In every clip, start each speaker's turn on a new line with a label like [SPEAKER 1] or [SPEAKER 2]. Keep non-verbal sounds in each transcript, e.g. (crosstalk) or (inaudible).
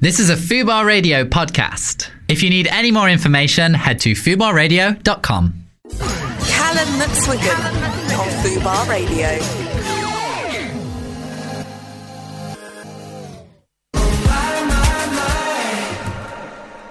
[SPEAKER 1] This is a Fubar Radio podcast. If you need any more information, head to fubarradio.com.
[SPEAKER 2] Callum McSwiggan on Fubar Radio.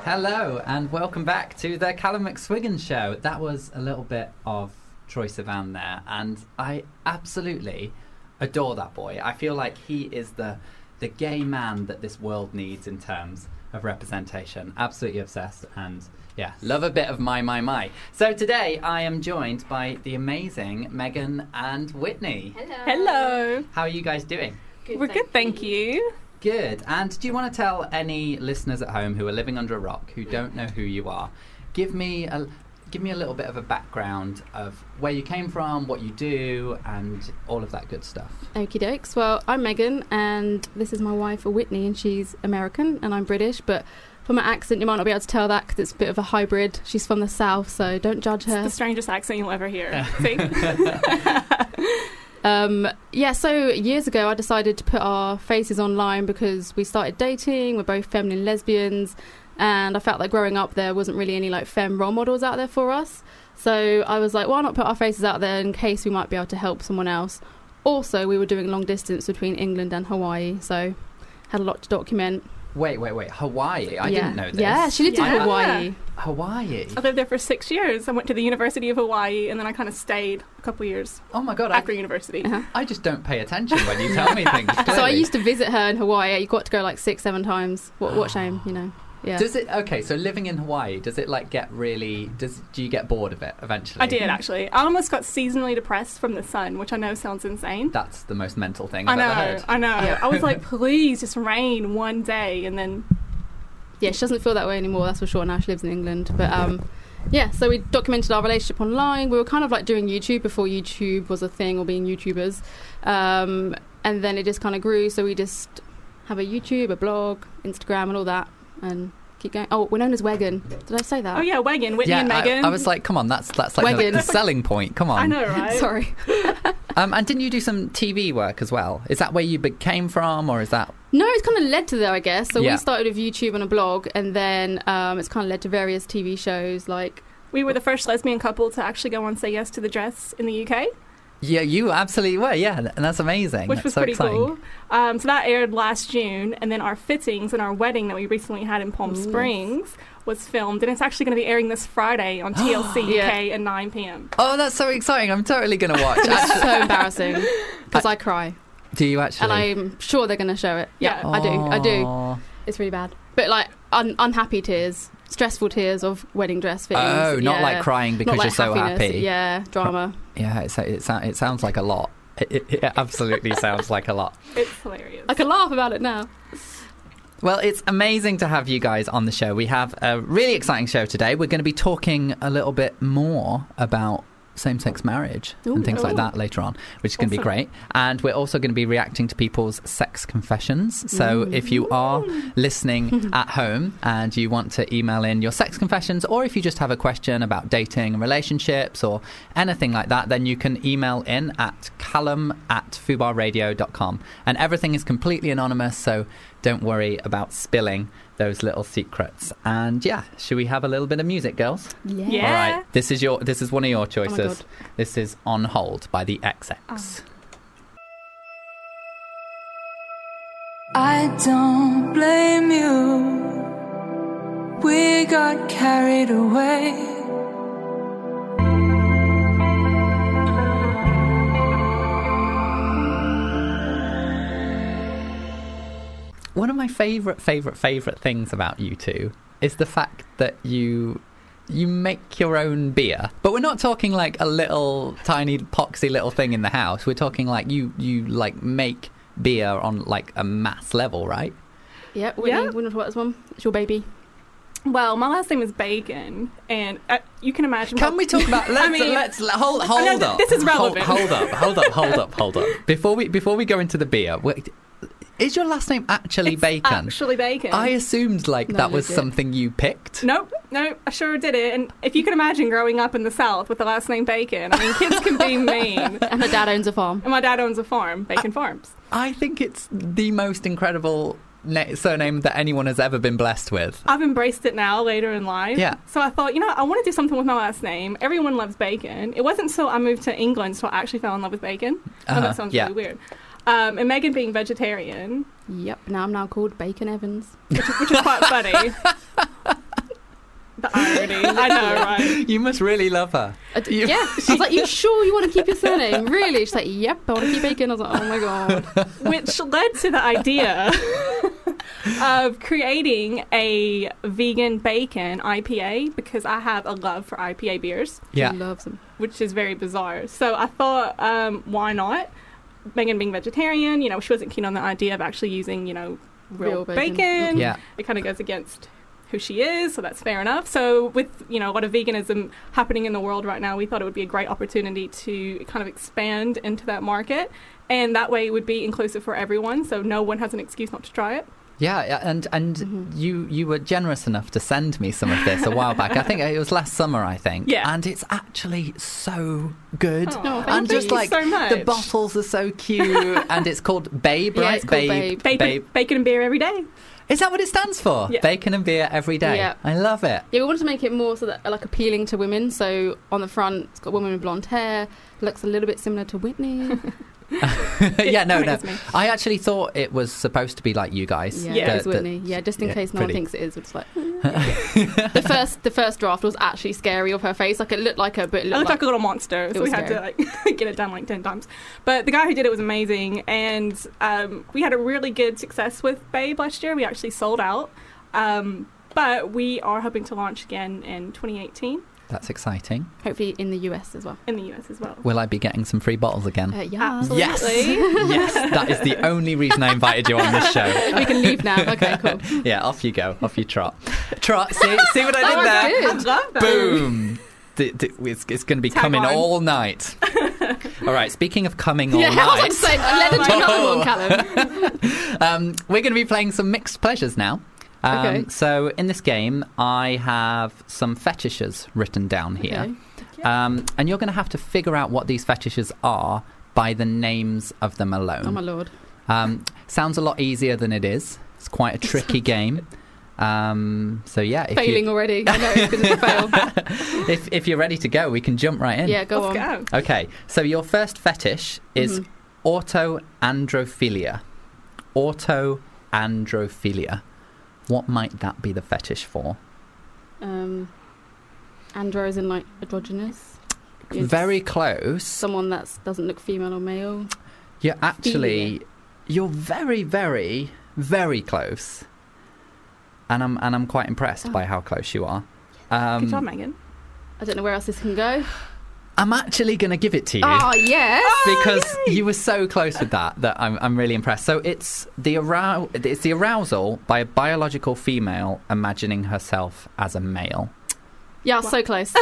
[SPEAKER 1] Hello, and welcome back to the Callum McSwiggan Show. That was a little bit of Troy Sivan there, and I absolutely adore that boy. I feel like he is the the gay man that this world needs in terms of representation. Absolutely obsessed, and yeah, love a bit of my my my. So today I am joined by the amazing Megan and Whitney.
[SPEAKER 3] Hello.
[SPEAKER 1] How are you guys doing?
[SPEAKER 3] We're good, thank you.
[SPEAKER 1] Good. And do you want to tell any listeners at home who are living under a rock who don't know who you are? Give me a give me a little bit of a background of where you came from, what you do, and all of that good stuff.
[SPEAKER 4] Okie dokes. Well, I'm Megan, and this is my wife, Whitney, and she's American, and I'm British. But from my accent, you might not be able to tell that because it's a bit of a hybrid. She's from the south, so don't judge
[SPEAKER 3] It's
[SPEAKER 4] her.
[SPEAKER 3] the strangest accent you'll ever hear.
[SPEAKER 1] (laughs)
[SPEAKER 3] See?
[SPEAKER 4] Um, yeah, so years ago, I decided to put our faces online because we started dating. We're both feminine lesbians, and I felt that growing up, there wasn't really any like femme role models out there for us. So I was like, why not put our faces out there in case we might be able to help someone else? Also, we were doing long distance between England and Hawaii, so had a lot to document.
[SPEAKER 1] Wait, wait, wait. Hawaii. I
[SPEAKER 4] yeah.
[SPEAKER 1] didn't know this.
[SPEAKER 4] Yeah, she lived in
[SPEAKER 3] Yeah.
[SPEAKER 4] Hawaii.
[SPEAKER 1] Hawaii.
[SPEAKER 3] I lived there for six years. I went to the University of Hawaii and then I kind of stayed a couple years
[SPEAKER 1] Oh my god. I,
[SPEAKER 3] after university.
[SPEAKER 1] I just don't pay attention when you tell me
[SPEAKER 4] (laughs)
[SPEAKER 1] things.
[SPEAKER 4] So I
[SPEAKER 1] clearly.
[SPEAKER 4] used to visit her in Hawaii. You got to go like six, seven times. What, what shame, you know? Yeah.
[SPEAKER 1] Does it okay? So living in Hawaii, does it like get really? Does do you get bored of it eventually?
[SPEAKER 3] I did actually. I almost got seasonally depressed from the sun, which I know sounds insane.
[SPEAKER 1] That's the most mental thing
[SPEAKER 3] I
[SPEAKER 1] I've
[SPEAKER 3] know,
[SPEAKER 1] ever heard.
[SPEAKER 3] I know. I was like, please just rain one day and then
[SPEAKER 4] yeah, she doesn't feel that way anymore. That's for sure. Now she lives in England, but um, yeah. So we documented our relationship online. We were kind of like doing YouTube before YouTube was a thing or being YouTubers, um, and then it just kind of grew. So we just have a YouTube, a blog, Instagram, and all that, and keep going. Oh, we're known as Wagon. Did I say that?
[SPEAKER 3] Oh yeah, Wagon, Whitney
[SPEAKER 1] yeah,
[SPEAKER 3] and
[SPEAKER 1] I-
[SPEAKER 3] Megan.
[SPEAKER 1] I, was like, come on, that's that's like the,
[SPEAKER 4] Wagon.
[SPEAKER 1] the selling point. Come on.
[SPEAKER 3] I know, right?
[SPEAKER 4] (laughs) Sorry.
[SPEAKER 1] Um, and didn't you do some TV work as well? Is that where you be- came from, or is that?
[SPEAKER 4] No, it's kind of led to there, I guess. So
[SPEAKER 1] Yeah.
[SPEAKER 4] we started with YouTube and a blog, and then um, it's kind of led to various TV shows like
[SPEAKER 3] We were the first lesbian couple to actually go on Say Yes to the Dress in the UK.
[SPEAKER 1] Yeah, you absolutely were. Yeah, and that's amazing.
[SPEAKER 3] which
[SPEAKER 1] That's
[SPEAKER 3] was
[SPEAKER 1] so
[SPEAKER 3] pretty
[SPEAKER 1] exciting.
[SPEAKER 3] cool. Um, so that aired last June, and then our fittings and our wedding that we recently had in Palm Springs was filmed, and it's actually going to be airing this
[SPEAKER 1] (gasps)
[SPEAKER 3] Friday on TLC
[SPEAKER 4] Yeah.
[SPEAKER 3] UK at 9 p.m.
[SPEAKER 1] Oh, that's so exciting! I'm totally gonna
[SPEAKER 4] (laughs)
[SPEAKER 1] watch. Actu-
[SPEAKER 4] so embarrassing because I, cry,
[SPEAKER 1] do you actually?
[SPEAKER 4] and I'm sure they're going to show it. Yeah, I do. I do.
[SPEAKER 1] Aw.
[SPEAKER 4] It's really bad, but like un- unhappy tears, stressful tears of wedding dress fittings.
[SPEAKER 1] Oh, not like
[SPEAKER 4] Yeah.
[SPEAKER 1] crying
[SPEAKER 4] Not
[SPEAKER 1] because
[SPEAKER 4] like
[SPEAKER 1] you're so
[SPEAKER 4] happiness.
[SPEAKER 1] happy.
[SPEAKER 4] Yeah,
[SPEAKER 1] (laughs)
[SPEAKER 4] drama.
[SPEAKER 1] Yeah, it, sa- it, sa- it sounds like a lot. (laughs) It, it, it absolutely sounds like a lot.
[SPEAKER 3] It's hilarious.
[SPEAKER 4] I can laugh about it now.
[SPEAKER 1] Well, it's amazing to have you guys on the show. We have a really exciting show today. We're going to be talking a little bit more about same sex marriage and
[SPEAKER 4] Ooh.
[SPEAKER 1] things like
[SPEAKER 3] Ooh.
[SPEAKER 1] that later on, which is going to be
[SPEAKER 3] Awesome.
[SPEAKER 1] great. And we're also going to be reacting to people's sex confessions. So if you are listening at home and you want to email in your sex confessions, or if you just have a question about dating and relationships or anything like that, then you can email in at callum at fubarradio.com. And everything is completely anonymous, so don't worry about spilling those little secrets. And yeah, should we have a little bit of music, girls?
[SPEAKER 4] Yeah.
[SPEAKER 3] Yeah.
[SPEAKER 1] All right. This is your. This is one of your choices.
[SPEAKER 4] God.
[SPEAKER 1] this is on hold by the XX.
[SPEAKER 2] I don't blame you. We got carried away.
[SPEAKER 1] One of my favorite, favorite, favorite things about you two is the fact that you you make your own beer. But we're not talking like a little tiny poxy little thing in the house. We're talking like you you like make beer on like a mass level, right?
[SPEAKER 4] Yeah, Whitney,
[SPEAKER 3] Yeah.
[SPEAKER 4] we know what this one. It's your baby.
[SPEAKER 3] Well, my last name is Bacon, and uh, you can imagine.
[SPEAKER 1] Can we talk
[SPEAKER 3] (laughs)
[SPEAKER 1] about? Let's,
[SPEAKER 3] mean-
[SPEAKER 1] let's hold
[SPEAKER 3] no,
[SPEAKER 1] hold
[SPEAKER 3] th-
[SPEAKER 1] up.
[SPEAKER 3] this is
[SPEAKER 1] Hold-
[SPEAKER 3] relevant.
[SPEAKER 1] Hold, up, hold up, hold up, hold up.
[SPEAKER 3] (laughs)
[SPEAKER 1] Before we before we go into the beer, wait, is your last name actually
[SPEAKER 3] It's
[SPEAKER 1] Bacon?
[SPEAKER 3] Actually, Bacon.
[SPEAKER 1] I assumed like
[SPEAKER 4] No,
[SPEAKER 1] that was
[SPEAKER 4] legit.
[SPEAKER 1] something you picked.
[SPEAKER 3] Nope, nope, I sure did it. And if you can imagine growing up in the South with the last name Bacon, I mean, kids
[SPEAKER 1] (laughs)
[SPEAKER 3] can be mean.
[SPEAKER 4] And her dad owns a farm.
[SPEAKER 3] And my dad owns a farm, Bacon Farms.
[SPEAKER 1] I think it's the most incredible na- surname that anyone has ever been blessed with.
[SPEAKER 3] I've embraced it now later in life.
[SPEAKER 1] Yeah.
[SPEAKER 3] So I thought, you know, I want to do something with my last name. Everyone loves bacon. It wasn't until I moved to England so I actually fell in love with bacon. Oh,
[SPEAKER 1] Uh-huh,
[SPEAKER 3] that sounds
[SPEAKER 1] yeah.
[SPEAKER 3] really weird. Um, and Megan being vegetarian,
[SPEAKER 4] Yep. Now I'm now called Bacon Evans.
[SPEAKER 3] which is quite
[SPEAKER 1] (laughs)
[SPEAKER 3] funny. the irony. I know,
[SPEAKER 1] (laughs)
[SPEAKER 3] right?
[SPEAKER 1] You must really love her.
[SPEAKER 4] I d-
[SPEAKER 1] You-
[SPEAKER 4] yeah. She's like, you sure you want to keep your surname? Really? She's like, yep. I want to keep Bacon. I was like, oh my god.
[SPEAKER 3] Which led to the idea (laughs) of creating a vegan bacon IPA because I have a love for IPA beers.
[SPEAKER 1] (laughs) Yeah.
[SPEAKER 4] She loves them.
[SPEAKER 3] which is very bizarre. So I thought, um, why not? Megan being vegetarian, you know, she wasn't keen on the idea of actually using, you know,
[SPEAKER 4] Real
[SPEAKER 3] real,
[SPEAKER 4] bacon.
[SPEAKER 3] bacon.
[SPEAKER 1] Yeah.
[SPEAKER 3] It kind of goes against who she is, so that's fair enough. So with, you know, a lot of veganism happening in the world right now, we thought it would be a great opportunity to kind of expand into that market. And that way it would be inclusive for everyone, so no one has an excuse not to try it.
[SPEAKER 1] Yeah, yeah, and and
[SPEAKER 4] Mhm.
[SPEAKER 1] you you were generous enough to send me some of this a while back. I think it was last summer, I think.
[SPEAKER 3] Yeah.
[SPEAKER 1] and it's actually so good.
[SPEAKER 3] Aw,
[SPEAKER 4] Oh,
[SPEAKER 1] and
[SPEAKER 4] thank
[SPEAKER 1] just
[SPEAKER 4] you
[SPEAKER 1] like
[SPEAKER 3] so much.
[SPEAKER 1] the bottles are so cute, and it's called Babe,
[SPEAKER 4] Yeah,
[SPEAKER 1] right?
[SPEAKER 4] it's called
[SPEAKER 3] Bacon,
[SPEAKER 1] Babe.
[SPEAKER 3] bacon and beer every day.
[SPEAKER 1] Is that what it stands for?
[SPEAKER 3] Yeah.
[SPEAKER 1] Bacon and beer every day.
[SPEAKER 4] Yeah.
[SPEAKER 1] I love it. (laughs)
[SPEAKER 4] Yeah, we wanted to make it more so that like appealing to women. So on the front, it's got a woman with blonde hair, looks a little bit similar to Whitney.
[SPEAKER 1] (laughs) yeah, no, no.
[SPEAKER 3] (laughs) It's me.
[SPEAKER 1] I actually thought it was supposed to be like you guys.
[SPEAKER 4] Yeah,
[SPEAKER 3] Yeah.
[SPEAKER 4] it is
[SPEAKER 1] The- the-
[SPEAKER 4] Whitney. yeah, just in
[SPEAKER 1] yeah,
[SPEAKER 4] case no
[SPEAKER 1] pretty.
[SPEAKER 4] one thinks it is, it's like
[SPEAKER 1] (laughs)
[SPEAKER 4] "Hmm." the first the first draft was actually scary of her face. Like it looked like her, but it
[SPEAKER 3] I
[SPEAKER 4] looked
[SPEAKER 3] looked like,
[SPEAKER 4] like,
[SPEAKER 3] a little monster, so we
[SPEAKER 4] was
[SPEAKER 3] had to
[SPEAKER 4] scary.
[SPEAKER 3] like (laughs) get it done like ten times. But the guy who did it was amazing, and um, we had a really good success with Babe last year. We actually sold out, um, but we are hoping to launch again in 2018
[SPEAKER 1] That's exciting.
[SPEAKER 4] hopefully in the US as well.
[SPEAKER 3] in the US as well.
[SPEAKER 1] Will I be getting some free bottles again?
[SPEAKER 4] (laughs) Uh, yeah,
[SPEAKER 3] Absolutely.
[SPEAKER 1] Yes, that is the only reason I invited you on this
[SPEAKER 4] (laughs)
[SPEAKER 1] show.
[SPEAKER 4] we can leave now. Okay, cool.
[SPEAKER 1] (laughs) yeah, off you go, off you trot, trot. See, see what I
[SPEAKER 4] That
[SPEAKER 1] did
[SPEAKER 4] was
[SPEAKER 1] there?
[SPEAKER 4] good.
[SPEAKER 3] Oh, I love that.
[SPEAKER 1] Boom. D- d- it's going to be
[SPEAKER 3] Tag
[SPEAKER 1] coming
[SPEAKER 3] on.
[SPEAKER 1] all night. all right, speaking of coming all
[SPEAKER 4] yeah, I was
[SPEAKER 1] night,
[SPEAKER 4] like to say,
[SPEAKER 1] (laughs)
[SPEAKER 4] let them do another one, Callum.
[SPEAKER 1] um, we're going to be playing some mixed pleasures now. Um,
[SPEAKER 4] Okay.
[SPEAKER 1] So, in this game, I have some fetishes written down here.
[SPEAKER 4] Okay.
[SPEAKER 1] Um, and you're going to have to figure out what these fetishes are by the names of them
[SPEAKER 4] Oh my
[SPEAKER 1] alone.
[SPEAKER 4] lord.
[SPEAKER 1] um, sounds a lot easier than it is. It's quite a
[SPEAKER 4] (laughs)
[SPEAKER 1] tricky game. Um, so, yeah, if,
[SPEAKER 4] Failing
[SPEAKER 1] You,
[SPEAKER 4] already. I know
[SPEAKER 1] (laughs)
[SPEAKER 4] it's going to fail.
[SPEAKER 1] if, if you're ready to go, we can jump right in.
[SPEAKER 4] Yeah, go
[SPEAKER 3] Let's
[SPEAKER 4] on.
[SPEAKER 3] go.
[SPEAKER 1] Okay, so your first fetish is
[SPEAKER 4] Mhm.
[SPEAKER 1] autoandrophilia. Autoandrophilia. What might that be the fetish for?
[SPEAKER 4] Um, Andro is in like androgynous. It's
[SPEAKER 1] Very close.
[SPEAKER 4] someone that doesn't look female or male.
[SPEAKER 1] You're actually you're very, very, very close. And I'm and I'm quite impressed
[SPEAKER 4] Oh.
[SPEAKER 1] by how close you are.
[SPEAKER 3] Good job,
[SPEAKER 1] Um,
[SPEAKER 3] Megan.
[SPEAKER 4] I don't know where else this can go.
[SPEAKER 1] I'm actually going to give it to you.
[SPEAKER 4] Ah, yes.
[SPEAKER 1] because you were so close with that that I'm, I'm really impressed. So it's the arou- it's the arousal by a biological female imagining herself as a male. (laughs)
[SPEAKER 4] Yeah, so close.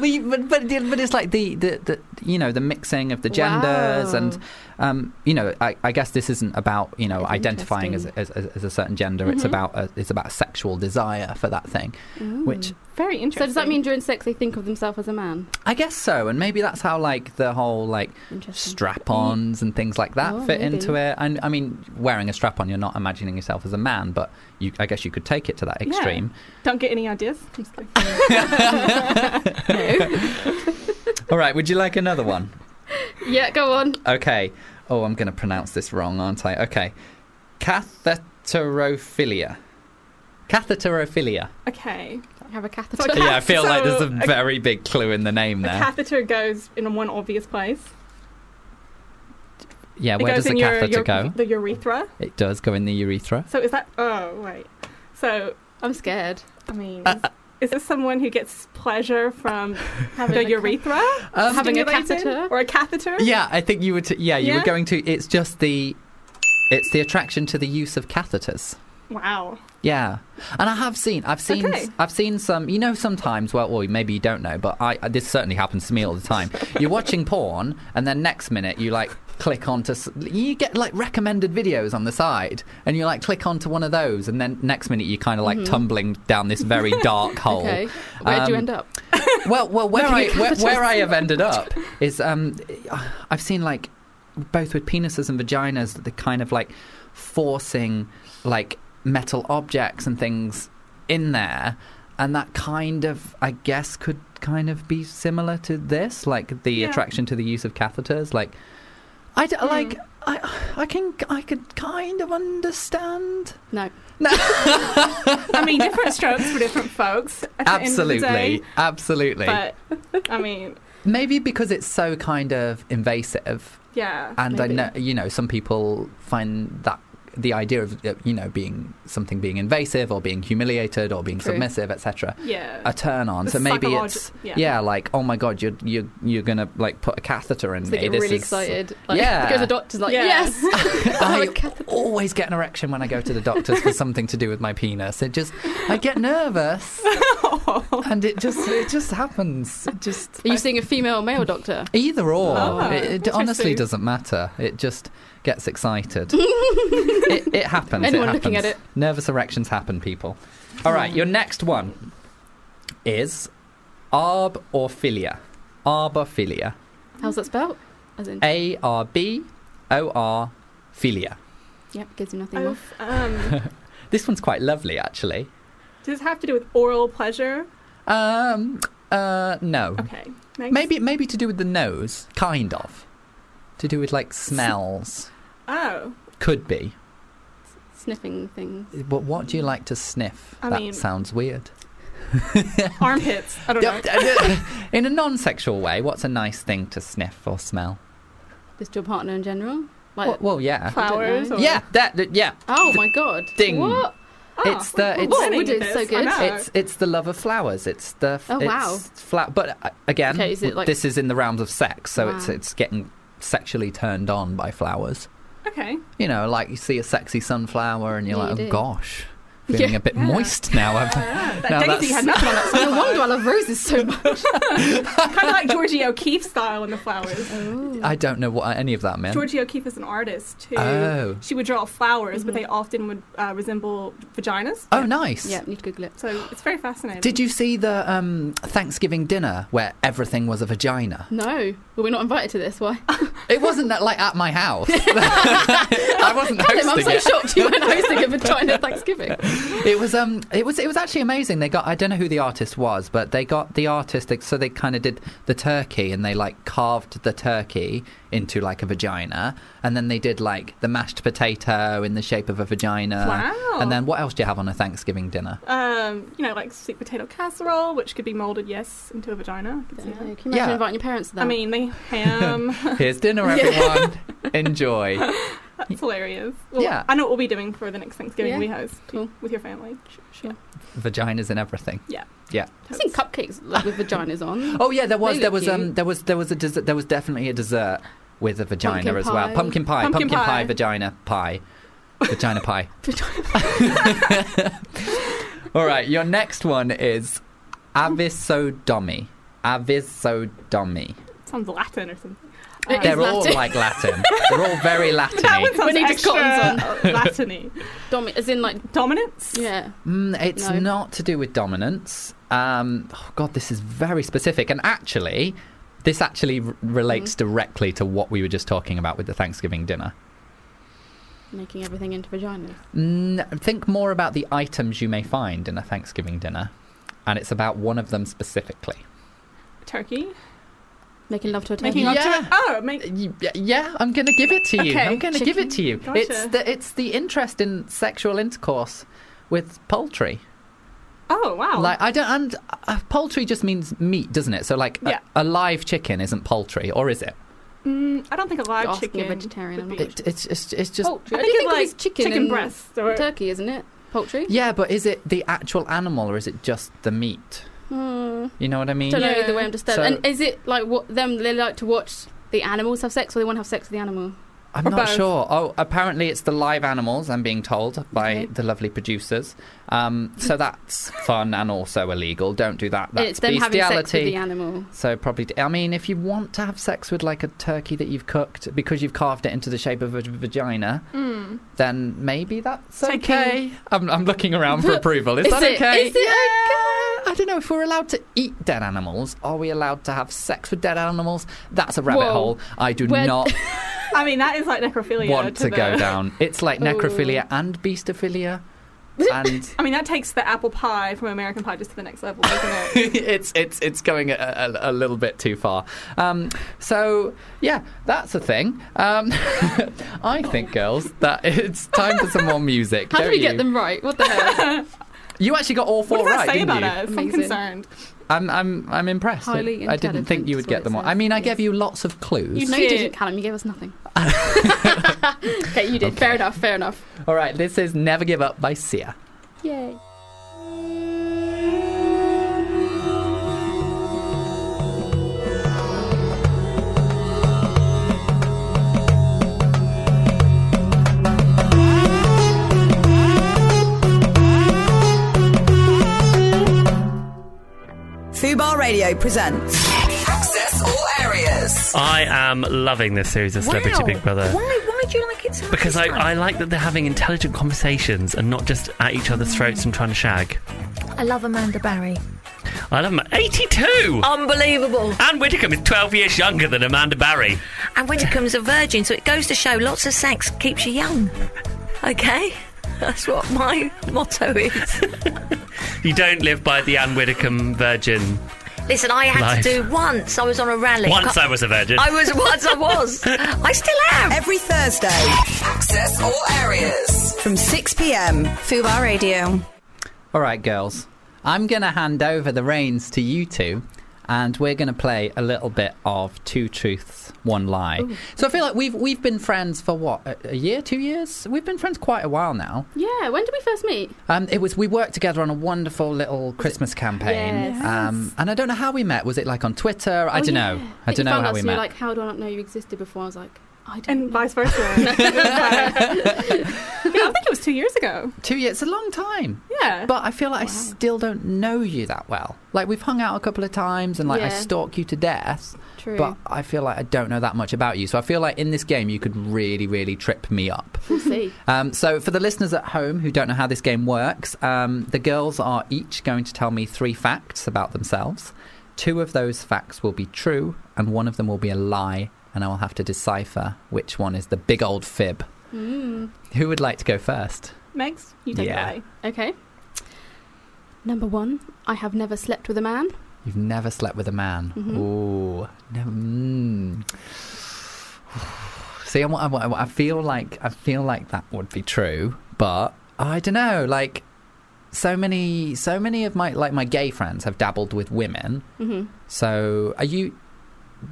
[SPEAKER 1] We- but, but, but it's like the, the, the you know the mixing of the genders
[SPEAKER 4] Wow.
[SPEAKER 1] and um, you know I, I guess this isn't about you know
[SPEAKER 4] That's
[SPEAKER 1] identifying as, as, as as a certain gender. It's
[SPEAKER 4] Mm-hmm.
[SPEAKER 3] Mhm.
[SPEAKER 1] about a, it's about a sexual desire for that thing, which
[SPEAKER 3] Very interesting.
[SPEAKER 4] So does that mean during sex they think of themselves as a man?
[SPEAKER 1] I guess so. And maybe that's how like the whole like
[SPEAKER 4] Interesting.
[SPEAKER 1] strap-ons and things like that
[SPEAKER 4] Oh,
[SPEAKER 1] fit
[SPEAKER 4] maybe.
[SPEAKER 1] into it. And I mean, wearing a strap-on, you're not imagining yourself as a man, but you, I guess you could take it to that
[SPEAKER 3] Yeah.
[SPEAKER 4] (laughs)
[SPEAKER 1] extreme. (laughs)
[SPEAKER 3] Don't get any ideas. I'm just kidding.
[SPEAKER 1] All right, would you like another one?
[SPEAKER 4] yeah, go on.
[SPEAKER 1] Okay. Oh, I'm going to pronounce this wrong, aren't I? Okay, catheterophilia. Catheterophilia.
[SPEAKER 3] Okay.
[SPEAKER 4] I have a catheter.
[SPEAKER 3] So I
[SPEAKER 1] yeah, I feel like there's a
[SPEAKER 3] Cathete-
[SPEAKER 1] very big clue in the name
[SPEAKER 3] The
[SPEAKER 1] there.
[SPEAKER 3] catheter goes in one obvious place.
[SPEAKER 1] yeah,
[SPEAKER 3] it
[SPEAKER 1] where does
[SPEAKER 3] goes
[SPEAKER 1] the
[SPEAKER 3] in your,
[SPEAKER 1] catheter
[SPEAKER 3] your,
[SPEAKER 1] go?
[SPEAKER 3] The urethra.
[SPEAKER 1] It does go in the urethra.
[SPEAKER 3] So is that? Oh wait. So
[SPEAKER 4] I'm scared.
[SPEAKER 3] I mean, is,
[SPEAKER 1] Uh,
[SPEAKER 3] is this someone who gets
[SPEAKER 1] (laughs)
[SPEAKER 3] pleasure from
[SPEAKER 4] Having
[SPEAKER 3] the
[SPEAKER 4] a
[SPEAKER 3] urethra?
[SPEAKER 1] Um,
[SPEAKER 4] Having a
[SPEAKER 3] stimulated?
[SPEAKER 4] catheter?
[SPEAKER 3] Or a catheter?
[SPEAKER 1] Yeah, I think you were. T- yeah, you were
[SPEAKER 3] Yeah?
[SPEAKER 1] going to. It's just the, it's the attraction to the use of catheters.
[SPEAKER 3] Wow.
[SPEAKER 1] Yeah, and I have seen, I've seen,
[SPEAKER 3] Okay.
[SPEAKER 1] I've seen some. You know, sometimes, well, or maybe you don't know, but I this certainly happens to me all the time. You're watching porn, and then next minute you like click onto, s- you get like recommended videos on the side, and you like click onto one of those, and then next minute you're kind of like tumbling down this very dark hole.
[SPEAKER 4] Okay. Where'd you
[SPEAKER 1] Um,
[SPEAKER 4] end up?
[SPEAKER 1] Well, well, where I
[SPEAKER 4] Looking at
[SPEAKER 1] where,
[SPEAKER 4] catheters.
[SPEAKER 3] (laughs)
[SPEAKER 1] where I have ended up is um, I've seen like both with penises and vaginas that they kind of like forcing like metal objects and things in there. And that kind of, I guess, could kind of be similar to this, like the
[SPEAKER 3] Yeah.
[SPEAKER 1] attraction to the use of catheters. Like, I d-
[SPEAKER 3] Mm.
[SPEAKER 1] like I, I can, I could kind of understand.
[SPEAKER 4] No.
[SPEAKER 3] I mean, different strokes for different folks. At
[SPEAKER 1] absolutely,
[SPEAKER 3] The end of the
[SPEAKER 1] absolutely.
[SPEAKER 3] day, but I mean,
[SPEAKER 1] Maybe because it's so kind of invasive,
[SPEAKER 3] yeah.
[SPEAKER 1] and
[SPEAKER 4] Maybe.
[SPEAKER 1] I know you know some people find that the idea of uh, you know being something being invasive or being humiliated or being
[SPEAKER 4] True.
[SPEAKER 1] submissive, etc.
[SPEAKER 3] Yeah.
[SPEAKER 1] A turn on.
[SPEAKER 3] The
[SPEAKER 1] so maybe
[SPEAKER 3] psycholog-
[SPEAKER 1] it's
[SPEAKER 3] yeah.
[SPEAKER 1] yeah. like oh my god, you're you're you're gonna like put a catheter in
[SPEAKER 4] Just
[SPEAKER 1] me.
[SPEAKER 4] they get
[SPEAKER 1] This
[SPEAKER 4] really
[SPEAKER 1] is-
[SPEAKER 4] excited. Like,
[SPEAKER 1] Yeah.
[SPEAKER 4] Go to the doctor's like,
[SPEAKER 3] Yeah.
[SPEAKER 4] yes.
[SPEAKER 3] (laughs)
[SPEAKER 4] Have (laughs) a
[SPEAKER 1] (laughs) I
[SPEAKER 4] catheter.
[SPEAKER 1] always get an erection when I go to the doctors for something to do with my penis. It just, I get
[SPEAKER 4] (laughs)
[SPEAKER 1] nervous, and it just, it just happens. It just
[SPEAKER 4] Are you seeing a female or male doctor?
[SPEAKER 1] Either or,
[SPEAKER 4] Oh,
[SPEAKER 1] it, it honestly
[SPEAKER 3] interesting.
[SPEAKER 1] doesn't matter. It just gets
[SPEAKER 4] (laughs)
[SPEAKER 1] excited. it, it happens. it
[SPEAKER 4] Anyone looking
[SPEAKER 1] happens.
[SPEAKER 4] at it.
[SPEAKER 1] Nervous erections happen, people. All right, your next one is arb or filia. Arbophilia.
[SPEAKER 4] How's that spelled? As in,
[SPEAKER 1] A R B O R philia.
[SPEAKER 4] yep, gives you nothing more.
[SPEAKER 3] Of, um,
[SPEAKER 1] This one's quite lovely, actually.
[SPEAKER 3] does it have to do with oral pleasure?
[SPEAKER 1] Um, uh, no.
[SPEAKER 3] Okay. Next.
[SPEAKER 1] Maybe, maybe to do with the nose, kind of. To do with like smells,
[SPEAKER 3] Oh.
[SPEAKER 1] could be.
[SPEAKER 4] Sniffing things.
[SPEAKER 1] But what do you like to sniff?
[SPEAKER 3] I
[SPEAKER 1] that
[SPEAKER 3] mean-
[SPEAKER 1] sounds weird.
[SPEAKER 3] Armpits. I don't know.
[SPEAKER 1] (laughs) In a non-sexual way, what's a nice thing to sniff or smell?
[SPEAKER 4] Just to your partner in general. Like,
[SPEAKER 1] Well, well, yeah,
[SPEAKER 4] I don't know.
[SPEAKER 3] Flowers. Or,
[SPEAKER 1] yeah, that, that- yeah.
[SPEAKER 4] oh my god.
[SPEAKER 1] Ding.
[SPEAKER 4] What?
[SPEAKER 3] Oh,
[SPEAKER 1] It's the-
[SPEAKER 3] I'm
[SPEAKER 1] it's-
[SPEAKER 3] learning
[SPEAKER 4] Wood is
[SPEAKER 3] this.
[SPEAKER 4] so
[SPEAKER 3] I
[SPEAKER 4] good.
[SPEAKER 3] know.
[SPEAKER 1] It's it's the love of flowers. It's the f-
[SPEAKER 4] Oh,
[SPEAKER 1] it's
[SPEAKER 4] wow.
[SPEAKER 1] fla- but uh, again,
[SPEAKER 4] Okay, is it like-
[SPEAKER 1] this is in the realms of sex, so it's
[SPEAKER 4] Wow.
[SPEAKER 1] it's getting sexually turned on by flowers. (laughs)
[SPEAKER 3] okay.
[SPEAKER 1] You know, like you see a sexy sunflower, and you're
[SPEAKER 4] Yeah,
[SPEAKER 1] like,
[SPEAKER 4] you
[SPEAKER 1] oh
[SPEAKER 4] do.
[SPEAKER 1] gosh, feeling
[SPEAKER 4] (laughs) Yeah.
[SPEAKER 1] a bit
[SPEAKER 3] Yeah.
[SPEAKER 1] moist now. (laughs)
[SPEAKER 4] (laughs)
[SPEAKER 1] I'm-
[SPEAKER 3] Yeah,
[SPEAKER 1] Now
[SPEAKER 3] Uh, that
[SPEAKER 1] that's-
[SPEAKER 3] Daisy had nothing
[SPEAKER 1] (laughs)
[SPEAKER 3] on that.
[SPEAKER 4] No wonder I love roses so much.
[SPEAKER 3] kind of like Georgie O'Keefe style in the flowers.
[SPEAKER 1] I don't know what any of that meant.
[SPEAKER 3] Georgie O'Keefe is an artist who
[SPEAKER 1] Oh.
[SPEAKER 3] she would draw flowers, but
[SPEAKER 4] Mhm.
[SPEAKER 3] they often would uh, resemble vaginas.
[SPEAKER 1] oh, nice.
[SPEAKER 4] yeah, need to Google it.
[SPEAKER 3] So it's very fascinating.
[SPEAKER 1] Did you see the um, Thanksgiving dinner where everything was a vagina?
[SPEAKER 4] No, well, we're not invited to this. Why?
[SPEAKER 1] It wasn't that like at my
[SPEAKER 4] (laughs)
[SPEAKER 1] house. I wasn't
[SPEAKER 4] Tim, I'm
[SPEAKER 1] hosting
[SPEAKER 4] so
[SPEAKER 1] it.
[SPEAKER 4] shocked you weren't
[SPEAKER 1] (laughs)
[SPEAKER 4] hosting a vagina Thanksgiving.
[SPEAKER 1] It was um, it was it was actually amazing. They got I don't know who the artist was, but they got the artist. they- So they kind of did the turkey and they like carved the turkey into like a vagina, and then they did like the mashed potato in the shape of a vagina.
[SPEAKER 3] Wow.
[SPEAKER 1] Uh, And then what else do you have on a Thanksgiving dinner?
[SPEAKER 3] Um, you know, like sweet potato casserole, which could be molded, yes, into a vagina. I could see
[SPEAKER 4] Can you
[SPEAKER 3] that.
[SPEAKER 4] imagine
[SPEAKER 1] Yeah.
[SPEAKER 4] inviting your parents to that?
[SPEAKER 3] I mean, they
[SPEAKER 1] (laughs)
[SPEAKER 3] ham. (laughs)
[SPEAKER 1] Here's dinner,
[SPEAKER 4] (laughs)
[SPEAKER 1] everyone. Enjoy.
[SPEAKER 3] That's hilarious. Well,
[SPEAKER 1] Yeah.
[SPEAKER 3] I know what we'll be doing for the next Thanksgiving
[SPEAKER 4] Yeah.
[SPEAKER 3] we host
[SPEAKER 4] Cool.
[SPEAKER 3] with your family.
[SPEAKER 4] sure.
[SPEAKER 1] Vaginas and everything.
[SPEAKER 4] I've seen cupcakes like, with vaginas on.
[SPEAKER 1] (laughs) Oh yeah, there was
[SPEAKER 4] They
[SPEAKER 1] there
[SPEAKER 4] look
[SPEAKER 1] was um
[SPEAKER 4] cute.
[SPEAKER 1] there was there was a des- there was definitely a dessert with a vagina
[SPEAKER 4] Pumpkin
[SPEAKER 1] as well.
[SPEAKER 4] pie.
[SPEAKER 1] Pumpkin pie,
[SPEAKER 3] Pumpkin
[SPEAKER 1] pumpkin, pie.
[SPEAKER 3] pie.
[SPEAKER 1] vagina pie, vagina
[SPEAKER 4] (laughs)
[SPEAKER 1] pie. (laughs) All right, your next one is avisodomy. Avisodomy.
[SPEAKER 3] Sounds Latin or something.
[SPEAKER 4] It
[SPEAKER 1] They're all
[SPEAKER 4] Latin.
[SPEAKER 1] like
[SPEAKER 4] (laughs)
[SPEAKER 1] Latin. They're all very
[SPEAKER 3] that
[SPEAKER 1] Latin.
[SPEAKER 3] one (laughs) sounds
[SPEAKER 4] We need to
[SPEAKER 3] extra
[SPEAKER 4] cotton (laughs)
[SPEAKER 3] Latin-y.
[SPEAKER 4] Dom- as in like,
[SPEAKER 3] Dominance?
[SPEAKER 4] yeah.
[SPEAKER 1] Mm, it's
[SPEAKER 4] No.
[SPEAKER 1] not to do with dominance. Um, oh God, this is very specific. And actually, this actually r- relates
[SPEAKER 4] Mm-hmm.
[SPEAKER 1] directly to what we were just talking about with the Thanksgiving dinner.
[SPEAKER 4] Making everything into vaginas.
[SPEAKER 1] Mm, think more about the items you may find in a Thanksgiving dinner, and it's about one of them specifically.
[SPEAKER 3] Turkey?
[SPEAKER 4] Making love to a turkey.
[SPEAKER 3] Making love
[SPEAKER 1] Yeah.
[SPEAKER 3] to Oh, make,
[SPEAKER 1] Y- Yeah, I'm going to give it to you.
[SPEAKER 3] Okay,
[SPEAKER 1] I'm going to give it to you.
[SPEAKER 3] Gotcha.
[SPEAKER 1] It's the it's the interest in sexual intercourse with poultry.
[SPEAKER 3] oh wow.
[SPEAKER 1] Like I don't and uh, poultry just means meat, doesn't it? So like a-
[SPEAKER 3] Yeah.
[SPEAKER 1] a, live chicken isn't poultry, or is it?
[SPEAKER 3] Mm, I don't think a
[SPEAKER 4] You're
[SPEAKER 3] live
[SPEAKER 4] asking
[SPEAKER 3] chicken.
[SPEAKER 4] a vegetarian,
[SPEAKER 3] would
[SPEAKER 4] I'm
[SPEAKER 3] be-
[SPEAKER 1] it it's it's it's just
[SPEAKER 4] Poultry.
[SPEAKER 3] I
[SPEAKER 4] I
[SPEAKER 3] think
[SPEAKER 4] do
[SPEAKER 3] it's
[SPEAKER 4] think of it
[SPEAKER 3] like
[SPEAKER 4] as chicken,
[SPEAKER 3] chicken
[SPEAKER 4] and
[SPEAKER 3] breast or-
[SPEAKER 4] turkey, isn't it? Poultry.
[SPEAKER 1] yeah, but is it the actual animal or is it just the meat?
[SPEAKER 4] Hmm.
[SPEAKER 1] You know what I mean?
[SPEAKER 4] Don't know
[SPEAKER 3] Yeah.
[SPEAKER 4] either way. I'm just
[SPEAKER 1] So-
[SPEAKER 4] and is it like what them they like to watch the animals have sex, or they want to have sex with the animal?
[SPEAKER 1] I'm
[SPEAKER 3] Or
[SPEAKER 1] not
[SPEAKER 3] both?
[SPEAKER 1] sure. Oh, apparently it's the live animals, I'm being told by
[SPEAKER 4] Okay.
[SPEAKER 1] the lovely producers. Um, so
[SPEAKER 4] (laughs)
[SPEAKER 1] that's fun and also illegal. Don't do that.
[SPEAKER 4] And
[SPEAKER 1] That's
[SPEAKER 4] it's them having sex with
[SPEAKER 1] bestiality.
[SPEAKER 4] the animal.
[SPEAKER 1] so probably, I mean, if you want to have sex with like a turkey that you've cooked because you've carved it into the shape of a vagina,
[SPEAKER 3] Mm.
[SPEAKER 1] then maybe that's
[SPEAKER 3] Taking-
[SPEAKER 1] okay. I'm, I'm looking around for approval. Is, that
[SPEAKER 4] it-
[SPEAKER 1] okay?
[SPEAKER 4] (laughs) is it
[SPEAKER 1] I don't know if we're allowed to eat dead animals. Are we allowed to have sex with dead animals? That's a rabbit
[SPEAKER 4] Whoa.
[SPEAKER 1] hole. I do
[SPEAKER 4] We're-
[SPEAKER 1] not
[SPEAKER 3] I mean, that is like necrophilia.
[SPEAKER 1] want to,
[SPEAKER 3] the-
[SPEAKER 1] go down. It's like
[SPEAKER 4] Ooh.
[SPEAKER 1] necrophilia and beastophilia,
[SPEAKER 3] (laughs)
[SPEAKER 1] and
[SPEAKER 3] I mean, that takes the apple pie from American Pie just to the next
[SPEAKER 1] (laughs)
[SPEAKER 3] level, doesn't it?
[SPEAKER 1] it's it's it's going a, a, a little bit too far. Um, so yeah, that's a thing. Um, (laughs) I think, girls, that it's time for some more music.
[SPEAKER 4] (laughs) How
[SPEAKER 1] don't
[SPEAKER 4] did we
[SPEAKER 1] you?
[SPEAKER 4] get them right? What the
[SPEAKER 1] (laughs)
[SPEAKER 4] hell?
[SPEAKER 1] You actually got all four
[SPEAKER 3] what does
[SPEAKER 1] right,
[SPEAKER 3] that say
[SPEAKER 1] didn't
[SPEAKER 3] about
[SPEAKER 1] you?
[SPEAKER 3] us? I'm
[SPEAKER 4] Amazing.
[SPEAKER 3] concerned.
[SPEAKER 1] I'm I'm I'm impressed.
[SPEAKER 4] Highly
[SPEAKER 1] I didn't think
[SPEAKER 4] intelligent
[SPEAKER 1] you
[SPEAKER 4] is
[SPEAKER 1] would
[SPEAKER 4] what
[SPEAKER 1] get
[SPEAKER 4] it
[SPEAKER 1] them all.
[SPEAKER 4] says.
[SPEAKER 1] I mean, I
[SPEAKER 4] Yes.
[SPEAKER 1] gave you lots of clues.
[SPEAKER 3] You
[SPEAKER 4] no, you
[SPEAKER 3] did.
[SPEAKER 4] didn't, Callum. You gave
[SPEAKER 1] (laughs)
[SPEAKER 4] us nothing. okay, you did. Fair enough. Fair enough.
[SPEAKER 1] All right, this is Never Give Up by Sia.
[SPEAKER 4] Yay.
[SPEAKER 2] Fubar Radio presents Access All Areas.
[SPEAKER 5] I am loving this series of Celebrity Big Brother.
[SPEAKER 6] Why? Why do you like it so much?
[SPEAKER 5] Because I,
[SPEAKER 6] this time?
[SPEAKER 5] I like that they're having intelligent conversations and not just at each other's throats and trying to shag.
[SPEAKER 6] I love Amanda Barry.
[SPEAKER 5] I love him. 82!
[SPEAKER 6] Oh. Unbelievable.
[SPEAKER 5] Anne Widdecombe is 12 years younger than Amanda Barry.
[SPEAKER 6] And Whittacomb's a virgin, so it goes to show lots of sex keeps you young. Okay, that's what my motto is.
[SPEAKER 5] You don't live by the Anne Widdecombe virgin.
[SPEAKER 6] Listen, I had
[SPEAKER 5] Life.
[SPEAKER 6] to do once. I was on a rally.
[SPEAKER 5] Once I was a virgin.
[SPEAKER 6] I was once
[SPEAKER 5] (laughs)
[SPEAKER 6] I was. I still am.
[SPEAKER 2] Every Thursday. Access All Areas. From 6 p.m.
[SPEAKER 7] Fubar Radio.
[SPEAKER 1] All right, girls. I'm going to hand over the reins to you two, and we're going to play a little bit of Two Truths, One Lie. So I feel like we've we've been friends for what a, a year, two years. We've been friends quite a while now.
[SPEAKER 4] Yeah. When did we first meet?
[SPEAKER 1] Um, it was we worked together on a wonderful little Christmas campaign,
[SPEAKER 4] Yes.
[SPEAKER 1] um, and I don't know how we met. Was it like on Twitter? I
[SPEAKER 4] Oh,
[SPEAKER 1] don't know.
[SPEAKER 4] yeah.
[SPEAKER 1] I
[SPEAKER 4] think
[SPEAKER 1] don't
[SPEAKER 4] you
[SPEAKER 1] know
[SPEAKER 4] found
[SPEAKER 1] how
[SPEAKER 4] us
[SPEAKER 1] we
[SPEAKER 4] and you were
[SPEAKER 1] met.
[SPEAKER 4] like, how do I not know you existed before? I was like, I don't.
[SPEAKER 3] And
[SPEAKER 4] know.
[SPEAKER 3] vice versa. (laughs) yeah, I think it was two years ago.
[SPEAKER 1] two years, it's a long time.
[SPEAKER 3] Yeah.
[SPEAKER 1] But I feel like I still don't know you that well. Like we've hung out a couple of times, and like I
[SPEAKER 4] Yeah.
[SPEAKER 1] stalk you to death.
[SPEAKER 4] True.
[SPEAKER 1] But I feel like I don't know that much about you. So I feel like in this game, you could really, really trip me up.
[SPEAKER 4] (laughs) We'll see.
[SPEAKER 1] Um, so for the listeners at home who don't know how this game works, um, the girls are each going to tell me three facts about themselves. Two of those facts will be true, and one of them will be a lie. And I will have to decipher which one is the big old fib.
[SPEAKER 4] Mm.
[SPEAKER 1] Who would like to go first?
[SPEAKER 3] Megs, you take
[SPEAKER 1] Yeah.
[SPEAKER 3] it away.
[SPEAKER 4] Okay. Number one, I have never slept with a man.
[SPEAKER 1] You've never slept with a man.
[SPEAKER 4] Mhm.
[SPEAKER 1] Ooh, never. Mm. (sighs) See, I, wa- I, wa- I feel like I feel like that would be true, but I don't know. Like, so many, so many of my like my gay friends have dabbled with women.
[SPEAKER 4] hmm
[SPEAKER 1] So, are you?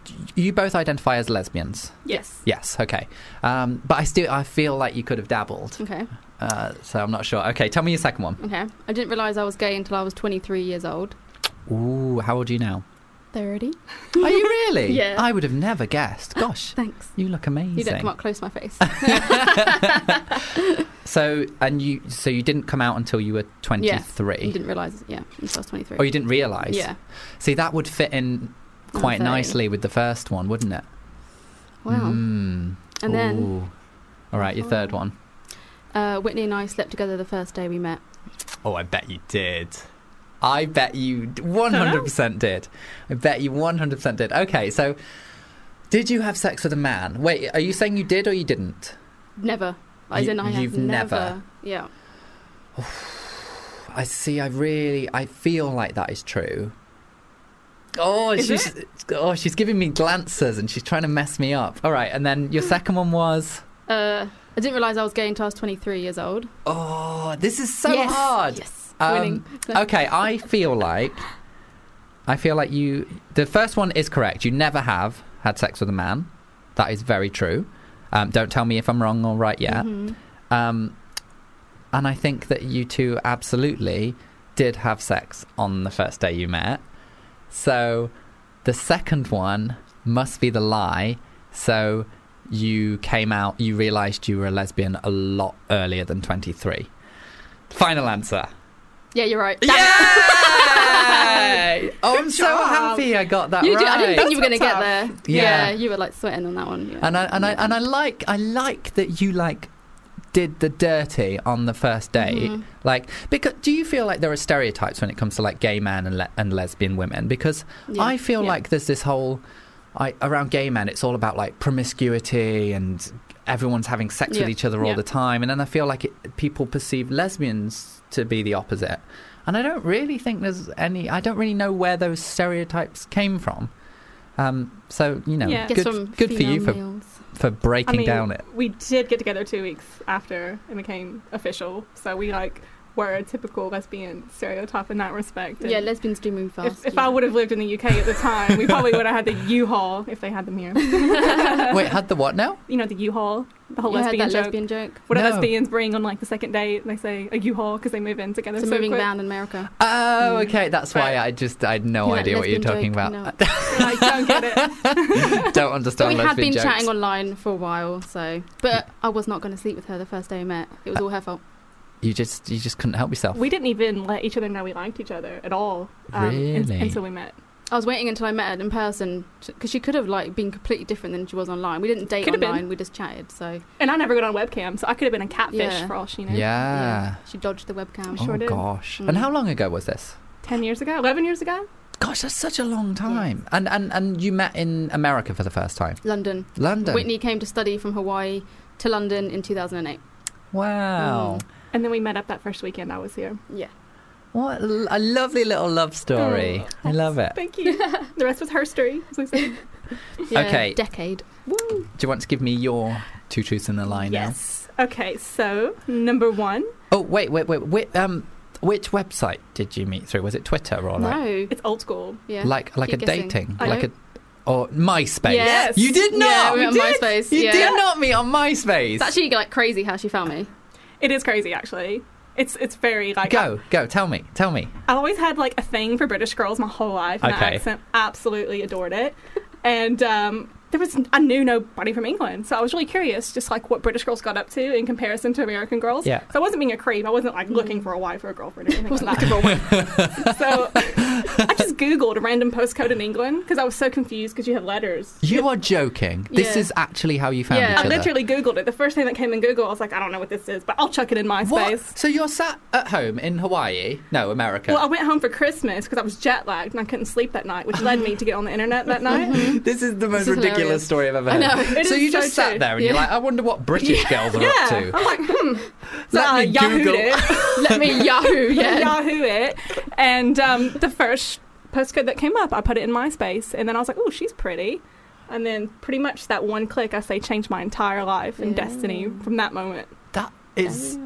[SPEAKER 1] do You both identify as lesbians.
[SPEAKER 3] Yes.
[SPEAKER 1] Yes. Okay. Um, but I still, I feel like you could have dabbled.
[SPEAKER 4] Okay.
[SPEAKER 1] Uh, so I'm not sure. Okay, tell me your second one.
[SPEAKER 4] Okay. I didn't realise I was gay until I was 23 years old.
[SPEAKER 1] Ooh, how old are you now?
[SPEAKER 4] 30.
[SPEAKER 1] Are you really?
[SPEAKER 4] Yeah.
[SPEAKER 1] I would have never guessed. Gosh.
[SPEAKER 4] Thanks.
[SPEAKER 1] You look amazing.
[SPEAKER 4] You
[SPEAKER 1] (laughs)
[SPEAKER 4] don't come up close to my face.
[SPEAKER 1] So and you so you didn't come out until you were twenty
[SPEAKER 4] You
[SPEAKER 1] three.
[SPEAKER 4] didn't realise, yeah, until I was 23.
[SPEAKER 1] or Oh, you didn't realise.
[SPEAKER 4] Yeah.
[SPEAKER 1] See that would fit in quite
[SPEAKER 4] Okay.
[SPEAKER 1] nicely with the first one, wouldn't it?
[SPEAKER 4] Wow.
[SPEAKER 1] Mm.
[SPEAKER 4] And then
[SPEAKER 1] Ooh. All right, your third one.
[SPEAKER 4] uh, Whitney and I slept together the first day we met.
[SPEAKER 1] Oh, I bet you did. I bet you 100% did. I bet you 100% did. Okay, so did you have sex with a man? Wait, are you saying you did or you didn't?
[SPEAKER 4] Never. As
[SPEAKER 1] You-
[SPEAKER 4] in, I have
[SPEAKER 1] you've never.
[SPEAKER 4] Yeah.
[SPEAKER 1] I see. I really, I feel like that is true. Oh,
[SPEAKER 3] Is
[SPEAKER 1] she's oh, she's giving me glances and she's trying to mess me up. All right, and then your
[SPEAKER 4] Hmm.
[SPEAKER 1] second one was
[SPEAKER 4] Uh, I didn't realise I was gay until I was 23 years old.
[SPEAKER 1] oh, this is so
[SPEAKER 4] yes.
[SPEAKER 1] hard.
[SPEAKER 4] Yes.
[SPEAKER 1] Um,
[SPEAKER 4] Winning.
[SPEAKER 1] Okay, I feel like I feel like you. The first one is correct. You never have had sex with a man. That is very true. Um, don't tell me if I'm wrong or right yet.
[SPEAKER 4] Mhm.
[SPEAKER 1] Um, and I think that you two absolutely did have sex on the first day you met. So the second one must be the lie. So you came out, you realized you were a lesbian a lot earlier than 23. Final answer.
[SPEAKER 4] Yeah, you're right. (laughs) Damn it.
[SPEAKER 1] Yay! oh, I'm
[SPEAKER 3] Good
[SPEAKER 1] so
[SPEAKER 3] job.
[SPEAKER 1] happy I got that
[SPEAKER 4] You
[SPEAKER 1] right.
[SPEAKER 4] did, I didn't think you were going to get there.
[SPEAKER 1] Yeah.
[SPEAKER 4] Yeah. you were like sweating on that one. Yeah.
[SPEAKER 1] and I and I and I like I like that you like did the dirty on the first date.
[SPEAKER 4] Mhm.
[SPEAKER 1] Like because do you feel like there are stereotypes when it comes to like gay men and le- and lesbian women because
[SPEAKER 4] Yeah.
[SPEAKER 1] I feel
[SPEAKER 4] Yeah.
[SPEAKER 1] like there's this whole I, around gay men, it's all about like promiscuity and everyone's having sex with
[SPEAKER 4] Yeah.
[SPEAKER 1] each other all
[SPEAKER 3] Yeah.
[SPEAKER 1] the time. And then I feel like it, people perceive lesbians to be the opposite. And I don't really think there's any, I don't really know where those stereotypes came from. Um, so, you know,
[SPEAKER 3] Yeah.
[SPEAKER 4] It's
[SPEAKER 1] good, good for you
[SPEAKER 4] female
[SPEAKER 1] for,
[SPEAKER 4] males.
[SPEAKER 1] for breaking down it.
[SPEAKER 3] We did get together two weeks after it became official, so we like were a typical lesbian stereotype in that respect. and
[SPEAKER 4] Yeah, lesbians do move fast.
[SPEAKER 3] if, if
[SPEAKER 4] yeah. (laughs)
[SPEAKER 3] I would have lived in the UK at the time, we probably would have had the U-Haul if they had them here.
[SPEAKER 1] (laughs)
[SPEAKER 3] (laughs)
[SPEAKER 1] Wait, had the what now?
[SPEAKER 3] You know the U-Haul, the whole
[SPEAKER 4] You heard
[SPEAKER 3] lesbian
[SPEAKER 4] that
[SPEAKER 3] joke.
[SPEAKER 4] lesbian joke.
[SPEAKER 3] What do
[SPEAKER 1] No.
[SPEAKER 3] lesbians bring on like the second date? and They say a U-Haul because they move in together.
[SPEAKER 4] It's a
[SPEAKER 3] so
[SPEAKER 4] moving
[SPEAKER 3] quick.
[SPEAKER 4] van in America.
[SPEAKER 1] Oh, okay. That's why
[SPEAKER 3] Right.
[SPEAKER 1] I just, I had no
[SPEAKER 4] Yeah,
[SPEAKER 1] idea what you're talking
[SPEAKER 4] lesbian joke,
[SPEAKER 1] about.
[SPEAKER 4] no.
[SPEAKER 3] I don't
[SPEAKER 4] (laughs)
[SPEAKER 3] get it.
[SPEAKER 1] (laughs) don't
[SPEAKER 4] But
[SPEAKER 1] understand
[SPEAKER 4] we had
[SPEAKER 1] lesbian
[SPEAKER 4] been
[SPEAKER 1] jokes.
[SPEAKER 4] chatting online for a while, so. But I was not going to sleep with her the first day we met. It was all her fault.
[SPEAKER 1] you just, you just couldn't help yourself.
[SPEAKER 3] We didn't even let each other know we liked each other at all. um, un-
[SPEAKER 1] Really?
[SPEAKER 3] until we met.
[SPEAKER 4] I was waiting until I met her in person because she could have like been completely different than she was online. We didn't date
[SPEAKER 3] Could have been.
[SPEAKER 4] online; we just chatted. So
[SPEAKER 3] And I never got on webcam, so I could have been a catfish
[SPEAKER 4] Yeah.
[SPEAKER 3] for all she knew.
[SPEAKER 1] yeah.
[SPEAKER 4] she dodged the webcam.
[SPEAKER 3] Sure
[SPEAKER 1] Ah. oh
[SPEAKER 3] did.
[SPEAKER 1] gosh.
[SPEAKER 4] Mm.
[SPEAKER 1] And how long ago was this?
[SPEAKER 3] Ten years ago, eleven years ago.
[SPEAKER 1] Gosh, that's such a long time. And, and and you met in America for the first time.
[SPEAKER 4] London.
[SPEAKER 1] London.
[SPEAKER 4] Whitney came to study from Hawaii to London in 2008.
[SPEAKER 1] Wow.
[SPEAKER 4] Mm.
[SPEAKER 3] And then we met up that first weekend I was here.
[SPEAKER 4] Yeah,
[SPEAKER 1] What a l- a lovely little love story.
[SPEAKER 4] Oh,
[SPEAKER 1] I love it.
[SPEAKER 4] (laughs)
[SPEAKER 3] Thank you. the rest was her story. as we say.
[SPEAKER 4] yeah
[SPEAKER 1] Okay.
[SPEAKER 4] decade.
[SPEAKER 1] Do you want to give me your two truths and a lie now?
[SPEAKER 3] yes. Okay, so number one,
[SPEAKER 1] Oh, wait, wait, wait. wait um, which website did you meet through? Was it Twitter or like
[SPEAKER 4] No,
[SPEAKER 3] it's old school.
[SPEAKER 4] yeah,
[SPEAKER 1] like like
[SPEAKER 4] Keep
[SPEAKER 1] a
[SPEAKER 4] guessing.
[SPEAKER 1] dating,
[SPEAKER 4] I
[SPEAKER 1] like a
[SPEAKER 4] don't-
[SPEAKER 1] or MySpace?
[SPEAKER 4] Yes.
[SPEAKER 1] You did
[SPEAKER 4] Yeah,
[SPEAKER 1] not.
[SPEAKER 4] we
[SPEAKER 1] you
[SPEAKER 4] were on
[SPEAKER 1] did.
[SPEAKER 4] MySpace.
[SPEAKER 1] You
[SPEAKER 4] yeah.
[SPEAKER 1] did not meet on MySpace.
[SPEAKER 4] It's actually like crazy how she found me.
[SPEAKER 3] It is crazy, actually. It's it's very like
[SPEAKER 1] go, go. Tell me, tell me.
[SPEAKER 3] I've always had like a thing for British girls my whole life. And
[SPEAKER 1] Okay.
[SPEAKER 3] that accent absolutely adored it. And um, there was I knew nobody from England, so I was really curious, just like what British girls got up to in comparison to American girls.
[SPEAKER 1] Yeah.
[SPEAKER 3] So I wasn't being a creep. I wasn't like looking for a wife or a girlfriend or anything
[SPEAKER 1] (laughs)
[SPEAKER 4] Wasn't
[SPEAKER 3] like that. so I just Googled a random postcode in England because I was so confused because you have letters.
[SPEAKER 1] You are joking. This
[SPEAKER 4] Yeah.
[SPEAKER 1] is actually how you found
[SPEAKER 4] Yeah.
[SPEAKER 1] each
[SPEAKER 3] I
[SPEAKER 1] other.
[SPEAKER 3] literally Googled it. The first thing that came in Google, I was like, I don't know what this is, but I'll chuck it in MySpace.
[SPEAKER 1] What? So you're sat at home in Hawaii? No, America.
[SPEAKER 3] Well, I went home for Christmas because I was jet lagged and I couldn't sleep that night, which led me to get on the internet that night.
[SPEAKER 1] (laughs) this is the most
[SPEAKER 4] um, is
[SPEAKER 1] ridiculous
[SPEAKER 4] hilarious.
[SPEAKER 1] story I've ever
[SPEAKER 4] I
[SPEAKER 1] heard.
[SPEAKER 4] know.
[SPEAKER 3] It
[SPEAKER 1] Mm-hmm. so
[SPEAKER 3] is
[SPEAKER 1] you
[SPEAKER 3] so
[SPEAKER 1] just sat
[SPEAKER 3] true.
[SPEAKER 1] there and you're
[SPEAKER 4] Yeah.
[SPEAKER 1] like, I wonder what British
[SPEAKER 4] (laughs)
[SPEAKER 1] girls are up
[SPEAKER 3] yeah,
[SPEAKER 1] to.
[SPEAKER 3] I'm like, hmm. So
[SPEAKER 1] Let
[SPEAKER 3] I
[SPEAKER 1] me
[SPEAKER 3] Yahooed
[SPEAKER 1] Google. (laughs)
[SPEAKER 3] it,
[SPEAKER 4] Let me Yahoo. Yeah,
[SPEAKER 3] Yahoo it, and um, the first postcode that came up, I put it in MySpace, and then I was like, oh, she's pretty. And then pretty much that one click, I say, changed my entire life and
[SPEAKER 4] Yeah.
[SPEAKER 3] destiny from that moment.
[SPEAKER 1] That
[SPEAKER 4] (laughs)
[SPEAKER 1] is.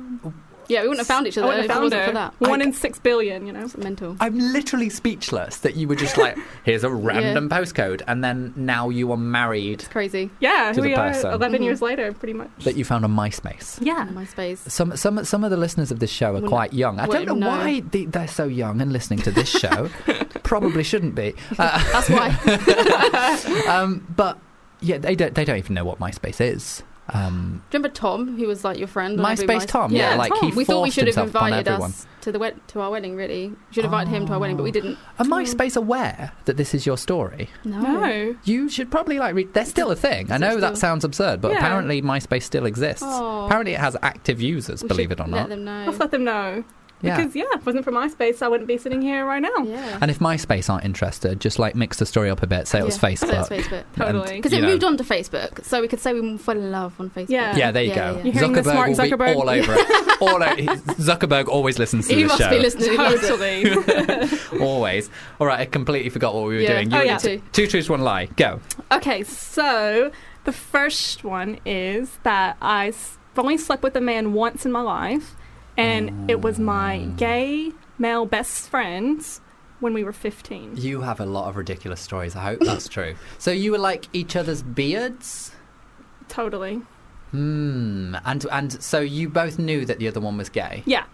[SPEAKER 4] yeah. We wouldn't have found each
[SPEAKER 3] I
[SPEAKER 4] other
[SPEAKER 3] wouldn't
[SPEAKER 4] if
[SPEAKER 3] have
[SPEAKER 4] it
[SPEAKER 3] found
[SPEAKER 4] wasn't
[SPEAKER 3] her.
[SPEAKER 4] for that.
[SPEAKER 3] One
[SPEAKER 1] I-
[SPEAKER 3] in six billion, you know.
[SPEAKER 4] It's mental.
[SPEAKER 1] I'm literally speechless that you were just
[SPEAKER 4] (laughs)
[SPEAKER 1] like, here's a random postcode, and then now you are married
[SPEAKER 4] It's crazy.
[SPEAKER 3] Yeah,
[SPEAKER 1] To
[SPEAKER 3] here
[SPEAKER 1] the
[SPEAKER 3] we are
[SPEAKER 1] person.
[SPEAKER 3] 11
[SPEAKER 4] Mhm.
[SPEAKER 3] years later, pretty much.
[SPEAKER 1] that you found on MySpace.
[SPEAKER 3] yeah.
[SPEAKER 4] MySpace.
[SPEAKER 1] Some, some, some of the listeners of this show are
[SPEAKER 4] Wouldn't-
[SPEAKER 1] quite young. I don't know
[SPEAKER 4] wouldn't know.
[SPEAKER 1] why they, they're so young and listening to this
[SPEAKER 4] (laughs)
[SPEAKER 1] show. Probably shouldn't be. Uh,
[SPEAKER 4] That's why.
[SPEAKER 1] (laughs) um, but yeah, they don't, they don't even know what MySpace is. Um,
[SPEAKER 4] Remember Tom, who was like your friend? on every
[SPEAKER 1] MySpace
[SPEAKER 4] Mys-
[SPEAKER 1] Tom, yeah,
[SPEAKER 3] Yeah,
[SPEAKER 1] like
[SPEAKER 3] Tom.
[SPEAKER 1] he
[SPEAKER 4] we thought we
[SPEAKER 1] forced
[SPEAKER 4] should have
[SPEAKER 1] himself upon
[SPEAKER 4] invited
[SPEAKER 1] everyone.
[SPEAKER 4] us to the wed- to our wedding. Really, we should have invited him to our wedding, but we didn't.
[SPEAKER 1] Are MySpace aware that this is your story?
[SPEAKER 4] No,
[SPEAKER 3] No.
[SPEAKER 1] You should probably like. Re- they're still a thing. I
[SPEAKER 4] Is it
[SPEAKER 1] know
[SPEAKER 4] still-
[SPEAKER 1] that sounds absurd, but
[SPEAKER 3] Yeah.
[SPEAKER 1] apparently MySpace still exists.
[SPEAKER 4] Oh.
[SPEAKER 1] Apparently, it has active users.
[SPEAKER 4] We
[SPEAKER 1] believe
[SPEAKER 4] should
[SPEAKER 1] it or
[SPEAKER 4] Let
[SPEAKER 1] not.
[SPEAKER 4] them know.
[SPEAKER 3] Let's let them know.
[SPEAKER 1] Yeah.
[SPEAKER 3] Because, yeah, if it wasn't for MySpace, I wouldn't be sitting here right now.
[SPEAKER 4] (laughs) yeah,
[SPEAKER 1] And if MySpace aren't interested, just like mix the story up a bit. Say it was
[SPEAKER 4] Yeah.
[SPEAKER 1] Facebook.
[SPEAKER 4] So it was Facebook.
[SPEAKER 3] Totally.
[SPEAKER 1] And,
[SPEAKER 4] Because it
[SPEAKER 1] you know,
[SPEAKER 4] moved on to Facebook, so we could say we fell in love on Facebook.
[SPEAKER 3] Yeah.
[SPEAKER 1] Yeah, there you
[SPEAKER 4] Yeah,
[SPEAKER 1] go.
[SPEAKER 4] yeah,
[SPEAKER 3] yeah. You're hearing
[SPEAKER 1] Zuckerberg
[SPEAKER 3] this, Mark
[SPEAKER 1] will
[SPEAKER 3] Zuckerberg?
[SPEAKER 1] be all over
[SPEAKER 4] (laughs)
[SPEAKER 1] it. All over. Zuckerberg always listens to
[SPEAKER 4] He
[SPEAKER 1] the
[SPEAKER 4] must
[SPEAKER 1] show.
[SPEAKER 4] be
[SPEAKER 3] (laughs)
[SPEAKER 4] listening. He loves it.
[SPEAKER 3] Totally.
[SPEAKER 1] Always. All right, I completely forgot what we were
[SPEAKER 4] Yeah.
[SPEAKER 1] doing. You
[SPEAKER 4] Oh,
[SPEAKER 1] were
[SPEAKER 4] yeah.
[SPEAKER 1] into- Two truths, one lie. Go.
[SPEAKER 3] Okay, so the first one is that I s- only slept with a man once in my life, and it was my gay male best friend when we were 15.
[SPEAKER 1] You have a lot of ridiculous stories. I hope that's true. So you were like each other's beards.
[SPEAKER 3] Totally.
[SPEAKER 1] Hmm. And and so you both knew that the other one was gay.
[SPEAKER 3] Yeah.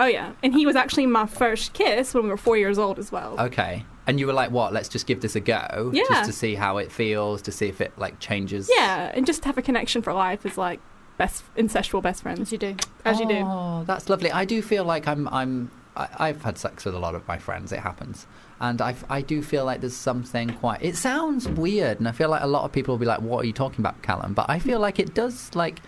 [SPEAKER 3] Oh, yeah. And he was actually my first kiss when we were four years old as well.
[SPEAKER 1] Okay. And you were like, what? Let's just give this a go,
[SPEAKER 3] Yeah.
[SPEAKER 1] just to see how it feels, to see if it like changes.
[SPEAKER 3] Yeah, and just to have a connection for life is like best incestual best
[SPEAKER 4] As
[SPEAKER 3] friends,
[SPEAKER 4] you do.
[SPEAKER 3] as you do.
[SPEAKER 1] Oh, that's lovely. I do feel like I'm I'm I, I've had sex with a lot of my friends. It happens, and I I do feel like there's something quite. It sounds weird, and I feel like a lot of people will be like, "What are you talking about, Callum?" But I feel like it does. Like,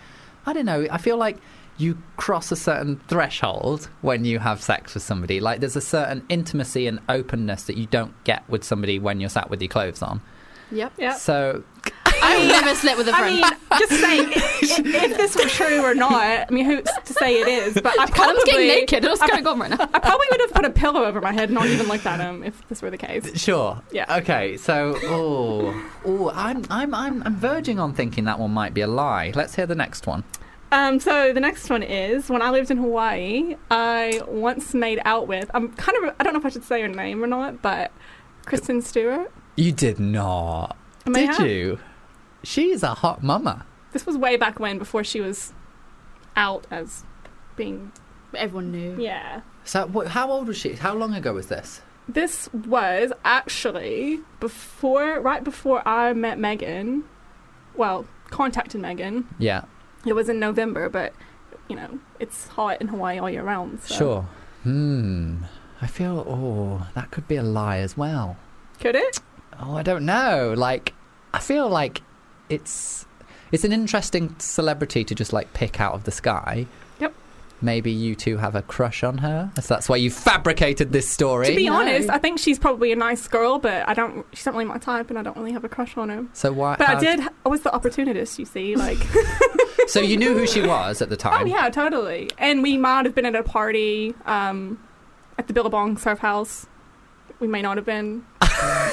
[SPEAKER 1] I don't know. I feel like. You cross a certain threshold when you have sex with somebody. Like, there's a certain intimacy and openness that you don't get with somebody when you're sat with your clothes on.
[SPEAKER 4] Yep.
[SPEAKER 3] Yeah.
[SPEAKER 1] So
[SPEAKER 4] I've never slept with a
[SPEAKER 3] I
[SPEAKER 4] friend.
[SPEAKER 3] mean, just saying if,
[SPEAKER 4] (laughs)
[SPEAKER 3] if this were true or not. I mean, who's to say it is? But I
[SPEAKER 4] Callum's getting
[SPEAKER 3] probably-
[SPEAKER 4] naked. What's going on right now?
[SPEAKER 3] (laughs) I probably would have put a pillow over my head, and not even looked at him if this were the case.
[SPEAKER 1] sure.
[SPEAKER 3] Yeah.
[SPEAKER 1] Okay. So oh oh, I'm I'm I'm I'm verging on thinking that one might be a lie. Let's hear the next one.
[SPEAKER 3] Um, so the next one is when I lived in Hawaii, I once made out with. I'm kind of I don't know if I should say her name or not, but Kristen Stewart.
[SPEAKER 1] You did not.
[SPEAKER 3] I may
[SPEAKER 1] did
[SPEAKER 3] have.
[SPEAKER 1] you? She is a hot mama.
[SPEAKER 3] This was way back when, before she was out as being
[SPEAKER 4] Everyone knew.
[SPEAKER 3] yeah.
[SPEAKER 1] So wh- how old was she? How long ago was this?
[SPEAKER 3] This was actually before, right before I met Megan. Well, contacted Megan.
[SPEAKER 1] Yeah.
[SPEAKER 3] It was in November, but you know it's hot in Hawaii all year round. So.
[SPEAKER 1] Sure. Hmm. I feel oh that could be a lie as well.
[SPEAKER 3] Could it?
[SPEAKER 1] Oh, I don't know. Like, I feel like it's it's an interesting celebrity to just like pick out of the sky.
[SPEAKER 3] Yep.
[SPEAKER 1] Maybe you two have a crush on her. So that's why you fabricated this story.
[SPEAKER 3] To be
[SPEAKER 4] No.
[SPEAKER 3] honest, I think she's probably a nice girl, but I don't. She's not really my type, and I don't really have a crush on her.
[SPEAKER 1] so why? uh,
[SPEAKER 3] But I
[SPEAKER 1] how-
[SPEAKER 3] did. I was the opportunist, you see. Like,
[SPEAKER 1] So you knew who she was at the time.
[SPEAKER 3] (laughs) oh yeah, totally. And we might have been at a party um, at the Billabong Surf House. We may not
[SPEAKER 1] (laughs)
[SPEAKER 3] have been.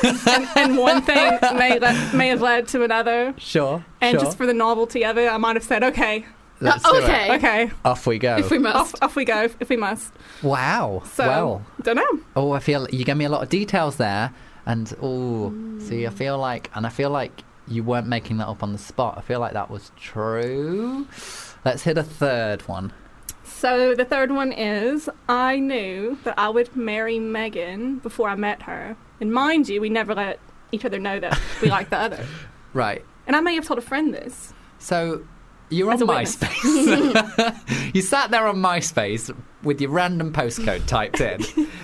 [SPEAKER 3] and, and one thing may le- may have led to another.
[SPEAKER 1] Sure.
[SPEAKER 3] And
[SPEAKER 1] sure.
[SPEAKER 3] just for the novelty of it, I might have said, "Okay,
[SPEAKER 1] Let's
[SPEAKER 4] Uh,
[SPEAKER 1] do it.
[SPEAKER 4] okay.
[SPEAKER 3] okay,
[SPEAKER 1] Off we go.
[SPEAKER 4] If we
[SPEAKER 3] off,
[SPEAKER 4] must.
[SPEAKER 3] off we go if we must."
[SPEAKER 1] Wow.
[SPEAKER 3] So-
[SPEAKER 1] Well.
[SPEAKER 3] Don't know.
[SPEAKER 1] Oh, I feel you gave me a lot of details there, and oh, see, I feel like, and I feel like you weren't making that up on the spot. I feel like that was true. Let's hit a third one.
[SPEAKER 3] So the third one is I knew that I would marry Megan before I met her. And mind you, we never let each other know that we liked the
[SPEAKER 1] (laughs)
[SPEAKER 3] other.
[SPEAKER 1] Right.
[SPEAKER 3] And I may have told a friend this.
[SPEAKER 1] So you're on
[SPEAKER 3] As a witness. (laughs)
[SPEAKER 1] MySpace. (laughs) you sat there on MySpace with your random postcode typed
[SPEAKER 3] (laughs)
[SPEAKER 1] in,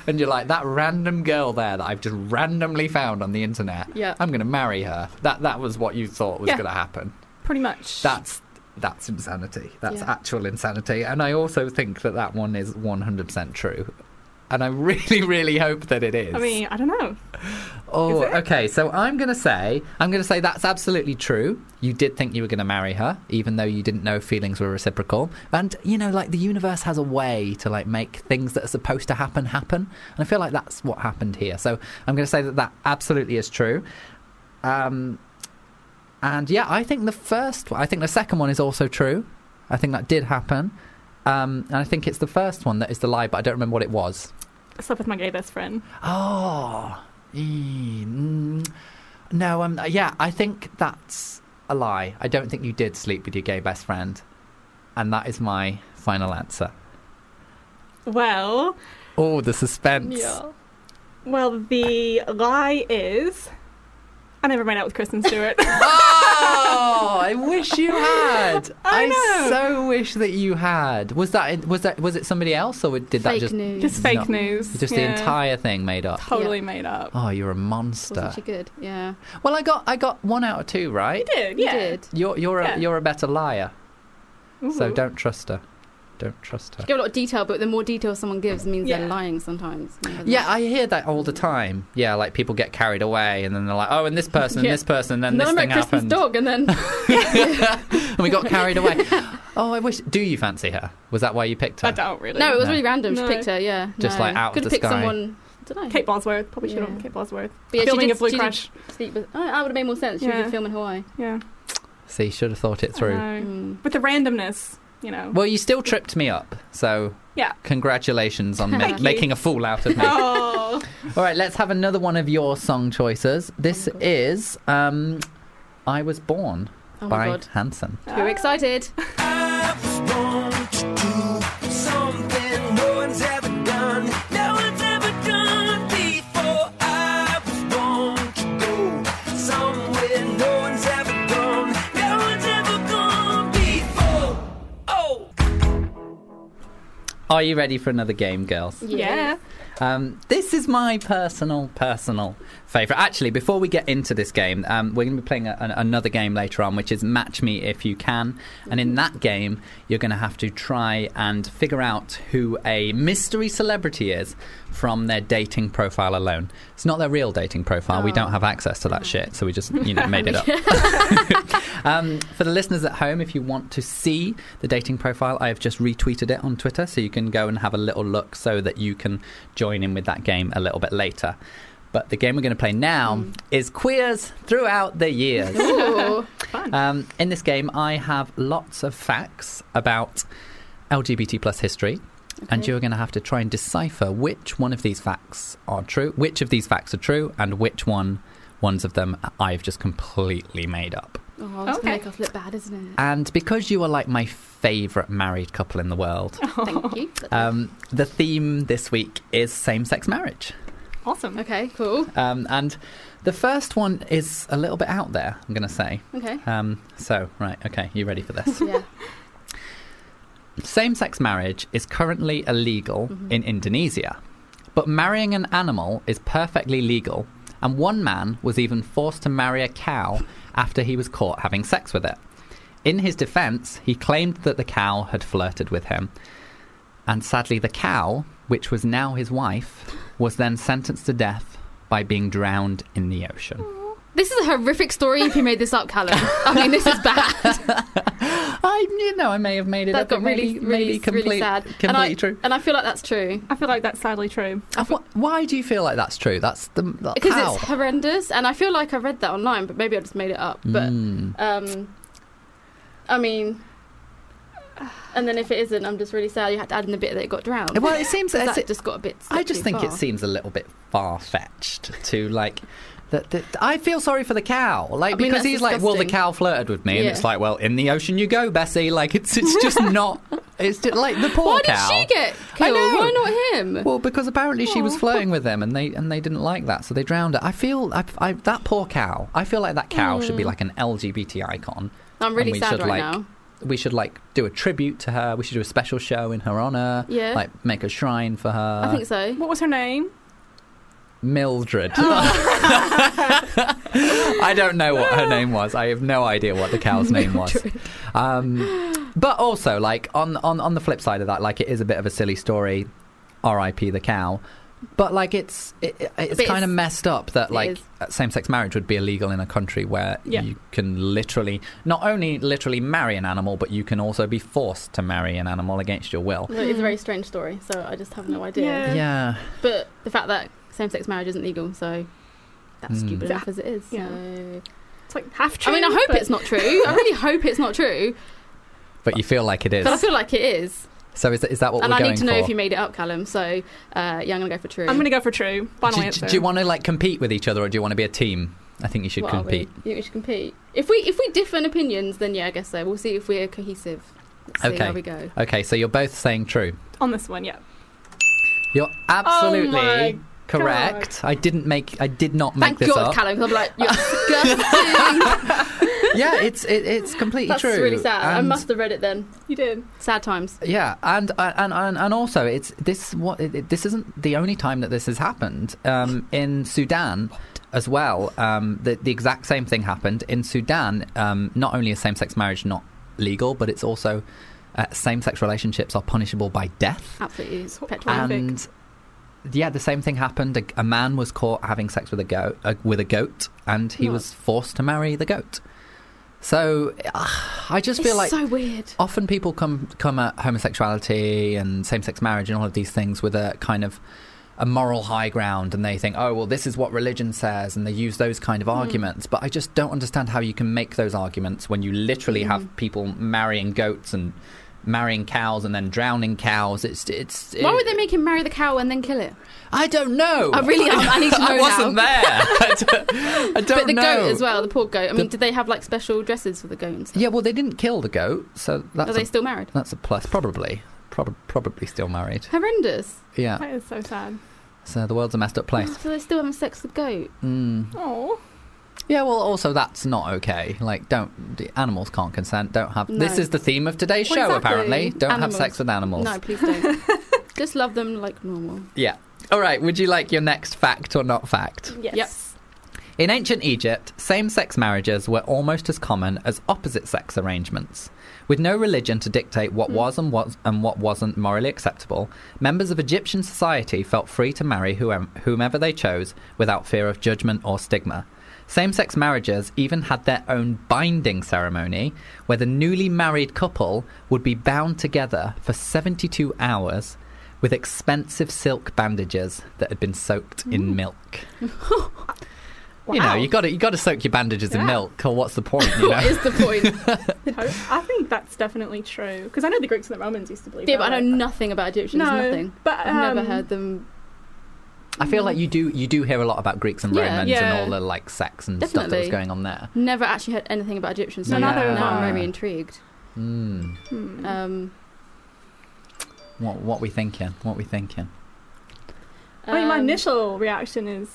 [SPEAKER 1] and you're like that random girl there that I've just randomly found on the internet.
[SPEAKER 4] Yeah.
[SPEAKER 1] I'm going to marry her. That that was what you thought was
[SPEAKER 3] Yeah.
[SPEAKER 1] going to happen.
[SPEAKER 3] Pretty much.
[SPEAKER 1] That's that's insanity. That's
[SPEAKER 4] Yeah.
[SPEAKER 1] actual insanity. And I also think that that one is 100% true. And I really, (laughs) really hope that it is.
[SPEAKER 3] I mean, I don't know.
[SPEAKER 1] oh,
[SPEAKER 3] is it?
[SPEAKER 1] okay. So I'm going to say, I'm going to say that's absolutely true. You did think you were going to marry her, even though you didn't know feelings were reciprocal. And you know, like the universe has a way to like make things that are supposed to happen happen. And I feel like that's what happened here. So I'm going to say that that absolutely is true. Um, and yeah, I think the first one, I think the second one is also true. I think that did happen. Um, and I think it's the first one that is the lie, but I don't remember what it was.
[SPEAKER 3] I slept with my gay best friend.
[SPEAKER 1] Oh, Eh, mm. no. Um, yeah, I think that's a lie. I don't think you did sleep with your gay best friend, and that is my final answer.
[SPEAKER 3] Well,
[SPEAKER 1] Oh, the suspense.
[SPEAKER 4] Yeah.
[SPEAKER 3] well, the lie is I never made out with Kristen
[SPEAKER 4] (laughs)
[SPEAKER 3] Stewart.
[SPEAKER 1] (laughs)
[SPEAKER 3] (laughs)
[SPEAKER 1] Oh, I wish you had.
[SPEAKER 3] I know.
[SPEAKER 1] so wish that you had. Was that was that was it somebody else or did that
[SPEAKER 4] Fake
[SPEAKER 1] just
[SPEAKER 4] news.
[SPEAKER 3] Just fake
[SPEAKER 1] Not-
[SPEAKER 3] news.
[SPEAKER 1] just
[SPEAKER 3] Yeah.
[SPEAKER 1] the entire thing made up?
[SPEAKER 3] Totally made up.
[SPEAKER 1] Oh, you're a monster.
[SPEAKER 4] Wasn't she good? Yeah.
[SPEAKER 1] Well, I got I got one out of two, right?
[SPEAKER 3] Did,
[SPEAKER 4] You
[SPEAKER 3] yeah.
[SPEAKER 4] did.
[SPEAKER 1] You're you're a
[SPEAKER 3] Yeah.
[SPEAKER 1] you're a better liar. So
[SPEAKER 3] Ooh.
[SPEAKER 1] don't trust her. Don't trust her.
[SPEAKER 4] Give a lot of detail, but the more detail someone gives means
[SPEAKER 3] Yeah.
[SPEAKER 4] they're lying sometimes. doesn't
[SPEAKER 1] Yeah,
[SPEAKER 4] it?
[SPEAKER 1] I hear that all the time. Yeah, like people get carried away and then they're like, oh, and this person, and
[SPEAKER 4] Yeah.
[SPEAKER 1] this person, and then
[SPEAKER 4] And then I
[SPEAKER 1] this
[SPEAKER 4] met
[SPEAKER 1] thing
[SPEAKER 4] Kristen's
[SPEAKER 1] happened.
[SPEAKER 4] dog, and then
[SPEAKER 1] (laughs)
[SPEAKER 4] (laughs)
[SPEAKER 1] and we got carried away. oh, I wish. Do you fancy her? Was that why you picked her?
[SPEAKER 3] I don't really.
[SPEAKER 4] no, it was
[SPEAKER 1] No.
[SPEAKER 4] really random.
[SPEAKER 3] No.
[SPEAKER 4] She picked her. Yeah.
[SPEAKER 1] Just,
[SPEAKER 4] no.
[SPEAKER 1] like, out of
[SPEAKER 4] Could
[SPEAKER 1] the
[SPEAKER 4] have picked
[SPEAKER 1] sky.
[SPEAKER 4] someone. Don't know.
[SPEAKER 3] Kate Bosworth. Probably should
[SPEAKER 4] Yeah.
[SPEAKER 3] have Kate Bosworth.
[SPEAKER 4] But yeah, she
[SPEAKER 3] Filming
[SPEAKER 4] did-
[SPEAKER 3] a Blue
[SPEAKER 4] she did-
[SPEAKER 3] Crush.
[SPEAKER 4] Sleep with. Oh, that would have made more sense. She
[SPEAKER 3] Yeah.
[SPEAKER 4] did film in Hawaii.
[SPEAKER 3] Yeah.
[SPEAKER 1] See, should have thought it through.
[SPEAKER 3] I know.
[SPEAKER 4] Mm.
[SPEAKER 3] But the randomness, you know.
[SPEAKER 1] Well, you still tripped me up, so
[SPEAKER 3] Yeah.
[SPEAKER 1] congratulations on ma-
[SPEAKER 4] Thank
[SPEAKER 3] you.
[SPEAKER 1] making a fool out of me.
[SPEAKER 3] oh.
[SPEAKER 1] (laughs) All right, let's have another one of your song choices. This
[SPEAKER 4] Oh my God.
[SPEAKER 1] is um, "I Was Born"
[SPEAKER 4] Oh my
[SPEAKER 1] by
[SPEAKER 4] god.
[SPEAKER 1] Hanson.
[SPEAKER 4] Too (laughs) excited.
[SPEAKER 1] Are you ready for another game, girls?
[SPEAKER 3] Yeah.
[SPEAKER 1] Um, this is my personal, personal favourite. Actually, before we get into this game, um, we're going to be playing a, an- another game later on, which is Match Me If You Can. And in that game, you're going to have to try and figure out who a mystery celebrity is from their dating profile alone. It's not their real dating profile. We
[SPEAKER 4] Oh.
[SPEAKER 1] don't have access to that shit, so we just you know made it up. Um, for the listeners at home, if you want to see the dating profile, I have just retweeted it on Twitter, so you can go and have a little look so that you can join in with that game a little bit later. But the game we're going to play now is Queers Throughout the Years.
[SPEAKER 4] Ooh.
[SPEAKER 1] Um, in this game, I have lots of facts about LGBT plus history, and
[SPEAKER 4] Okay.
[SPEAKER 1] you're going to have to try and decipher which one of these facts are true, which of these facts are true, and which one ones of them I've just completely made up.
[SPEAKER 4] Oh, it's
[SPEAKER 3] Okay.
[SPEAKER 4] gonna make us look bad, isn't it?
[SPEAKER 1] And because you are like my favourite married couple in the world,
[SPEAKER 4] (laughs) Thank (laughs) you.
[SPEAKER 1] um, the theme this week is same-sex marriage.
[SPEAKER 3] Awesome.
[SPEAKER 4] okay, cool.
[SPEAKER 1] Um, and the first one is a little bit out there, I'm going to say.
[SPEAKER 4] Okay.
[SPEAKER 1] Um, so, right, okay, you ready for this?
[SPEAKER 4] Yeah.
[SPEAKER 1] Same sex marriage is currently illegal
[SPEAKER 4] Mm-hmm.
[SPEAKER 1] in Indonesia, but marrying an animal is perfectly legal, and one man was even forced to marry a cow after he was caught having sex with it. In his defense, he claimed that the cow had flirted with him, and sadly, the cow, which was now his wife, was then sentenced to death by being drowned in the ocean.
[SPEAKER 4] (laughs) This is a horrific story if you made this up, Callum. I mean, this is bad.
[SPEAKER 1] I, you know, I may have made it
[SPEAKER 4] (laughs) that
[SPEAKER 1] up. It
[SPEAKER 4] got
[SPEAKER 1] may
[SPEAKER 4] really,
[SPEAKER 1] be- may be
[SPEAKER 4] really, really
[SPEAKER 1] complete-
[SPEAKER 4] sad.
[SPEAKER 1] Completely
[SPEAKER 4] and I,
[SPEAKER 1] true.
[SPEAKER 4] And I feel like that's true.
[SPEAKER 3] I feel like that's sadly true.
[SPEAKER 1] Uh, wh- Why do you feel like that's true? That's the that,
[SPEAKER 4] Because
[SPEAKER 1] how?
[SPEAKER 4] it's horrendous, and I feel like I read that online, but maybe I just made it up. But
[SPEAKER 1] Mm.
[SPEAKER 4] um, I mean, and then if it isn't, I'm just really sad. You had to add in the bit that it got drowned.
[SPEAKER 1] well, it seems.
[SPEAKER 4] 'Cause that
[SPEAKER 1] it's-
[SPEAKER 4] just got a bit.
[SPEAKER 1] I just think it seems a little bit far fetched to like. That, that I feel sorry for the cow, like
[SPEAKER 4] I mean,
[SPEAKER 1] because
[SPEAKER 4] that's
[SPEAKER 1] he's like, well, the
[SPEAKER 4] disgusting.
[SPEAKER 1] cow flirted with me, and
[SPEAKER 4] Yeah.
[SPEAKER 1] it's like, well, in the ocean you go, Bessie. Like it's it's
[SPEAKER 4] (laughs)
[SPEAKER 1] just not. It's just, like the poor
[SPEAKER 4] Why did
[SPEAKER 1] cow.
[SPEAKER 4] she get
[SPEAKER 1] I
[SPEAKER 4] killed?
[SPEAKER 1] know.
[SPEAKER 4] Why not him?
[SPEAKER 1] Well, because apparently she was
[SPEAKER 4] Aw.
[SPEAKER 1] flirting with them, and they and they didn't like that, so they drowned her. I feel I, I, that poor cow. I feel like that cow should be
[SPEAKER 4] Hmm.
[SPEAKER 1] like an LGBT icon.
[SPEAKER 4] I'm
[SPEAKER 1] and
[SPEAKER 4] really
[SPEAKER 1] we
[SPEAKER 4] sad
[SPEAKER 1] should,
[SPEAKER 4] right
[SPEAKER 1] like,
[SPEAKER 4] now.
[SPEAKER 1] We should like do a tribute to her. We should do a special show in her honor.
[SPEAKER 4] Yeah.
[SPEAKER 1] like uh, make a shrine for her.
[SPEAKER 4] I think so.
[SPEAKER 3] What was her name?
[SPEAKER 4] (laughs)
[SPEAKER 1] Mildred.
[SPEAKER 4] Oh.
[SPEAKER 1] (laughs) I don't know what her name was. I have no idea what the cow's name was. Um, but also, like on, on on the flip side of that, like it is a bit of a silly story. R.I.P. the cow. But like it's it, it- it's
[SPEAKER 4] But
[SPEAKER 1] kind of
[SPEAKER 4] it's-
[SPEAKER 1] messed up that
[SPEAKER 4] it
[SPEAKER 1] like
[SPEAKER 4] is.
[SPEAKER 1] same sex marriage would be illegal in a country where
[SPEAKER 3] Yeah.
[SPEAKER 1] you can literally not only literally marry an animal, but you can also be forced to marry an animal against your will.
[SPEAKER 4] Well, It's a very strange story, so I just have no idea.
[SPEAKER 3] Yeah.
[SPEAKER 1] Yeah.
[SPEAKER 4] But the fact that same-sex marriage isn't legal, so that's
[SPEAKER 1] Mm.
[SPEAKER 4] stupid enough as it is.
[SPEAKER 3] Yeah.
[SPEAKER 4] so-
[SPEAKER 3] It's like half
[SPEAKER 4] I
[SPEAKER 3] true.
[SPEAKER 4] mean, I hope
[SPEAKER 3] but-
[SPEAKER 4] it's not true. I really hope it's not true,
[SPEAKER 1] But you feel like it is.
[SPEAKER 4] but I feel like it is.
[SPEAKER 1] So is, that- is that what
[SPEAKER 4] and
[SPEAKER 1] we're
[SPEAKER 4] I
[SPEAKER 1] going
[SPEAKER 4] need to know
[SPEAKER 1] for?
[SPEAKER 4] if you made it up, Callum. So, uh, yeah, I'm gonna go for true.
[SPEAKER 3] I'm going to go for true. Final
[SPEAKER 1] do, do-
[SPEAKER 3] answer.
[SPEAKER 1] do you want to like compete with each other, or do you want to be a team? I think you should
[SPEAKER 4] What are we?
[SPEAKER 1] compete.
[SPEAKER 4] You think we should compete? If we if we differ in opinions, then yeah, I guess so. We'll see if we're cohesive. Let's see
[SPEAKER 1] Okay.
[SPEAKER 4] how we go.
[SPEAKER 1] Okay, so you're both saying true.
[SPEAKER 3] On this one, yeah. Oh
[SPEAKER 1] You're
[SPEAKER 4] Oh
[SPEAKER 1] absolutely
[SPEAKER 3] my
[SPEAKER 1] correct. I didn't make. I did not make
[SPEAKER 4] Thank
[SPEAKER 1] this
[SPEAKER 4] God,
[SPEAKER 1] up.
[SPEAKER 4] Callum. 'cause I'm (laughs) like, you're disgusting.
[SPEAKER 1] yeah, it's it, it's completely
[SPEAKER 4] That's
[SPEAKER 1] true.
[SPEAKER 4] really sad. I
[SPEAKER 1] And-
[SPEAKER 4] must have read it then.
[SPEAKER 3] You did.
[SPEAKER 4] Sad times.
[SPEAKER 1] Yeah, and and and, and also it's this what it, it- this isn't the only time that this has happened um, in Sudan as well. Um, the the exact same thing happened in Sudan. Um, not only is same sex marriage not legal, but it's also uh, same sex relationships are punishable by death.
[SPEAKER 4] Absolutely petrifying.
[SPEAKER 3] Traffic.
[SPEAKER 1] and yeah, the same thing happened. A, a man was caught having sex with a goat, uh, with a goat, and he was forced to marry the goat. So ah, I just
[SPEAKER 4] It's
[SPEAKER 1] feel like
[SPEAKER 4] so weird.
[SPEAKER 1] often people come come at homosexuality and same-sex marriage and all of these things with a kind of a moral high ground and they think oh well this is what religion says and they use those kind
[SPEAKER 4] Hmm.
[SPEAKER 1] of arguments but i just don't understand how you can make those arguments when you literally
[SPEAKER 4] Hmm.
[SPEAKER 1] have people marrying goats and marrying cows and then drowning cows it's it's
[SPEAKER 4] Why
[SPEAKER 1] it-
[SPEAKER 4] would they make him marry the cow and then kill it?
[SPEAKER 1] i don't know
[SPEAKER 4] I really, I, I
[SPEAKER 1] (laughs)
[SPEAKER 4] need to know
[SPEAKER 1] I wasn't
[SPEAKER 4] now. (laughs)
[SPEAKER 1] there. I don't, I don't
[SPEAKER 4] But the
[SPEAKER 1] know.
[SPEAKER 4] goat as well, the poor goat. I mean,
[SPEAKER 1] The-
[SPEAKER 4] did they have like special dresses for the goat? And stuff?
[SPEAKER 1] Yeah, well, they didn't kill the goat, so that's
[SPEAKER 4] Are
[SPEAKER 1] a,
[SPEAKER 4] they still married?
[SPEAKER 1] that's a plus. Probably, Prob- probably still married.
[SPEAKER 4] Horrendous.
[SPEAKER 1] Yeah.
[SPEAKER 3] That is so sad.
[SPEAKER 1] So the world's a messed up place.
[SPEAKER 4] So they're still having sex with goat.
[SPEAKER 1] Mm.
[SPEAKER 3] Oh.
[SPEAKER 1] Yeah, well, also that's not okay. Like, don't the animals can't consent. Don't have. This
[SPEAKER 4] No.
[SPEAKER 1] is the theme of today's
[SPEAKER 4] Well,
[SPEAKER 1] show.
[SPEAKER 4] exactly.
[SPEAKER 1] Apparently, don't have
[SPEAKER 4] Animals.
[SPEAKER 1] sex with animals. (laughs)
[SPEAKER 4] No, please don't. Just love them like normal.
[SPEAKER 1] Yeah. All right, would you like your next fact or not fact?
[SPEAKER 3] Yes.
[SPEAKER 1] In ancient Egypt, same sex marriages were almost as common as opposite sex arrangements. With no religion to dictate what was and what, and what wasn't morally acceptable, members of Egyptian society felt free to marry whoem- whomever they chose without fear of judgment or stigma. Same sex marriages even had their own binding ceremony where the newly married couple would be bound together for 72 hours with expensive silk bandages that had been soaked in milk. You know,
[SPEAKER 3] Wow.
[SPEAKER 1] you got to you got to soak your bandages in
[SPEAKER 3] Yeah.
[SPEAKER 1] milk, or what's the point? You know?
[SPEAKER 4] (laughs)
[SPEAKER 3] (laughs)
[SPEAKER 4] What is the
[SPEAKER 1] (laughs)
[SPEAKER 4] point?
[SPEAKER 3] Yes. I think that's definitely true because I know the Greeks and the Romans used to believe.
[SPEAKER 4] yeah,
[SPEAKER 3] that,
[SPEAKER 4] but I
[SPEAKER 3] right?
[SPEAKER 4] know nothing about Egyptians.
[SPEAKER 3] No,
[SPEAKER 4] nothing.
[SPEAKER 3] but,
[SPEAKER 4] I've never
[SPEAKER 3] um,
[SPEAKER 4] heard them.
[SPEAKER 1] I feel like you do you do hear a lot about Greeks and
[SPEAKER 4] Yeah.
[SPEAKER 1] Romans
[SPEAKER 3] Yeah.
[SPEAKER 1] and all the like sex and stuff that was
[SPEAKER 4] Definitely.
[SPEAKER 1] going on there.
[SPEAKER 4] Never actually heard anything about Egyptians. So
[SPEAKER 1] No,
[SPEAKER 4] now,
[SPEAKER 1] neither have
[SPEAKER 4] now
[SPEAKER 1] I.
[SPEAKER 4] I'm very intrigued.
[SPEAKER 1] Mm.
[SPEAKER 3] Hmm.
[SPEAKER 4] Um,
[SPEAKER 1] What what we thinking? What we thinking?
[SPEAKER 3] I mean, my
[SPEAKER 4] um,
[SPEAKER 3] initial reaction is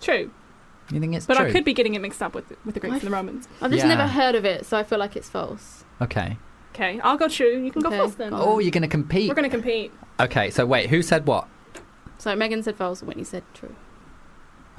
[SPEAKER 3] true,
[SPEAKER 1] You think it's
[SPEAKER 3] but
[SPEAKER 1] true?
[SPEAKER 3] I could be getting it mixed up with the, with the Greeks
[SPEAKER 4] I-
[SPEAKER 3] and the Romans.
[SPEAKER 4] I've just
[SPEAKER 1] Yeah.
[SPEAKER 4] never heard of it, so I feel like it's false.
[SPEAKER 1] Okay.
[SPEAKER 3] Okay, I'll go true. You can
[SPEAKER 4] Okay.
[SPEAKER 3] go false then.
[SPEAKER 1] Oh, you're gonna compete.
[SPEAKER 3] We're going to compete.
[SPEAKER 1] Okay. So wait, who said what?
[SPEAKER 4] So Megan said false, Whitney said true.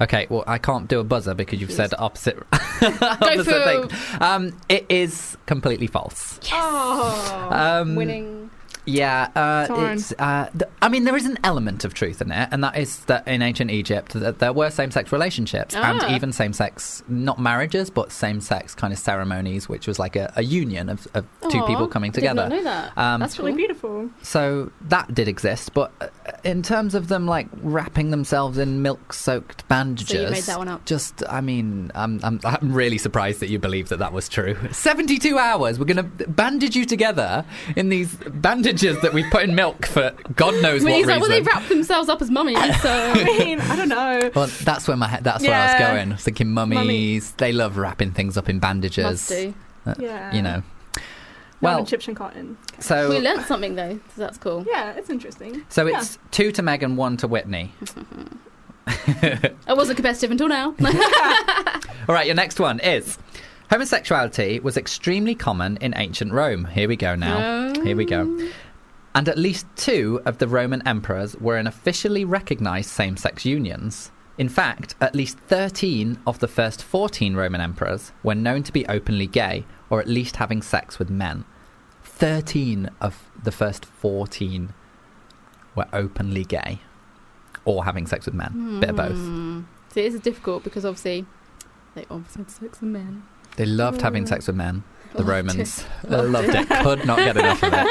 [SPEAKER 1] Okay. Well, I can't do a buzzer because you've said opposite. (laughs) opposite
[SPEAKER 4] for-
[SPEAKER 1] thing. Um, it is completely false.
[SPEAKER 3] Oh,
[SPEAKER 1] (laughs) Um,
[SPEAKER 4] Winning.
[SPEAKER 1] Yeah, uh,
[SPEAKER 3] Darn.
[SPEAKER 1] it's. Uh, th- I mean, there is an element of truth in it, and that is that in ancient Egypt, that there were same-sex relationships and
[SPEAKER 4] Ah.
[SPEAKER 1] even same-sex, not marriages, but same-sex kind of ceremonies, which was like a, a union of, of two
[SPEAKER 4] Aw,
[SPEAKER 1] people coming
[SPEAKER 4] I
[SPEAKER 1] together.
[SPEAKER 4] did not know that.
[SPEAKER 1] Um,
[SPEAKER 4] That's
[SPEAKER 3] really
[SPEAKER 1] (laughs)
[SPEAKER 4] really
[SPEAKER 3] beautiful.
[SPEAKER 1] So that did exist, but uh, in terms of them like wrapping themselves in milk-soaked bandages,
[SPEAKER 4] made that one up.
[SPEAKER 1] Just, I mean, I'm, I'm, I'm really surprised that you believe that that was true. Seventy-two hours. We're gonna bandage you together in these bandages that we put in milk for God knows what
[SPEAKER 4] Whitney's
[SPEAKER 1] reason.
[SPEAKER 4] like, well, they wrap themselves up as mummies,
[SPEAKER 1] (laughs)
[SPEAKER 4] so.
[SPEAKER 3] I mean, I don't know.
[SPEAKER 1] Well, that's where my he- that's where I
[SPEAKER 3] Yeah.
[SPEAKER 1] was going. I was thinking mummies. They love wrapping things up in bandages.
[SPEAKER 4] (laughs) Must do.
[SPEAKER 3] Yeah,
[SPEAKER 1] You know.
[SPEAKER 3] Not
[SPEAKER 1] Well,
[SPEAKER 3] Egyptian cotton.
[SPEAKER 4] We
[SPEAKER 1] so
[SPEAKER 4] learnt something though, so that's cool.
[SPEAKER 3] Yeah, it's interesting.
[SPEAKER 1] so
[SPEAKER 3] Yeah.
[SPEAKER 1] it's two to Megan, one to Whitney.
[SPEAKER 4] I wasn't competitive until now.
[SPEAKER 1] All right, your next one is homosexuality was extremely common in ancient Rome. Here we go
[SPEAKER 4] (laughs)
[SPEAKER 1] now.
[SPEAKER 4] Oh.
[SPEAKER 1] Here we go. And at least two of the Roman emperors were in officially recognized same sex unions. In fact, at least 13 of the first 14 Roman emperors were known to be openly gay or at least having sex with men. 13 of the first 14 were openly gay or having sex with men. Bit of both.
[SPEAKER 4] Hmm. See, this is difficult because obviously oh, they obviously had sex with men.
[SPEAKER 1] They loved having sex with men. The
[SPEAKER 4] Loved
[SPEAKER 1] Romans loved it. Could not get enough of it.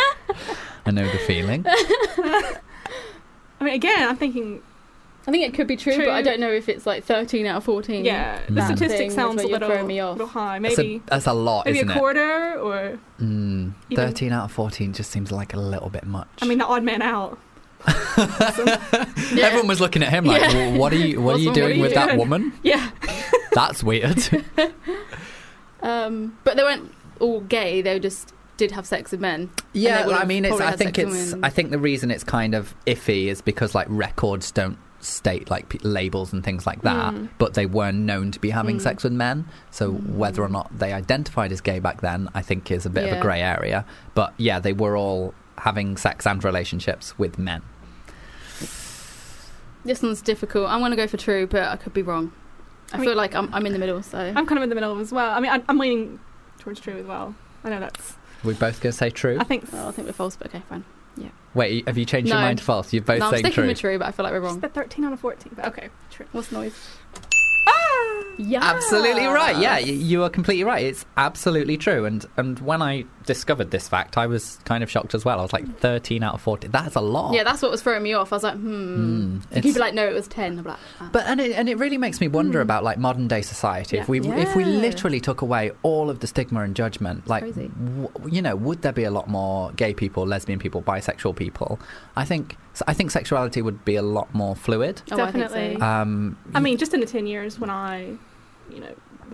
[SPEAKER 1] I know the feeling.
[SPEAKER 3] I mean, again, I'm thinking.
[SPEAKER 4] I think it could be true,
[SPEAKER 3] True.
[SPEAKER 4] but I don't know if it's like 13 out of 14.
[SPEAKER 3] Yeah, the
[SPEAKER 1] Man.
[SPEAKER 4] Thing
[SPEAKER 3] statistic
[SPEAKER 4] is
[SPEAKER 3] sounds
[SPEAKER 4] where
[SPEAKER 3] a
[SPEAKER 4] you're
[SPEAKER 3] little,
[SPEAKER 4] throwing me off.
[SPEAKER 3] little high.
[SPEAKER 1] That's
[SPEAKER 3] Maybe
[SPEAKER 1] a, that's a lot,
[SPEAKER 3] maybe
[SPEAKER 1] isn't
[SPEAKER 3] a
[SPEAKER 1] it?
[SPEAKER 3] quarter or
[SPEAKER 1] Mm,
[SPEAKER 3] Even-
[SPEAKER 1] Thirteen out of fourteen just seems like a little bit much.
[SPEAKER 3] I mean, the odd man out.
[SPEAKER 4] (laughs) Yeah.
[SPEAKER 1] everyone was looking at him like,
[SPEAKER 4] Yeah.
[SPEAKER 1] "Well, "What are you? What are
[SPEAKER 4] What's
[SPEAKER 1] you
[SPEAKER 4] wrong- what
[SPEAKER 1] doing
[SPEAKER 4] are you
[SPEAKER 1] with that
[SPEAKER 3] doing?"
[SPEAKER 1] woman?
[SPEAKER 3] Yeah,
[SPEAKER 1] That's weird."
[SPEAKER 4] Um, but they weren't all gay, they just did have sex with men.
[SPEAKER 1] (laughs) yeah,
[SPEAKER 4] would've
[SPEAKER 1] I mean, it's.
[SPEAKER 4] probably
[SPEAKER 1] I
[SPEAKER 4] had
[SPEAKER 1] think
[SPEAKER 4] sex with
[SPEAKER 1] it's.
[SPEAKER 4] women.
[SPEAKER 1] I think the reason it's kind of iffy is because like records don't state like p- labels and things like that,
[SPEAKER 3] Mm.
[SPEAKER 1] but they were known to be having
[SPEAKER 4] Mm.
[SPEAKER 1] sex with men. So whether or not they identified as gay back then, I think is a bit of a
[SPEAKER 4] Yeah.
[SPEAKER 1] grey area. But yeah, they were all having sex and relationships with men.
[SPEAKER 4] This one's difficult. I'm going to go for true, but I could be wrong. I,
[SPEAKER 3] I mean-
[SPEAKER 4] feel like I'm, I'm in the middle, so.
[SPEAKER 3] I'm kind of in the middle as well. I mean, I, I'm leaning towards true as well. I know that's.
[SPEAKER 1] We're both going to say true.
[SPEAKER 3] I think.
[SPEAKER 4] Well, I think we're false, but okay, fine.
[SPEAKER 1] Wait, have you changed your
[SPEAKER 4] No.
[SPEAKER 1] mind to false? You're both
[SPEAKER 4] no, I'm
[SPEAKER 1] saying
[SPEAKER 4] sticking
[SPEAKER 1] true.
[SPEAKER 4] with true, but I feel like we're wrong.
[SPEAKER 3] But 13 out of 14. But okay, true.
[SPEAKER 4] What's noise?
[SPEAKER 3] Ah!
[SPEAKER 4] Yeah.
[SPEAKER 1] Absolutely right. Yeah, y- you are completely right. It's absolutely true. And and when I discovered this fact, I was kind of shocked as well. I was like, thirteen out of fourteen. That's a lot.
[SPEAKER 4] Yeah, that's what was throwing me off. I was like, hmm.
[SPEAKER 1] Mm,
[SPEAKER 4] So
[SPEAKER 1] it's-
[SPEAKER 4] people like, no, it was 10. I'm like, ah.
[SPEAKER 1] But and it, and it really makes me wonder about like modern day society. If we if we
[SPEAKER 4] Hmm. Yeah.
[SPEAKER 1] literally took away all of the stigma and judgment, like
[SPEAKER 4] Crazy.
[SPEAKER 1] w- you know, would there be a lot more gay people, lesbian people, bisexual people? I think I think sexuality would be a lot more fluid.
[SPEAKER 4] Oh, I think so.
[SPEAKER 3] Definitely.
[SPEAKER 1] Um,
[SPEAKER 3] I mean, just in the 10 years when I, you know,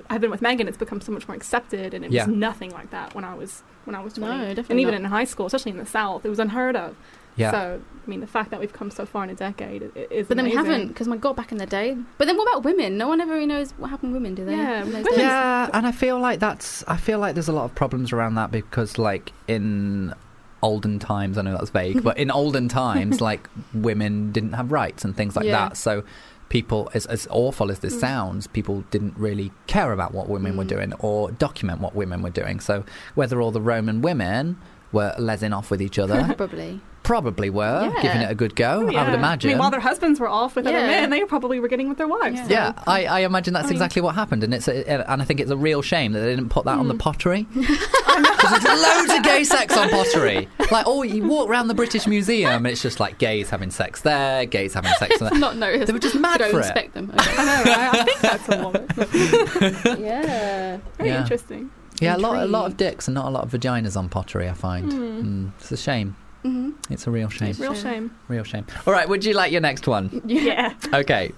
[SPEAKER 3] I've been with Megan, it's become so much more accepted, and it
[SPEAKER 1] Yeah.
[SPEAKER 3] was nothing like that when I was when I was 20.
[SPEAKER 4] No, definitely
[SPEAKER 3] and even
[SPEAKER 4] not.
[SPEAKER 3] in high school, especially in the South, it was unheard of.
[SPEAKER 1] yeah.
[SPEAKER 3] So, I mean, the fact that we've come so far in a decade i- i- is
[SPEAKER 4] But then we
[SPEAKER 3] amazing.
[SPEAKER 4] haven't, because my God, back in the day. But then what about women? No one ever really knows what happened to women, do they?
[SPEAKER 3] Yeah,
[SPEAKER 4] In those
[SPEAKER 3] women-
[SPEAKER 4] days.
[SPEAKER 1] yeah and i feel like that's i feel like there's a lot of problems around that because like in olden times, I know that's vague, but in olden times, like women didn't have rights and things like
[SPEAKER 4] Yeah.
[SPEAKER 1] that. So people, as, as awful as this sounds, people didn't really care about what women were
[SPEAKER 4] Mm.
[SPEAKER 1] doing or document what women were doing. So whether all the Roman women were lesing off with each (laughs)
[SPEAKER 4] (laughs)
[SPEAKER 1] other,
[SPEAKER 4] Probably.
[SPEAKER 1] probably were
[SPEAKER 4] Yeah.
[SPEAKER 1] giving it a good go, Oh, I would
[SPEAKER 3] Yeah.
[SPEAKER 1] imagine.
[SPEAKER 3] I mean, while their husbands were off with
[SPEAKER 4] Yeah.
[SPEAKER 3] other men, they probably were getting with their wives.
[SPEAKER 4] Yeah.
[SPEAKER 1] Oh, Yeah, I, I imagine that's
[SPEAKER 3] I mean-
[SPEAKER 1] exactly what happened, and it's a, and I think it's a real shame that they didn't put that on the (laughs) pottery. 'Cause there's loads of gay sex on pottery. Like, oh, you walk around the British Museum, and it's just like gays having sex there, gays having sex there.
[SPEAKER 4] Not noticed. (laughs)
[SPEAKER 1] They were (laughs) just mad
[SPEAKER 4] Go
[SPEAKER 1] for it.
[SPEAKER 4] inspect them.
[SPEAKER 1] (laughs)
[SPEAKER 4] Okay.
[SPEAKER 3] I know, right? I think that's a woman.
[SPEAKER 4] yeah.
[SPEAKER 3] Very
[SPEAKER 1] Yeah.
[SPEAKER 3] interesting.
[SPEAKER 1] Yeah, a lot, a lot of
[SPEAKER 4] Intrigued.
[SPEAKER 1] dicks and not a lot of vaginas on pottery. I find
[SPEAKER 3] Mm.
[SPEAKER 1] mm, it's a shame.
[SPEAKER 4] hmm
[SPEAKER 1] It's a real shame.
[SPEAKER 3] Real
[SPEAKER 4] Shame. (laughs)
[SPEAKER 3] shame.
[SPEAKER 1] Real shame. All right, would you like your next one?
[SPEAKER 3] Yeah.
[SPEAKER 1] Okay.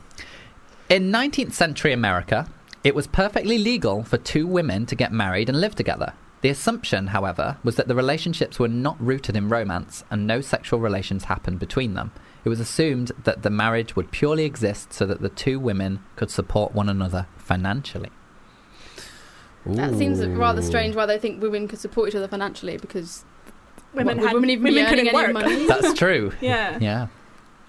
[SPEAKER 1] In 19th century America, it was perfectly legal for two women to get married and live together. The assumption, however, was that the relationships were not rooted in romance and no sexual relations happened between them. It was assumed that the marriage would purely exist so that the two women could support one another financially.
[SPEAKER 4] That seems
[SPEAKER 1] Ooh.
[SPEAKER 4] rather strange why they think women could support each other financially because
[SPEAKER 3] Women,
[SPEAKER 4] would
[SPEAKER 3] had,
[SPEAKER 4] women even be earning
[SPEAKER 3] couldn't
[SPEAKER 4] any
[SPEAKER 3] work. (laughs)
[SPEAKER 4] money?
[SPEAKER 1] That's
[SPEAKER 4] (laughs)
[SPEAKER 1] true.
[SPEAKER 3] Yeah.
[SPEAKER 1] Yeah.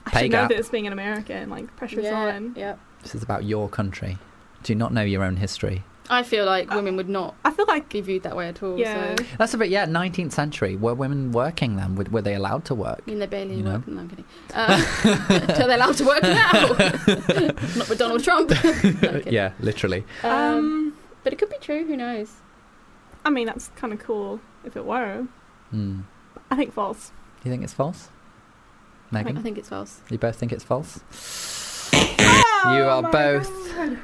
[SPEAKER 3] I
[SPEAKER 1] Pay
[SPEAKER 3] should know
[SPEAKER 1] gap.
[SPEAKER 3] this being an American, like pressure's on.
[SPEAKER 4] yeah.
[SPEAKER 1] This is about your country. Do you not know your own history?
[SPEAKER 4] I feel like women would not
[SPEAKER 3] I feel like
[SPEAKER 4] be viewed that way at all.
[SPEAKER 3] Yeah.
[SPEAKER 4] So.
[SPEAKER 1] That's a bit, yeah, 19th century. Were women working then? Were- Were they allowed to work?
[SPEAKER 4] I mean, they're barely
[SPEAKER 1] You know?
[SPEAKER 4] working. No, I'm kidding. Uh, (laughs) so they're allowed to work now. Not with Donald Trump. (laughs) No, I'm
[SPEAKER 1] (laughs) (laughs)
[SPEAKER 4] kidding.
[SPEAKER 1] Yeah, literally.
[SPEAKER 4] Um,
[SPEAKER 3] um
[SPEAKER 4] but it could be true. Who knows?
[SPEAKER 3] I mean that's kinda cool if it were.
[SPEAKER 1] Mm.
[SPEAKER 3] I think false.
[SPEAKER 1] Do you think it's false?
[SPEAKER 4] I think, I
[SPEAKER 1] Megan,
[SPEAKER 4] think it's false.
[SPEAKER 1] you both think it's false?
[SPEAKER 4] Oh
[SPEAKER 1] you are both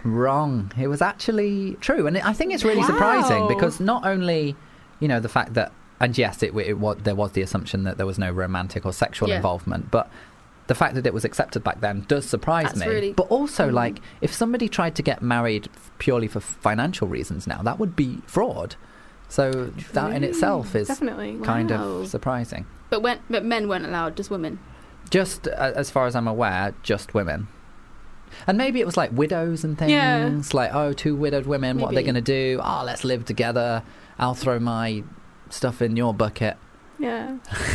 [SPEAKER 1] wrong. It was actually true. And I think it's really surprising
[SPEAKER 3] Wow.
[SPEAKER 1] because not only, you know, the fact that, and yes, it, it was, there was the assumption that there was no romantic or sexual
[SPEAKER 4] Yeah.
[SPEAKER 1] involvement, but the fact that it was accepted back then does surprise
[SPEAKER 4] That's
[SPEAKER 1] me.
[SPEAKER 4] really-
[SPEAKER 1] but also,
[SPEAKER 4] Mm.
[SPEAKER 1] like, if somebody tried to get married purely for financial reasons now, that would be fraud. So that in
[SPEAKER 4] True.
[SPEAKER 1] itself is
[SPEAKER 3] Definitely.
[SPEAKER 1] kind
[SPEAKER 4] Wow.
[SPEAKER 1] of surprising.
[SPEAKER 4] But when, but men weren't allowed, just women.
[SPEAKER 1] just uh, as far as I'm aware, just women. And maybe it was like widows and things,
[SPEAKER 3] Yeah.
[SPEAKER 1] like oh, two widowed women. What are they
[SPEAKER 4] Maybe.
[SPEAKER 1] going to do? Oh, let's live together. I'll throw my stuff in your bucket. (laughs)
[SPEAKER 3] Yeah.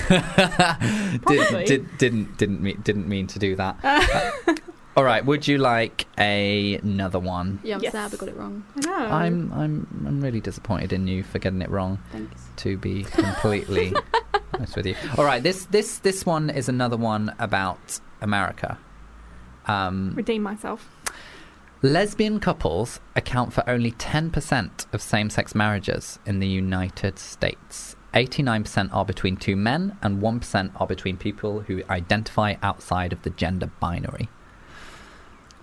[SPEAKER 1] did,
[SPEAKER 3] Probably.
[SPEAKER 1] did, didn't didn't mean, didn't mean to do
[SPEAKER 3] (laughs)
[SPEAKER 1] that. Uh, all right, would you like a, another one?
[SPEAKER 4] Yeah, I'm
[SPEAKER 3] Yes.
[SPEAKER 4] sad I got it wrong.
[SPEAKER 3] I know.
[SPEAKER 1] I'm I'm I'm really disappointed in you for getting it wrong.
[SPEAKER 4] Thanks.
[SPEAKER 1] To be completely honest with you. All right, this this this one is another one about America. Um,
[SPEAKER 3] redeem myself.
[SPEAKER 1] Lesbian couples account for only 10% of same sex marriages in the United States. 89% are between two men, and 1% are between people who identify outside of the gender binary.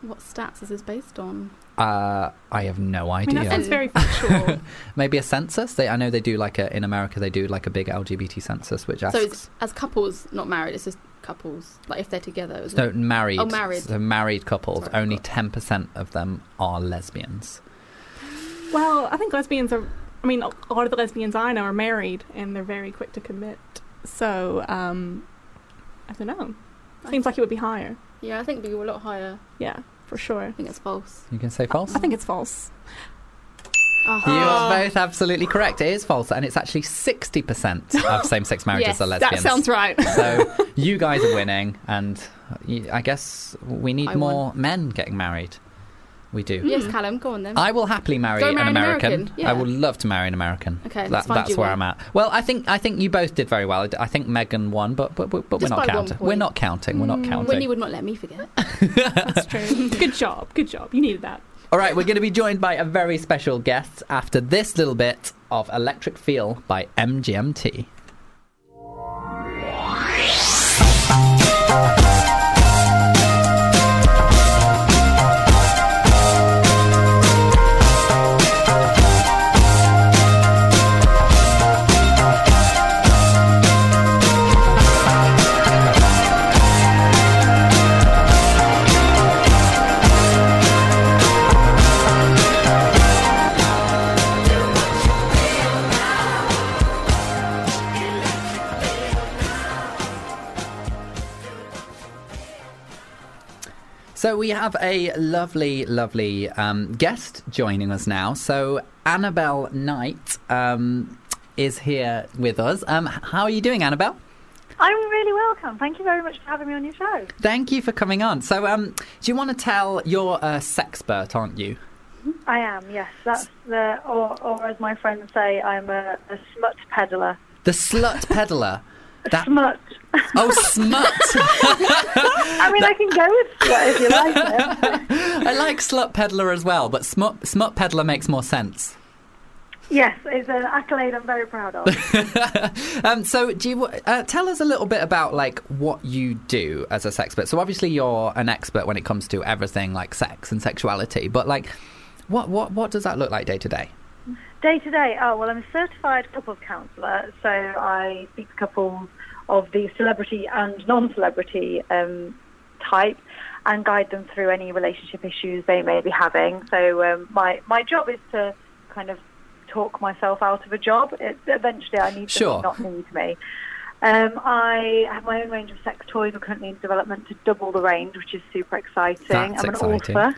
[SPEAKER 4] What stats is this based on?
[SPEAKER 1] Uh, I have no
[SPEAKER 3] I mean,
[SPEAKER 1] idea.
[SPEAKER 3] that sounds
[SPEAKER 1] (laughs)
[SPEAKER 3] very factual.
[SPEAKER 1] Maybe a census? They, I know they do like a, in America, they do like a big LGBT census, which asks.
[SPEAKER 4] So it's as couples, not married. It's just couples. Like if they're together. It was
[SPEAKER 1] no, married.
[SPEAKER 4] Oh, married.
[SPEAKER 1] So married couples,
[SPEAKER 4] Sorry, I
[SPEAKER 1] only
[SPEAKER 4] forgot.
[SPEAKER 1] 10% of them are lesbians.
[SPEAKER 3] well, I think lesbians are. I mean, a lot of the lesbians I know are married, and they're very quick to commit. So, um, I don't know. Seems like it would be higher.
[SPEAKER 4] Yeah, I think we were a lot higher.
[SPEAKER 3] Yeah, for
[SPEAKER 4] I
[SPEAKER 3] sure.
[SPEAKER 4] think it's false.
[SPEAKER 1] You can say false?
[SPEAKER 3] I think it's false.
[SPEAKER 4] Ah.
[SPEAKER 1] You are
[SPEAKER 3] Ah.
[SPEAKER 1] both absolutely correct. It is false, and it's actually 60% of same sex marriages
[SPEAKER 4] Yes,
[SPEAKER 1] are
[SPEAKER 4] that
[SPEAKER 1] lesbians.
[SPEAKER 3] That sounds right.
[SPEAKER 1] (laughs)
[SPEAKER 4] (laughs)
[SPEAKER 1] so you guys are winning, and you, I guess we need
[SPEAKER 4] I
[SPEAKER 1] more men getting married. We do.
[SPEAKER 4] Yes, Callum, go on then.
[SPEAKER 1] I will happily marry,
[SPEAKER 4] Go marry
[SPEAKER 1] an
[SPEAKER 4] an
[SPEAKER 1] American.
[SPEAKER 4] American, yeah.
[SPEAKER 1] I would love to marry an American.
[SPEAKER 4] Okay, let's
[SPEAKER 1] That-
[SPEAKER 4] find
[SPEAKER 1] that's
[SPEAKER 4] you
[SPEAKER 1] where
[SPEAKER 4] one.
[SPEAKER 1] I'm at. Well, I think I think you both did very well. I think Megan won, but but, but, but we're
[SPEAKER 4] Just
[SPEAKER 1] not
[SPEAKER 4] by one
[SPEAKER 1] counting.
[SPEAKER 4] point. Mm,
[SPEAKER 1] We're not counting. We're not counting.
[SPEAKER 4] when you would not let me forget.
[SPEAKER 3] That's true. (laughs) Good job. Good job. You needed that.
[SPEAKER 1] All right, we're going to be joined by a very special guest after this little bit of Electric Feel by MGMT. So we have a lovely, lovely um, guest joining us now. So Annabelle Knight um, is here with us. Um, how are you doing, Annabelle?
[SPEAKER 7] I'm really welcome. Thank you very much for having me on your show.
[SPEAKER 1] Thank you for coming on. So, um, do you want to tell you're a sexpert, aren't you?
[SPEAKER 7] I am, yes. That's the, or, or as my friends say, I'm a, a smut peddler.
[SPEAKER 1] The slut peddler.
[SPEAKER 7] (laughs)
[SPEAKER 1] That
[SPEAKER 7] Smut.
[SPEAKER 1] oh smut! (laughs)
[SPEAKER 7] I mean, I can go with smut if you like it.
[SPEAKER 1] I like slut peddler as well, but smut smut peddler makes more sense.
[SPEAKER 7] Yes, it's an accolade I'm very proud of.
[SPEAKER 1] Um, so, do you uh, tell us a little bit about like what you do as a sexpert? So, obviously, you're an expert when it comes to everything like sex and sexuality, but like, what what what does that look like day to day?
[SPEAKER 7] Day to day, oh, well, I'm a certified couples counsellor, so I speak to couples of the celebrity and non celebrity um, type and guide them through any relationship issues they may be having. So um, my, my job is to kind of talk myself out of a job. It, eventually, I need
[SPEAKER 1] Sure.
[SPEAKER 7] them to not need me. Um, I have my own range of sex toys. We're currently in development to double the range, which is super exciting.
[SPEAKER 1] That's
[SPEAKER 7] I'm an
[SPEAKER 1] exciting.
[SPEAKER 7] author.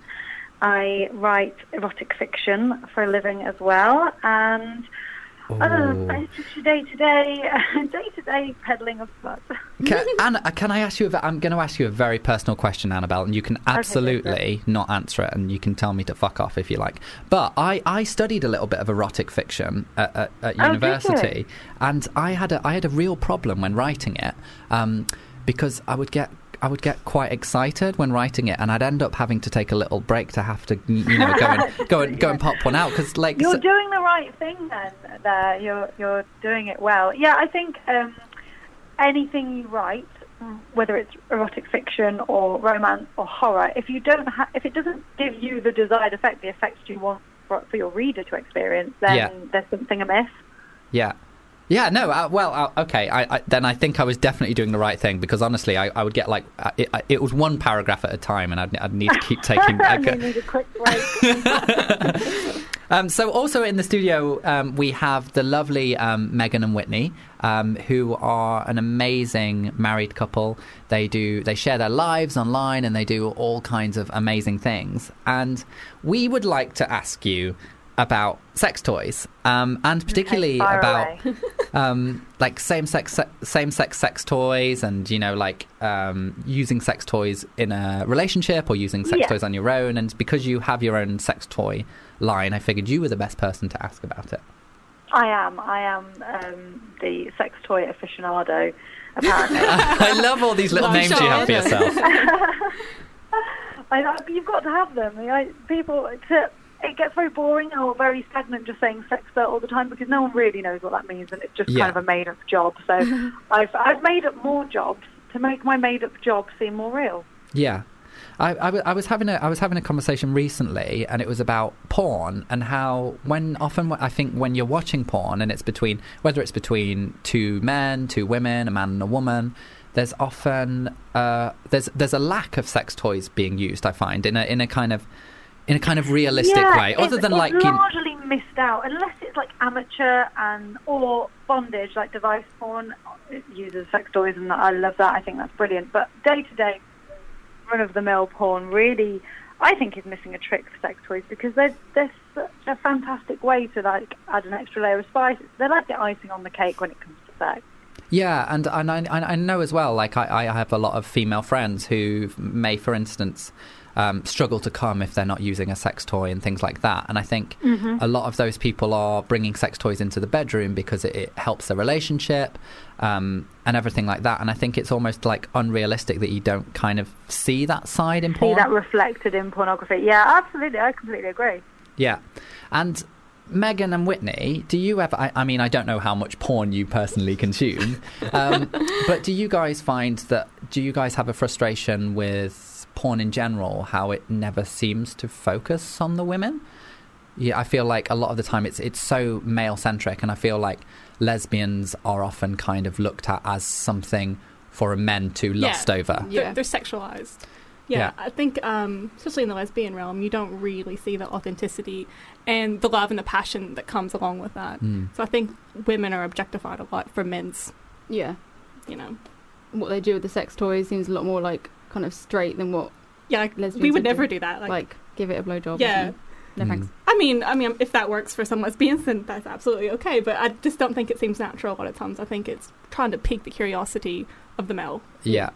[SPEAKER 7] I write erotic fiction for a living as well, and other than that, it's just day to day, (laughs) day to day peddling of slut.
[SPEAKER 1] Can, Anna, uh, can I ask you? A, ve- I'm going to ask you a very personal question, Annabelle, and you can absolutely not answer it, and you can tell me to fuck off if you like. But I, I studied a little bit of erotic fiction at, at, at
[SPEAKER 7] Oh, you?
[SPEAKER 1] university, and I had a I had a real problem when writing it um, because I would get. I would get quite excited when writing it, and I'd end up having to take a little break to have to, you know, go
[SPEAKER 7] (laughs)
[SPEAKER 1] and go and go and pop one out because, like,
[SPEAKER 7] You're
[SPEAKER 1] so-
[SPEAKER 7] doing the right thing then. There, you're you're doing it well. Yeah, I think um, anything you write, mm, whether it's erotic fiction or romance or horror, if you don't ha- if it doesn't give you the desired effect, the effect you want for, for your reader to experience, then
[SPEAKER 1] Yeah.
[SPEAKER 7] there's something
[SPEAKER 1] (laughs)
[SPEAKER 7] amiss.
[SPEAKER 1] Yeah. Yeah, no, uh, well, uh, okay, I, I, then I think I was definitely doing the right thing because honestly, I, I would get like, uh, it, I- it was one paragraph at a time and I'd, I'd need to keep taking. I
[SPEAKER 7] (laughs) I
[SPEAKER 1] could-
[SPEAKER 7] need a quick break.
[SPEAKER 1] um, so, also in the studio, um, we have the lovely um, Megan and Whitney, um, who are an amazing married couple. They do they share their lives online and they do all kinds of amazing things. And we would like to ask you about sex toys, um, and particularly
[SPEAKER 7] fire
[SPEAKER 1] about um, like same sex same sex sex toys, and you know like um, using sex toys in a relationship or using sex
[SPEAKER 7] Yeah.
[SPEAKER 1] toys on your own. And because you have your own sex toy line, I figured you were the best person to ask about it.
[SPEAKER 7] I am. I am um, the sex toy aficionado. Apparently,
[SPEAKER 1] I love all these little
[SPEAKER 4] Well,
[SPEAKER 1] names you have for
[SPEAKER 4] sure.
[SPEAKER 1] yourself.
[SPEAKER 7] I, I, you've got to have them. I, people, it's a, it gets very boring or very stagnant just saying sexpert all the time because no one really knows what that means, and it's just
[SPEAKER 1] Yeah.
[SPEAKER 7] kind of a made-up job. So, I've I've made up more jobs to make my made-up job seem more real.
[SPEAKER 1] Yeah. I, I, wa- I was having a I was having a conversation recently, and it was about porn and how when often wh- I think when you're watching porn and it's between whether it's between two men, two women, a man and a woman, there's often uh, there's there's a lack of sex toys being used. I find in a in a kind of in a kind of realistic
[SPEAKER 7] yeah,
[SPEAKER 1] way, other
[SPEAKER 7] it's,
[SPEAKER 1] than
[SPEAKER 7] it's
[SPEAKER 1] like you-
[SPEAKER 7] largely missed out unless it's like amateur and or bondage like device porn it uses sex toys and I love that I think that's brilliant but day to day run of the mill porn really I think is missing a trick for sex toys because they're they're such a fantastic way to like add an extra layer of spice they're like the icing on the cake when it comes to sex
[SPEAKER 1] Yeah, and, and I, I I know as well, like, I, I have a lot of female friends who may, for instance, um, struggle to come if they're not using a sex toy and things like that. And I think a lot of those people are bringing sex toys into the bedroom because it, it helps their relationship um, and everything like that. And I think it's almost like unrealistic that you don't kind of see that side in
[SPEAKER 7] see
[SPEAKER 1] porn.
[SPEAKER 7] that reflected in pornography yeah absolutely I completely agree
[SPEAKER 1] Yeah. And Megan and Whitney, do you ever? I, I mean, I don't know how much porn you personally consume, um, but do you guys find that? Do you guys have a frustration with porn in general? How it never seems to focus on the women? Yeah, I feel like a lot of the time it's it's so male centric, and I feel like lesbians are often kind of looked at as something for a men to
[SPEAKER 3] Yeah.
[SPEAKER 1] lust over.
[SPEAKER 4] Yeah.
[SPEAKER 3] They're, they're sexualized. Yeah,
[SPEAKER 1] Yeah.
[SPEAKER 3] I think, um, especially in the lesbian realm, you don't really see the authenticity and the love and the passion that comes along with that.
[SPEAKER 1] Mm.
[SPEAKER 3] So I think women are objectified a lot for men's,
[SPEAKER 4] Yeah.
[SPEAKER 3] you know.
[SPEAKER 4] What they do with the sex toys seems a lot more like kind of straight than what
[SPEAKER 3] Yeah, like,
[SPEAKER 4] Lesbians
[SPEAKER 3] we would
[SPEAKER 4] don't do-
[SPEAKER 3] never do that. Like,
[SPEAKER 4] like, give it a blowjob. or
[SPEAKER 3] Yeah.
[SPEAKER 4] something. No
[SPEAKER 1] Mm.
[SPEAKER 4] thanks.
[SPEAKER 3] I mean, I mean, if that works for some lesbians, then that's absolutely okay. But I just don't think it seems natural a lot of times. I think it's trying to pique the curiosity of the male.
[SPEAKER 1] Yeah.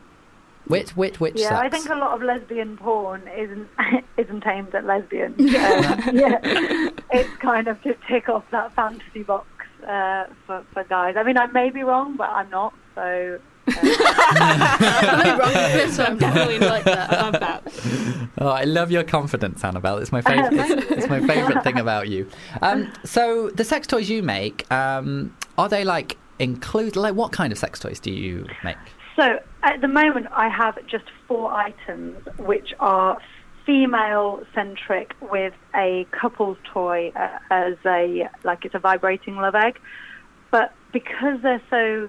[SPEAKER 1] Which which which
[SPEAKER 7] Yeah, I
[SPEAKER 1] sex?
[SPEAKER 7] think a lot of lesbian porn isn't (laughs) isn't aimed at lesbians. Um, yeah, (laughs) it's kind of to tick off that fantasy box uh, for for guys. I mean, I may be wrong, but I'm not. So uh,
[SPEAKER 4] Mm. (laughs) I'm
[SPEAKER 3] (laughs)
[SPEAKER 4] wrong with this
[SPEAKER 3] So I'm
[SPEAKER 4] one.
[SPEAKER 3] definitely like that. I (laughs) love that.
[SPEAKER 1] Oh, I love your confidence, Annabelle. It's
[SPEAKER 7] (laughs)
[SPEAKER 1] my favorite. it's, it's my favorite thing about you. Um, so the sex toys you make, um, are they like include like what kind of sex toys do you make?
[SPEAKER 7] So at the moment, I have just four items, which are female centric with a couple's toy uh, as a like it's a vibrating love egg, but because they're so.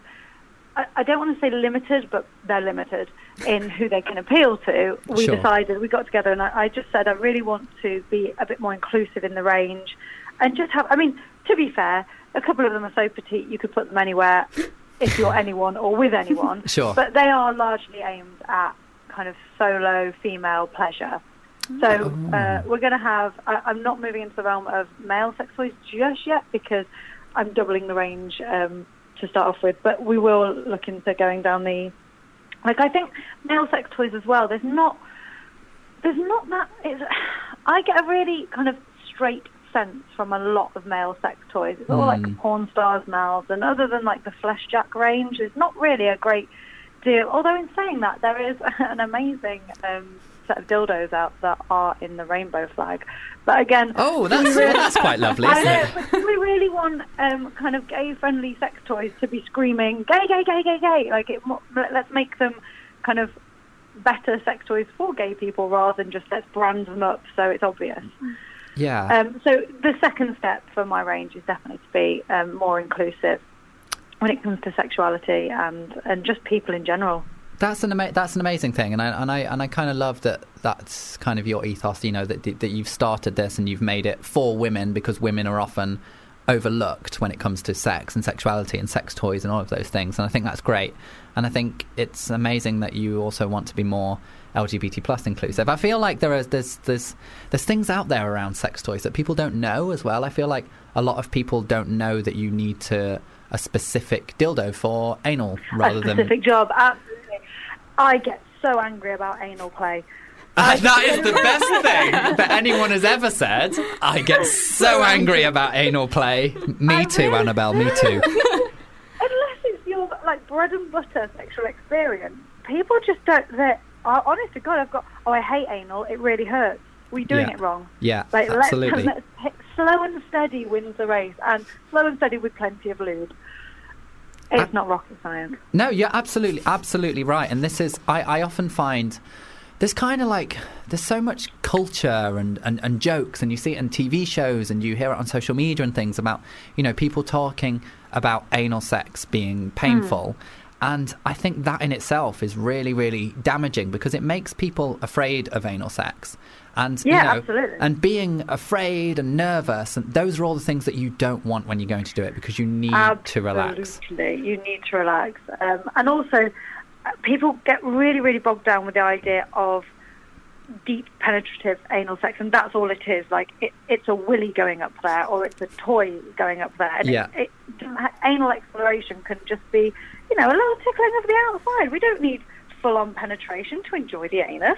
[SPEAKER 7] I- I don't want to say limited, but they're limited in who they can appeal to. We
[SPEAKER 1] Sure.
[SPEAKER 7] decided, we got together, and I, I just said I really want to be a bit more inclusive in the range and just have. I mean, to be fair, a couple of them are so petite you could put them anywhere if you're anyone or with anyone.
[SPEAKER 1] Sure.
[SPEAKER 7] But they are largely aimed at kind of solo female pleasure. So uh, we're going to have. I, I'm not moving into the realm of male sex toys just yet because I'm doubling the range um, to start off with. But we will look into going down the. Like I think male sex toys as well. There's not. There's not that. It's, (sighs) I get a really kind of straight sense from a lot of male sex toys. It's all like porn stars' mouths, and other than like the flesh jack range, there's not really a great deal. Although in saying that, there is (laughs) an amazing um, set of dildos out that are in the rainbow flag. But again,
[SPEAKER 1] Oh,
[SPEAKER 7] (laughs)
[SPEAKER 1] that's that's quite lovely,
[SPEAKER 7] I
[SPEAKER 1] isn't
[SPEAKER 7] know,
[SPEAKER 1] it?
[SPEAKER 7] but do we really want um, kind of gay-friendly sex toys to be screaming "gay, gay, gay, gay, gay"? Like, it, mo- let- let's make them kind of better sex toys for gay people rather than just let's brand them up so it's obvious.
[SPEAKER 1] Yeah.
[SPEAKER 7] Um, so the second step for my range is definitely to be um, more inclusive when it comes to sexuality and and just people in general.
[SPEAKER 1] That's an ama- that's an amazing thing, and I and I and I kind of love that. That's kind of your ethos, you know, that that you've started this and you've made it for women because women are often overlooked when it comes to sex and sexuality and sex toys and all of those things. And I think that's great. And I think it's amazing that you also want to be more LGBT plus inclusive. I feel like there is there's there's there's things out there around sex toys that people don't know as well. I feel like a lot of people don't know that you need to a specific dildo for anal rather
[SPEAKER 7] a
[SPEAKER 1] than
[SPEAKER 7] specific job, absolutely. I get so angry about anal play.
[SPEAKER 1] Uh, that is the best thing that anyone has ever said. I (laughs) get so angry about anal play. Me too, Annabelle. Me
[SPEAKER 7] (laughs)
[SPEAKER 1] too.
[SPEAKER 7] unless it's your like bread and butter sexual experience, people just don't. They are honest to God. I've got. Oh, I hate anal. It really hurts. We're doing
[SPEAKER 1] Yeah.
[SPEAKER 7] it wrong.
[SPEAKER 1] Yeah,
[SPEAKER 7] Like let's,
[SPEAKER 1] absolutely.
[SPEAKER 7] (laughs) let's hit- slow and steady wins the race, and slow and steady with plenty of lube. It's not rocket science.
[SPEAKER 1] No, you're absolutely, absolutely right. And this is, I, I often find there's kind of like, there's so much culture and, and, and jokes, and you see it in TV shows and you hear it on social media and things about, you know, people talking about anal sex
[SPEAKER 7] Hmm.
[SPEAKER 1] being painful. And I think that in itself is really, really damaging because it makes people afraid of anal sex. And, you
[SPEAKER 7] Yeah,
[SPEAKER 1] know,
[SPEAKER 7] absolutely.
[SPEAKER 1] and being afraid and nervous, and those are all the things that you don't want when you're going to do it because you need to relax.
[SPEAKER 7] Absolutely. You need to relax. Um, and also, uh, people get really, really bogged down with the idea of deep penetrative anal sex, and that's all it is. Like, it, it's a willy going up there, or it's a toy going up there. And it-
[SPEAKER 1] Yeah.
[SPEAKER 7] it, anal exploration can just be, you know, a little tickling of the outside. We don't need full on penetration to enjoy the anus.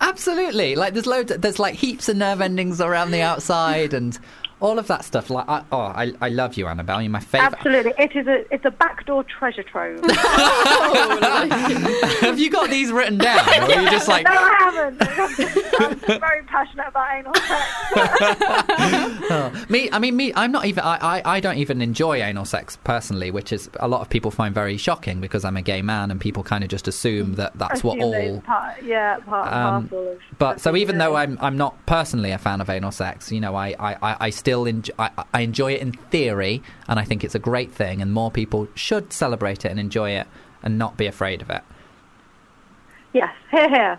[SPEAKER 1] Absolutely. Like there's loads. There's like heaps of nerve endings around the outside and all of that stuff. Like I, oh, I, I love you, Annabelle. You're my favorite.
[SPEAKER 7] Absolutely. It is a, it's a backdoor
[SPEAKER 1] (laughs)
[SPEAKER 7] treasure trove. no,
[SPEAKER 1] Have you got these written down? Or are you just
[SPEAKER 7] (laughs)
[SPEAKER 1] like
[SPEAKER 7] I haven't. I'm very passionate about anal sex.
[SPEAKER 1] me? I mean, me. I'm not even. I, I, I don't even enjoy anal sex personally, which is a lot of people find very shocking because I'm a gay man and people kind of just assume that that's what
[SPEAKER 7] assume that it's
[SPEAKER 1] all.
[SPEAKER 7] Part, yeah, part and
[SPEAKER 1] Um,
[SPEAKER 7] parcel of.
[SPEAKER 1] But so
[SPEAKER 7] of
[SPEAKER 1] even though I'm
[SPEAKER 7] doing.
[SPEAKER 1] I'm not personally a fan of anal sex, you know, I I, I, I still enjoy, I, I enjoy it in theory, and I think it's a great thing, and more people should celebrate it and enjoy it and not be afraid of it.
[SPEAKER 7] (laughs) Yes, (laughs) here,
[SPEAKER 1] (laughs)
[SPEAKER 7] here.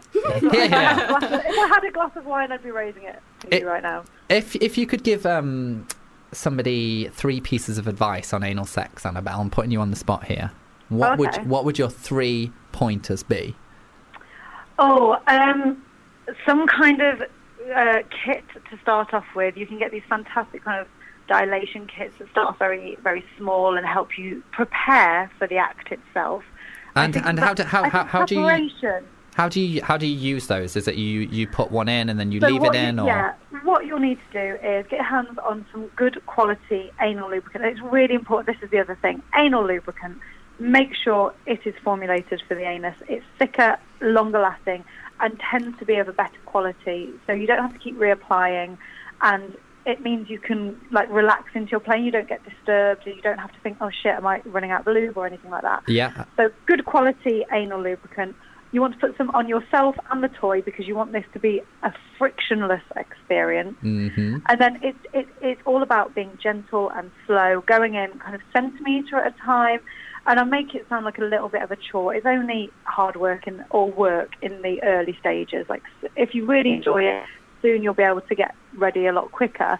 [SPEAKER 1] Here, here.
[SPEAKER 7] Glass of- if I had a glass of wine, I'd be raising it to
[SPEAKER 1] It-
[SPEAKER 7] you right now.
[SPEAKER 1] If if you could give um, somebody three pieces of advice on anal sex, Annabelle, I'm putting you on the spot here. What
[SPEAKER 7] Okay.
[SPEAKER 1] would what would your three pointers be?
[SPEAKER 7] Oh, um, some kind of uh, kit to start off with. You can get these fantastic kind of dilation kits that start off very very small and help you prepare for the act itself. I
[SPEAKER 1] And
[SPEAKER 7] think
[SPEAKER 1] and how do how
[SPEAKER 7] I
[SPEAKER 1] how,
[SPEAKER 7] think
[SPEAKER 1] how do you
[SPEAKER 7] preparation-
[SPEAKER 1] how do you how do you use those? Is it you you put one in and then you
[SPEAKER 7] So
[SPEAKER 1] leave it
[SPEAKER 7] what
[SPEAKER 1] in,
[SPEAKER 7] you,
[SPEAKER 1] or
[SPEAKER 7] Yeah, what you'll need to do is get your hands on some good quality anal lubricant. It's really important. This is the other thing. Anal lubricant. Make sure it is formulated for the anus. It's thicker, longer lasting, and tends to be of a better quality. So you don't have to keep reapplying, and it means you can like relax into your plane. You don't get disturbed. You don't have to think, oh shit, am I running out of lube or anything like that.
[SPEAKER 1] yeah.
[SPEAKER 7] So good quality anal lubricant. You want to put some on yourself and the toy because you want this to be a frictionless experience.
[SPEAKER 1] hmm
[SPEAKER 7] And then it, it, it's all about being gentle and slow, going in kind of centimetre at a time. And I make it sound like a little bit of a chore. It's only hard work in, or work in the early stages. Like s- if you really enjoy it, soon you'll be able to get ready a lot quicker.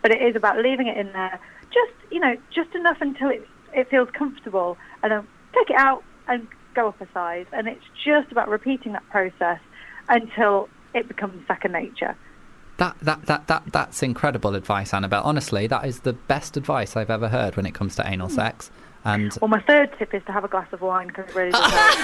[SPEAKER 7] But it is about leaving it in there, just you know, just enough until it it feels comfortable, and then take it out and go up a size. And it's just about repeating that process until it becomes second nature.
[SPEAKER 1] That, that that that that's incredible advice, Annabelle. Honestly, that is the best advice I've ever heard when it comes to anal sex. And
[SPEAKER 7] Well, my third tip is to have a glass of wine because it really does
[SPEAKER 1] (laughs)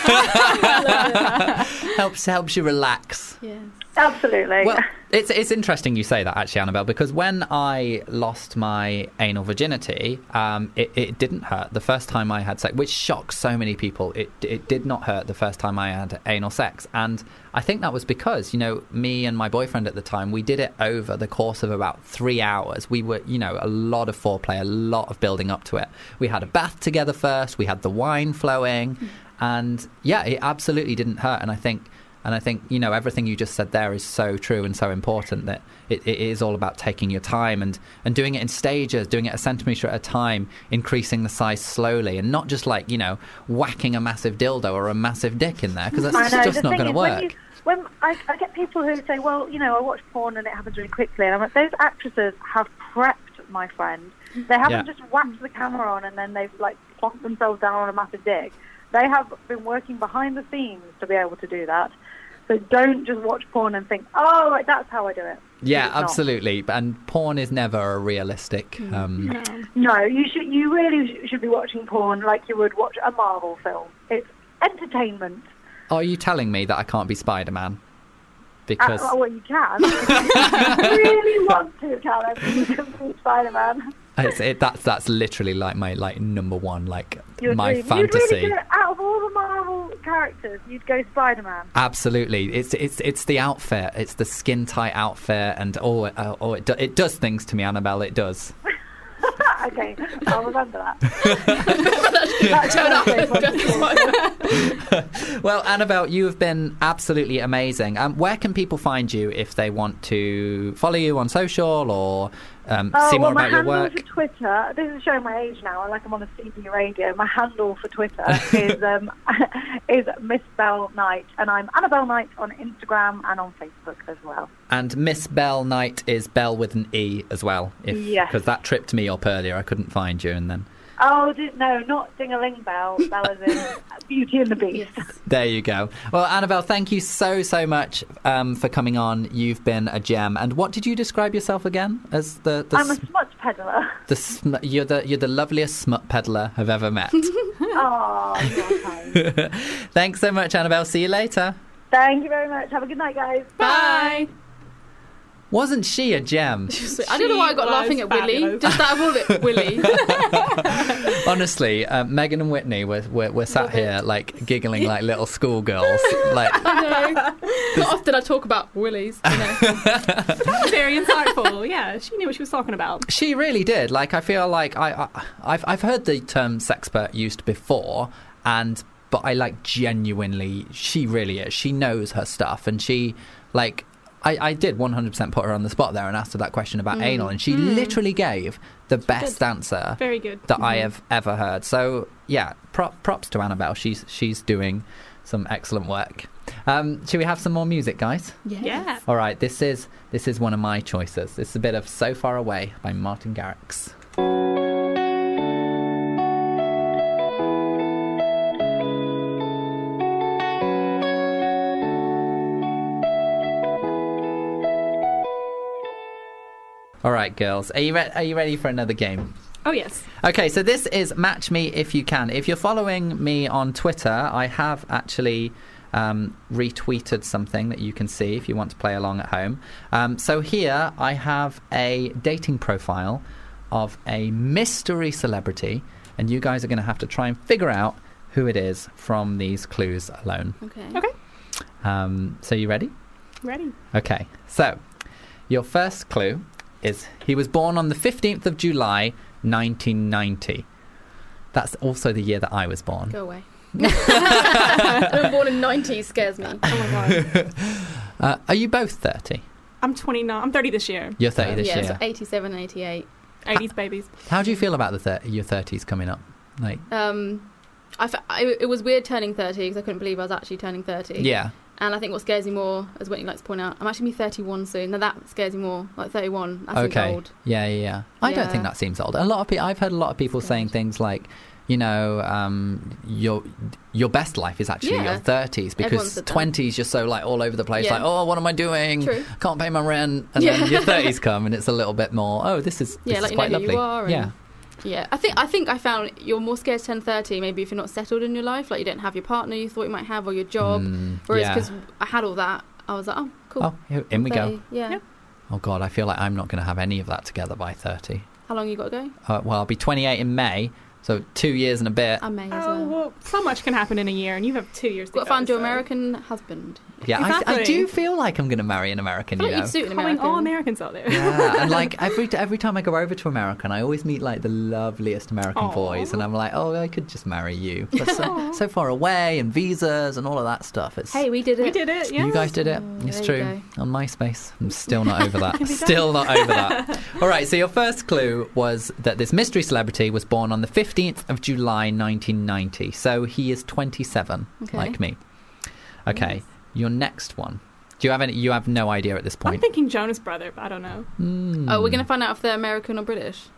[SPEAKER 7] help.
[SPEAKER 1] helps helps you relax.
[SPEAKER 4] Yes.
[SPEAKER 7] Absolutely.
[SPEAKER 1] Well, it's it's interesting you say that actually, Annabelle, because when I lost my anal virginity, um, it, it didn't hurt the first time I had sex, which shocks so many people. It it did not hurt the first time I had anal sex, and I think that was because you know me and my boyfriend at the time we did it over the course of about three hours. We were you know a lot of foreplay, a lot of building up to it. We had a bath together first. We had the wine flowing, and yeah, it absolutely didn't hurt. And I think. And I think you know everything you just said there is so true and so important that it, it is all about taking your time and and doing it in stages, doing it a centimeter at a time, increasing the size slowly, and not just like you know whacking a massive dildo or a massive dick in there because
[SPEAKER 7] I
[SPEAKER 1] that's
[SPEAKER 7] know.
[SPEAKER 1] just
[SPEAKER 7] the
[SPEAKER 1] not
[SPEAKER 7] thing
[SPEAKER 1] going to
[SPEAKER 7] is,
[SPEAKER 1] work.
[SPEAKER 7] When, you, when I, I get people who say, "Well, you know, I watch porn and it happens really quickly," and I'm like, "Those actresses have prepped, my friend. They haven't
[SPEAKER 1] Yeah.
[SPEAKER 7] just whacked the camera on and then they've like plonked themselves down on a massive dick. They have been working behind the scenes to be able to do that." So don't just watch porn and think, "Oh, right, that's how I do it."
[SPEAKER 1] yeah,
[SPEAKER 7] It's not. Mm.
[SPEAKER 1] absolutely. And porn is never a realistic. Um,
[SPEAKER 7] No, you should. You really sh- should be watching porn like you would watch a Marvel film. It's entertainment.
[SPEAKER 1] Are you telling me that I can't be Spider Man?
[SPEAKER 7] Uh,
[SPEAKER 1] Because
[SPEAKER 7] well, you
[SPEAKER 1] (laughs)
[SPEAKER 7] can. if you really want to, Callum. You can be Spider-Man.
[SPEAKER 1] it's, it, that's that's literally like my like number one like
[SPEAKER 7] You'd
[SPEAKER 1] my
[SPEAKER 7] really,
[SPEAKER 1] fantasy.
[SPEAKER 7] You'd really go, out of all the Marvel characters, you'd go Spider-Man. (laughs)
[SPEAKER 1] Absolutely, it's it's it's the outfit, it's the skin tight outfit, and oh, it- oh, oh it, do, it does things to me, Annabelle. It does.
[SPEAKER 7] okay, I'll remember that.
[SPEAKER 1] (laughs)
[SPEAKER 4] Turn up just as much.
[SPEAKER 1] Well, Annabelle, you have been absolutely amazing. Um, where can people find you if they want to follow you on social or um,
[SPEAKER 7] Oh,
[SPEAKER 1] see
[SPEAKER 7] well,
[SPEAKER 1] more
[SPEAKER 7] my
[SPEAKER 1] about your
[SPEAKER 7] handle
[SPEAKER 1] work?
[SPEAKER 7] for Twitter. This is showing my age now. Like I'm on a CB radio. My handle for Twitter
[SPEAKER 1] (laughs)
[SPEAKER 7] is um, (laughs) is Miss Bell Knight, and I'm Annabelle Knight on Instagram and on Facebook as well.
[SPEAKER 1] And Miss Bell Knight is Bell with an E as well, because
[SPEAKER 7] Yes.
[SPEAKER 1] that tripped me up earlier. I couldn't find you, and then
[SPEAKER 7] Oh di- no, not Ding a Ling Bell. Bell is
[SPEAKER 1] (laughs)
[SPEAKER 7] in Beauty and the Beast.
[SPEAKER 1] There you go. Well, Annabelle, thank you so, so much um, for coming on. You've been a gem. And what did you describe yourself again as the the,
[SPEAKER 7] I'm a
[SPEAKER 1] sm-
[SPEAKER 7] smut
[SPEAKER 1] (laughs)
[SPEAKER 7] peddler.
[SPEAKER 1] the sm- you're the you're the loveliest smut peddler I've ever met. (laughs)
[SPEAKER 7] Oh, you're kind.
[SPEAKER 1] Thanks so much, Annabelle. See you later.
[SPEAKER 7] Thank you very much. Have a good night, guys.
[SPEAKER 4] Bye.
[SPEAKER 1] Wasn't she a gem?
[SPEAKER 4] I don't know why I got
[SPEAKER 3] She
[SPEAKER 4] laughing at
[SPEAKER 3] was
[SPEAKER 4] Willy.
[SPEAKER 3] fabulous.
[SPEAKER 4] Just out of all of
[SPEAKER 3] (laughs)
[SPEAKER 4] it, Willy.
[SPEAKER 1] Honestly, um, Megan and Whitney were were, were sat here like giggling like little schoolgirls. like
[SPEAKER 4] I know.
[SPEAKER 3] (laughs)
[SPEAKER 4] Not often I talk about Willies. You know.
[SPEAKER 3] Very insightful. Yeah, she knew what she was talking about.
[SPEAKER 1] she really did. Like I feel like I, I I've I've heard the term sexpert used before, and but I like genuinely she really is. She knows her stuff, and she like. I, I did 100% put her on the spot there and asked her that question about
[SPEAKER 3] Mm-hmm.
[SPEAKER 1] anal, and she literally gave the best answer
[SPEAKER 3] Very good.
[SPEAKER 1] that I have ever heard. So yeah, prop, props to Annabelle. She's she's doing some excellent work. Um, should we have some more music, guys?
[SPEAKER 3] Yeah.
[SPEAKER 1] (laughs) All right, this is this is one of my choices. This is a bit of "So Far Away" by Martin Garrix. All right, girls, are you re- are you ready for another game?
[SPEAKER 3] Oh yes.
[SPEAKER 1] Okay, so this is Match Me If You Can. If you're following me on Twitter, I have actually um, retweeted something that you can see if you want to play along at home. Um, so here I have a dating profile of a mystery celebrity, and you guys are going to have to try and figure out who it is from these clues alone.
[SPEAKER 4] Okay.
[SPEAKER 3] Okay.
[SPEAKER 1] Um, so, you ready?
[SPEAKER 3] Ready.
[SPEAKER 1] Okay, so your first clue is he was born on the 15th of July 1990. That's also the year that I was born.
[SPEAKER 4] (laughs) Go away. I'm born in 90 scares me.
[SPEAKER 3] Oh my god.
[SPEAKER 1] (laughs) Uh, are you both 30?
[SPEAKER 3] I'm 29. I'm 30 this year.
[SPEAKER 1] You're 30 this
[SPEAKER 4] yeah,
[SPEAKER 1] year.
[SPEAKER 4] so 87 and 88.
[SPEAKER 3] 80s babies.
[SPEAKER 1] How do you feel about the thir- your 30s coming up? Like,
[SPEAKER 4] Um, I fe- I- it was weird turning 30 because I couldn't believe I was actually turning 30.
[SPEAKER 1] yeah.
[SPEAKER 4] And I think what scares me more, as Whitney likes to point out, I'm actually gonna be 31 soon. Now that scares me more. Like 31, that seems
[SPEAKER 1] okay.
[SPEAKER 4] old.
[SPEAKER 1] Yeah, yeah, yeah. I don't think
[SPEAKER 4] Yeah.
[SPEAKER 1] that seems old. A lot of people, I've heard a lot of people
[SPEAKER 4] That's
[SPEAKER 1] saying
[SPEAKER 4] good.
[SPEAKER 1] things like, you know, um, your your best life is actually
[SPEAKER 4] Yeah.
[SPEAKER 1] your thirties
[SPEAKER 4] Everyone
[SPEAKER 1] because
[SPEAKER 4] said that.
[SPEAKER 1] twenties you're so like all over the place,
[SPEAKER 4] Yeah.
[SPEAKER 1] like oh, what am I doing?
[SPEAKER 4] True.
[SPEAKER 1] Can't pay my rent, and
[SPEAKER 4] Yeah.
[SPEAKER 1] then your
[SPEAKER 4] (laughs)
[SPEAKER 1] thirties come and it's a little bit more. Oh, this is
[SPEAKER 4] Yeah,
[SPEAKER 1] this
[SPEAKER 4] like
[SPEAKER 1] is
[SPEAKER 4] you
[SPEAKER 1] quite
[SPEAKER 4] know who you
[SPEAKER 1] lovely.
[SPEAKER 4] are and-
[SPEAKER 1] yeah,
[SPEAKER 4] Yeah, I think I think I found you're more scared to turn 30 maybe if you're not settled in your life, like you don't have your partner you thought you might have or your job.
[SPEAKER 1] Mm,
[SPEAKER 4] Whereas
[SPEAKER 1] yeah.
[SPEAKER 4] because I had all that, I was like, oh, cool.
[SPEAKER 1] Oh, here- in we go.
[SPEAKER 4] 30, Yeah.
[SPEAKER 3] Yep.
[SPEAKER 1] Oh God, I feel like I'm not going to have any of that together by thirty.
[SPEAKER 4] How long you got to go?
[SPEAKER 1] Uh, well, I'll be 28 in May, so two years and a bit.
[SPEAKER 4] I may as
[SPEAKER 3] Oh
[SPEAKER 4] well.
[SPEAKER 3] well, so much can happen in a year, and you have two years. to
[SPEAKER 4] Got to
[SPEAKER 3] go,
[SPEAKER 4] find your
[SPEAKER 3] so-
[SPEAKER 4] American husband.
[SPEAKER 1] yeah, I, I
[SPEAKER 3] exactly.
[SPEAKER 1] do feel like I'm going to marry an American.
[SPEAKER 4] I feel
[SPEAKER 1] you
[SPEAKER 4] like
[SPEAKER 1] know,
[SPEAKER 4] you'd suit an
[SPEAKER 3] Calling
[SPEAKER 4] American.
[SPEAKER 3] all Americans out there.
[SPEAKER 1] yeah, and
[SPEAKER 4] (laughs)
[SPEAKER 1] like every t- every time I go over to America, and I always meet like the loveliest American
[SPEAKER 3] Aw.
[SPEAKER 1] boys, and I'm like, oh, I could just marry
[SPEAKER 4] (laughs)
[SPEAKER 1] you. But so, so far away, and visas, and all of that stuff. It's
[SPEAKER 4] Hey, we did it.
[SPEAKER 3] (laughs) We did it. Yeah.
[SPEAKER 1] you guys did it.
[SPEAKER 4] Mm,
[SPEAKER 1] it's
[SPEAKER 4] there you
[SPEAKER 1] true. On MySpace, I'm still not over
[SPEAKER 4] (laughs)
[SPEAKER 1] that.
[SPEAKER 3] Can be done.
[SPEAKER 1] still not over that. All right. So your first clue was that this mystery celebrity was born on the 15th of July, 1990. So he is 27,
[SPEAKER 4] Okay.
[SPEAKER 1] like me. Okay. Your next one. Do you have any? You have no idea at this
[SPEAKER 3] I'm
[SPEAKER 1] point.
[SPEAKER 3] thinking Jonas Brother, but I don't know.
[SPEAKER 1] Hmm.
[SPEAKER 4] Oh, we're gonna find out if they're American or British,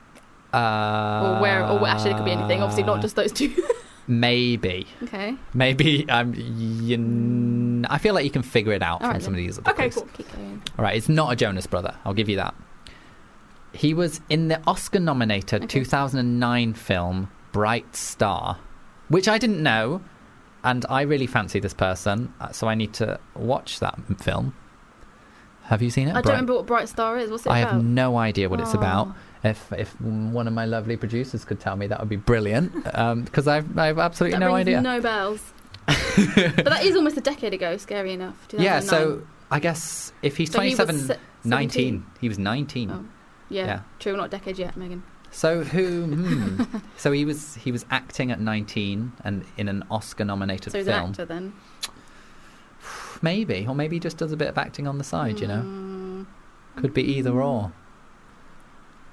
[SPEAKER 1] Uh,
[SPEAKER 4] or where, or actually it could be anything. Obviously,
[SPEAKER 1] Ah.
[SPEAKER 4] not just those two. (laughs)
[SPEAKER 1] Maybe,
[SPEAKER 4] okay.
[SPEAKER 1] maybe um, you kn- I feel like you can figure it out
[SPEAKER 4] All
[SPEAKER 1] from
[SPEAKER 4] right
[SPEAKER 1] some
[SPEAKER 4] then.
[SPEAKER 1] of these. Other
[SPEAKER 3] Okay,
[SPEAKER 1] clues.
[SPEAKER 3] cool.
[SPEAKER 4] Keep going.
[SPEAKER 1] All right, it's not a Jonas brother. I'll give you that. He was in the Oscar-nominated
[SPEAKER 4] Okay.
[SPEAKER 1] 2009 film Bright Star, which I didn't know, and I really fancy this person, uh, so I need to watch that m- film. Have you seen it?
[SPEAKER 4] I don't
[SPEAKER 1] Bright-
[SPEAKER 4] remember what Bright Star is. What's it
[SPEAKER 1] I
[SPEAKER 4] about?
[SPEAKER 1] have no idea what it's
[SPEAKER 4] Oh.
[SPEAKER 1] about. If if one of my lovely producers could tell me, that would be brilliant. Because I've I've absolutely
[SPEAKER 4] that
[SPEAKER 1] no
[SPEAKER 4] rings
[SPEAKER 1] idea.
[SPEAKER 4] No bells.
[SPEAKER 1] (laughs)
[SPEAKER 4] but that is almost a decade ago. Scary enough.
[SPEAKER 1] yeah,
[SPEAKER 4] 2009.
[SPEAKER 1] so I guess if he's
[SPEAKER 4] So he was
[SPEAKER 1] 27,
[SPEAKER 4] se-
[SPEAKER 1] 19,
[SPEAKER 4] 17.
[SPEAKER 1] he was 19.
[SPEAKER 4] Oh. Yeah,
[SPEAKER 1] Yeah.
[SPEAKER 4] true. We're not a decade yet, Megan.
[SPEAKER 1] So who? Hmm. so he was he was acting at 19 and in an Oscar-nominated
[SPEAKER 4] So he's an
[SPEAKER 1] film,
[SPEAKER 4] actor then.
[SPEAKER 1] maybe, or maybe he just does a bit of acting on the side. You know,
[SPEAKER 4] Mm.
[SPEAKER 1] could be either or.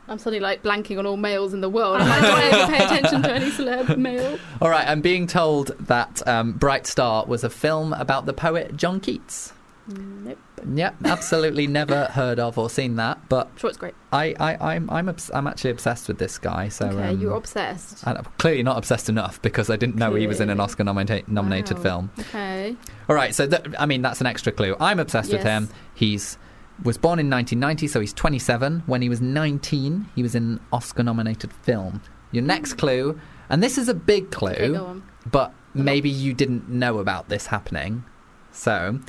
[SPEAKER 4] I'm suddenly like blanking on all males in
[SPEAKER 1] (laughs)
[SPEAKER 4] the world. I don't ever (laughs) pay attention to any celeb male.
[SPEAKER 1] All right, I'm being told that um, Bright Star was a film about the poet John Keats.
[SPEAKER 4] Mm, Nope.
[SPEAKER 1] Yep, absolutely never (laughs) heard of or seen that, but
[SPEAKER 4] Sure, it's great.
[SPEAKER 1] I, I, I'm, I'm, obs- I'm actually obsessed with this guy. So
[SPEAKER 4] okay,
[SPEAKER 1] um,
[SPEAKER 4] you're obsessed.
[SPEAKER 1] and I'm clearly not obsessed enough because I didn't know he was in an
[SPEAKER 4] Clearly.
[SPEAKER 1] Oscar nomina- nominated
[SPEAKER 4] Wow.
[SPEAKER 1] film.
[SPEAKER 4] Okay.
[SPEAKER 1] All right, so th- I mean that's an extra clue. I'm obsessed with
[SPEAKER 4] Yes.
[SPEAKER 1] him. He's was born in 1990, so he's 27. When he was 19, he was in an Oscar nominated film. Your next clue, and this is a big clue,
[SPEAKER 4] Hmm. Okay, go on.
[SPEAKER 1] but maybe you didn't know about this happening. So,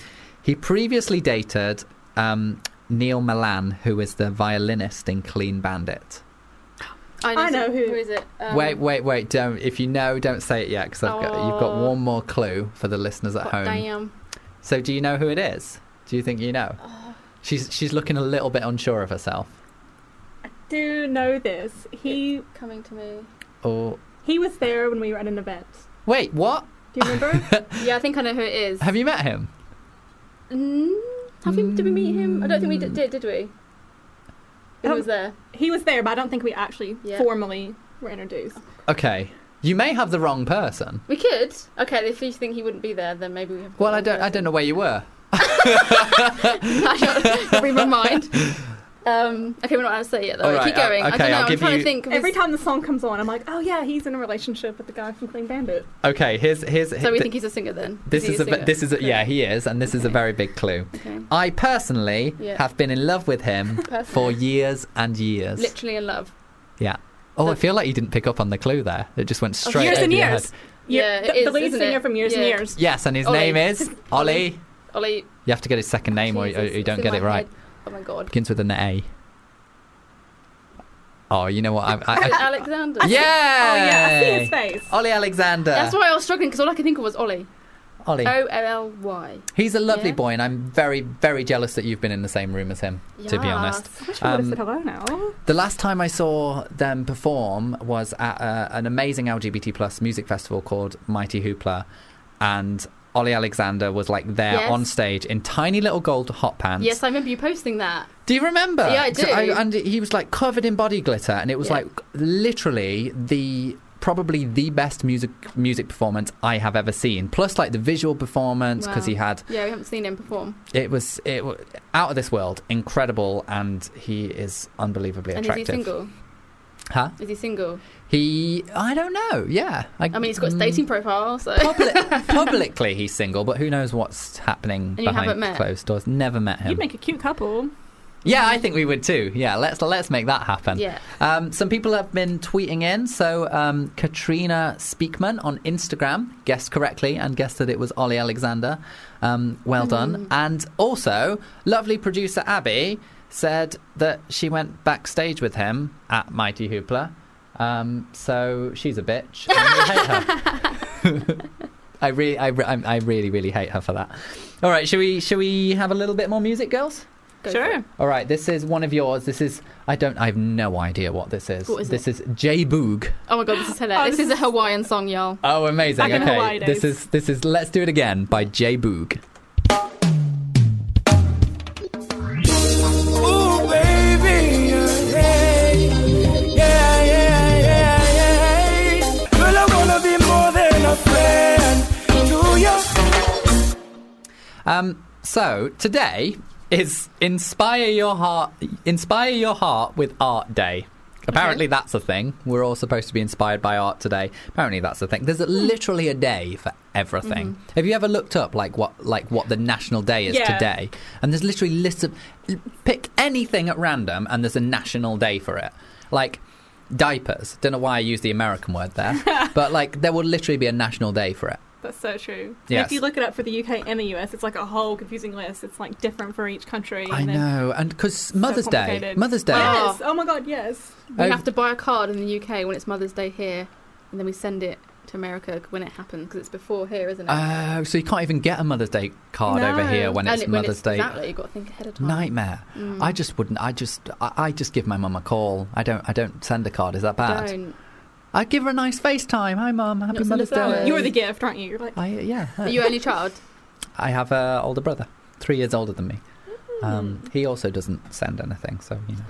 [SPEAKER 1] he previously dated um, Neil Milan, who is the violinist in Clean Bandit.
[SPEAKER 3] I know who-
[SPEAKER 4] Who is it? Um,
[SPEAKER 1] wait, wait, wait! Don't if you know, don't say it yet because you've got
[SPEAKER 4] Oh.
[SPEAKER 1] one more clue for the listeners at
[SPEAKER 4] God
[SPEAKER 1] home.
[SPEAKER 4] Damn.
[SPEAKER 1] So, do you know who it is? Do you think you know?
[SPEAKER 4] Uh.
[SPEAKER 1] She's she's looking a little bit unsure of herself.
[SPEAKER 3] Do know this? He
[SPEAKER 4] Coming to me.
[SPEAKER 1] Oh,
[SPEAKER 3] he was there when we were at an event.
[SPEAKER 1] wait, what?
[SPEAKER 3] Do you
[SPEAKER 1] (laughs)
[SPEAKER 3] remember?
[SPEAKER 4] Yeah, I think I know who it is.
[SPEAKER 1] Have you met him?
[SPEAKER 4] Mm, have we, did we meet him? I don't think we
[SPEAKER 1] Mm.
[SPEAKER 4] did, did, did we? When he was there.
[SPEAKER 3] he was there, but I don't think we actually
[SPEAKER 4] Yeah.
[SPEAKER 3] formally were introduced.
[SPEAKER 1] Okay, you may have the wrong person.
[SPEAKER 4] We could. Okay, if you think he wouldn't be there, then maybe we have. (laughs)
[SPEAKER 1] Well, I don't I don't know where you were.
[SPEAKER 4] (laughs)
[SPEAKER 1] (laughs)
[SPEAKER 4] I don't. Never mind. Um, okay, we're not allowed to say it yet, though.
[SPEAKER 1] All right,
[SPEAKER 4] Keep going.
[SPEAKER 1] uh,
[SPEAKER 4] I
[SPEAKER 1] okay,
[SPEAKER 4] don't know.
[SPEAKER 1] I'll
[SPEAKER 4] I'm
[SPEAKER 1] give
[SPEAKER 4] trying
[SPEAKER 1] you-
[SPEAKER 4] to think. of
[SPEAKER 3] Every
[SPEAKER 4] this-
[SPEAKER 3] time the song comes on, I'm like, oh yeah, he's in a relationship with the guy from Clean Bandit.
[SPEAKER 1] Okay, here's here's.
[SPEAKER 4] So we
[SPEAKER 1] th-
[SPEAKER 4] think he's a singer then.
[SPEAKER 1] this
[SPEAKER 4] he
[SPEAKER 1] is a
[SPEAKER 4] singer?
[SPEAKER 1] ve- this is a, yeah he is, and this is a very big clue.
[SPEAKER 4] Okay.
[SPEAKER 1] I personally
[SPEAKER 4] Yeah.
[SPEAKER 1] have been in love with
[SPEAKER 4] (laughs)
[SPEAKER 1] him for years and years.
[SPEAKER 4] Literally in love.
[SPEAKER 1] Yeah. Oh, I
[SPEAKER 4] So-
[SPEAKER 1] feel like you didn't pick up on the clue there. It just
[SPEAKER 4] Oh,
[SPEAKER 1] went straight
[SPEAKER 3] years
[SPEAKER 1] over
[SPEAKER 3] and
[SPEAKER 1] your
[SPEAKER 3] years.
[SPEAKER 1] head.
[SPEAKER 4] Yeah,
[SPEAKER 3] the,
[SPEAKER 4] it is,
[SPEAKER 3] the lead
[SPEAKER 4] isn't
[SPEAKER 3] singer
[SPEAKER 4] it?
[SPEAKER 3] from Years and
[SPEAKER 4] Yeah.
[SPEAKER 3] Years.
[SPEAKER 1] Yes, and his
[SPEAKER 4] (laughs) Ollie.
[SPEAKER 1] name is Ollie.
[SPEAKER 4] Ollie.
[SPEAKER 1] You have to get his second name, or, you- or
[SPEAKER 4] Jesus,
[SPEAKER 1] you
[SPEAKER 4] it's
[SPEAKER 1] don't
[SPEAKER 4] in
[SPEAKER 1] get
[SPEAKER 4] my
[SPEAKER 1] it right.
[SPEAKER 4] head. Oh my god.
[SPEAKER 1] Begins with an A. Oh, you know what? I,
[SPEAKER 4] (laughs)
[SPEAKER 1] (laughs) I, I,
[SPEAKER 4] Alexander.
[SPEAKER 1] yeah.
[SPEAKER 3] Oh yeah, I
[SPEAKER 4] (laughs)
[SPEAKER 3] see his face.
[SPEAKER 1] Ollie Alexander.
[SPEAKER 4] That's why I was struggling because all I could think of was Ollie.
[SPEAKER 1] Ollie.
[SPEAKER 4] O L L Y.
[SPEAKER 1] He's a lovely
[SPEAKER 4] Yeah.
[SPEAKER 1] boy, and I'm very, very jealous that you've been in the same room as him. To be honest,
[SPEAKER 3] I wish we would have
[SPEAKER 1] Um,
[SPEAKER 3] said hello now.
[SPEAKER 1] the last time I saw them perform was at uh, an amazing LGBT plus music festival called Mighty Hoopla, and Ollie Alexander was like there
[SPEAKER 4] Yes.
[SPEAKER 1] on stage in tiny little gold hot pants.
[SPEAKER 4] Yes, I remember you posting that.
[SPEAKER 1] Do you remember?
[SPEAKER 4] Yeah, I
[SPEAKER 1] So
[SPEAKER 4] do.
[SPEAKER 1] and he was like covered in body glitter, and it was
[SPEAKER 4] Yeah.
[SPEAKER 1] like literally the probably the best music music performance I have ever seen. Plus, like the visual performance because
[SPEAKER 4] Wow.
[SPEAKER 1] he had
[SPEAKER 4] Yeah, we haven't seen him perform.
[SPEAKER 1] it was it wa- out of this world, incredible, and he is unbelievably
[SPEAKER 4] And is he
[SPEAKER 1] attractive.
[SPEAKER 4] single?
[SPEAKER 1] Huh?
[SPEAKER 4] Is he single?
[SPEAKER 1] He I don't know. Yeah,
[SPEAKER 4] I mean, he's got his
[SPEAKER 1] mm,
[SPEAKER 4] dating profile, so.
[SPEAKER 1] public- publicly he's single, but who knows what's happening
[SPEAKER 4] And you
[SPEAKER 1] behind
[SPEAKER 4] haven't met?
[SPEAKER 1] closed doors? Never met him.
[SPEAKER 3] You'd make a cute couple.
[SPEAKER 1] yeah, I think we would too. Yeah, let's let's make that happen.
[SPEAKER 4] (laughs) Yeah.
[SPEAKER 1] Um, some people have been tweeting in. So um, Katrina Speakman on Instagram guessed correctly and guessed that it was Ollie Alexander. Um, well done. And also, lovely producer Abby said that she went backstage with him at Mighty Hoopla. Um, so she's a bitch. and we hate her. (laughs) I really, I, re- I'm- I really, really hate her for that. All right, should we, should we have a little bit more music, girls?
[SPEAKER 4] Go for
[SPEAKER 3] sure.
[SPEAKER 4] it.
[SPEAKER 1] All right, this is one of yours. This is I don't I have no idea what this is.
[SPEAKER 4] What is
[SPEAKER 1] this is J Boog.
[SPEAKER 4] Oh my god, this is
[SPEAKER 3] (laughs) Oh,
[SPEAKER 4] hilarious.
[SPEAKER 3] this
[SPEAKER 4] this is a Hawaiian song, y'all.
[SPEAKER 1] Oh, amazing.
[SPEAKER 3] Back in
[SPEAKER 1] okay,
[SPEAKER 3] Hawaii
[SPEAKER 1] this
[SPEAKER 3] days.
[SPEAKER 1] is this is Let's Do It Again by J Boog.
[SPEAKER 8] Ooh, baby, yeah, yeah, yeah, yeah, yeah. Girl, I wanna be more than a friend to you.
[SPEAKER 1] Um, so today is Inspire Your Heart Inspire Your Heart with Art Day. Apparently that's a thing. We're all supposed to be inspired by art today. Apparently that's a thing. There's a, literally a day for everything. Have you ever looked up like what like what the national day is
[SPEAKER 3] Yeah.
[SPEAKER 1] today? And there's literally lists of pick anything at random and there's a national day for it. Like diapers. Don't know why I used the American word there, but like there will literally be a national day for it.
[SPEAKER 3] That's so true. And
[SPEAKER 1] Yes.
[SPEAKER 3] if you look it up for the UK and the US, it's like a whole confusing list. It's like different for each country.
[SPEAKER 1] I
[SPEAKER 3] and then-
[SPEAKER 1] know. And because Mother's Day,
[SPEAKER 3] complicated.
[SPEAKER 1] Mother's Day.
[SPEAKER 3] Yes. Oh my God. Yes.
[SPEAKER 4] We
[SPEAKER 1] Oh.
[SPEAKER 4] have to buy a card in the UK when it's Mother's Day here, and then we send it to America when it happens because it's before here, isn't it?
[SPEAKER 1] Oh, so you can't even get a Mother's Day card
[SPEAKER 3] No.
[SPEAKER 1] over here when
[SPEAKER 4] And
[SPEAKER 1] it's
[SPEAKER 4] it- when
[SPEAKER 1] Mother's Day.
[SPEAKER 4] Exactly, Mm. you've got to think ahead of time.
[SPEAKER 1] Nightmare. I just wouldn't. I just. I, I just give my mum a call. I don't. I don't send a card. Is that bad?
[SPEAKER 4] Don't.
[SPEAKER 1] I give her a nice FaceTime. Hi, mum. Happy
[SPEAKER 4] send a
[SPEAKER 1] Mother's Day.
[SPEAKER 4] flower.
[SPEAKER 3] You're the gift, aren't you? You're like,
[SPEAKER 1] I yeah.
[SPEAKER 4] Are you
[SPEAKER 1] (laughs)
[SPEAKER 4] only child?
[SPEAKER 1] I have an older brother, three years older than me.
[SPEAKER 4] Hmm.
[SPEAKER 1] Um, he also doesn't send anything, so you know.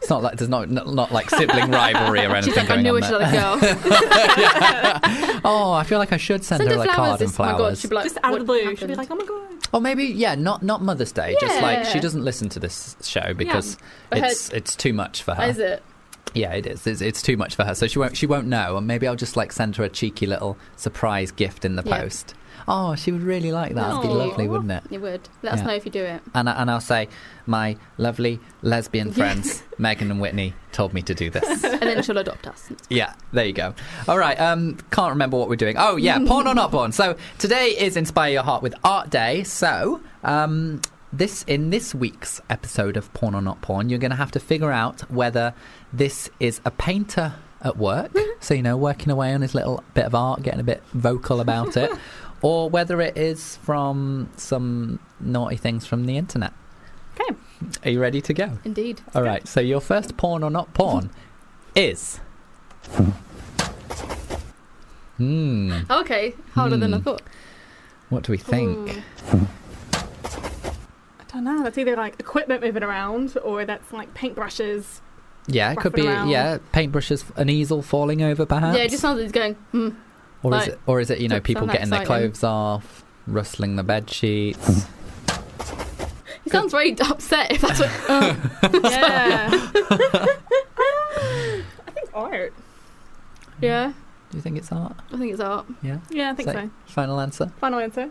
[SPEAKER 1] It's not like there's not not, not like sibling rivalry or anything
[SPEAKER 4] (laughs) She's like, I
[SPEAKER 1] going
[SPEAKER 4] knew
[SPEAKER 1] on
[SPEAKER 4] I should
[SPEAKER 1] there. (laughs)
[SPEAKER 4] have a girl.
[SPEAKER 1] Yeah. Oh, I feel like I should send,
[SPEAKER 4] Send
[SPEAKER 1] her
[SPEAKER 4] her
[SPEAKER 1] a card
[SPEAKER 4] flowers.
[SPEAKER 1] and
[SPEAKER 4] This, my
[SPEAKER 1] flowers.
[SPEAKER 4] god, she'd be like,
[SPEAKER 3] just out
[SPEAKER 4] what
[SPEAKER 3] of the blue.
[SPEAKER 4] Happened?
[SPEAKER 3] She'd be like, oh my God.
[SPEAKER 1] Or maybe yeah, not not Mother's Day. Just like she
[SPEAKER 4] Yeah.
[SPEAKER 1] doesn't listen to this show because
[SPEAKER 4] But her-
[SPEAKER 1] it's it's too much for her.
[SPEAKER 4] Is it?
[SPEAKER 1] Yeah, it is. It's, it's too much for her, so she won't she won't know. And maybe I'll just like send her a cheeky little surprise gift in the
[SPEAKER 4] Yeah.
[SPEAKER 1] post. Oh, she would really like that. That'd be
[SPEAKER 4] Aw.
[SPEAKER 1] lovely, wouldn't it?
[SPEAKER 4] You would. Let us
[SPEAKER 1] Yeah.
[SPEAKER 4] know if you do
[SPEAKER 3] (laughs)
[SPEAKER 4] it.
[SPEAKER 1] And I, and I'll say, my lovely lesbian
[SPEAKER 4] (laughs)
[SPEAKER 1] friends, Megan and Whitney, told me to do this.
[SPEAKER 4] And then she'll adopt us.
[SPEAKER 1] Yeah, there you go. All right, um, can't remember what we're doing. Oh, yeah, porn or not porn. So today is Inspire Your Heart with Art Day. So um, this in this week's episode of Porn or Not Porn, you're going to have to figure out whether this is a painter at work, so you know, working away on his little bit of art, getting a bit vocal about it, or whether it is from some naughty things from the internet.
[SPEAKER 3] Okay.
[SPEAKER 1] Are you ready to go?
[SPEAKER 4] Indeed.
[SPEAKER 1] All right. So your first porn or not porn is. Hmm.
[SPEAKER 4] Okay, harder than I
[SPEAKER 1] Hmm.
[SPEAKER 4] thought.
[SPEAKER 1] What do we think?
[SPEAKER 4] Ooh.
[SPEAKER 3] I don't know. That's either like equipment moving around, or that's like paintbrushes.
[SPEAKER 1] Yeah, it could
[SPEAKER 3] Wrapping
[SPEAKER 1] be.
[SPEAKER 3] around.
[SPEAKER 1] Yeah, paintbrushes, an easel falling over, perhaps.
[SPEAKER 4] Yeah, it just sounds like he's going, hmm.
[SPEAKER 1] or is
[SPEAKER 4] like-
[SPEAKER 1] it? Or is it? You know,
[SPEAKER 4] Doesn't
[SPEAKER 1] people
[SPEAKER 4] sound that
[SPEAKER 1] getting their
[SPEAKER 4] exciting.
[SPEAKER 1] clothes off, rustling the bed sheets.
[SPEAKER 4] It sounds very (laughs) upset
[SPEAKER 1] (laughs)
[SPEAKER 4] if that's what. Uh,
[SPEAKER 3] Yeah. (laughs) I think art.
[SPEAKER 4] yeah,
[SPEAKER 1] Do you think it's art?
[SPEAKER 4] I think it's art.
[SPEAKER 1] Yeah.
[SPEAKER 3] Yeah, I think
[SPEAKER 1] Say-
[SPEAKER 3] so.
[SPEAKER 1] Final answer.
[SPEAKER 3] Final answer.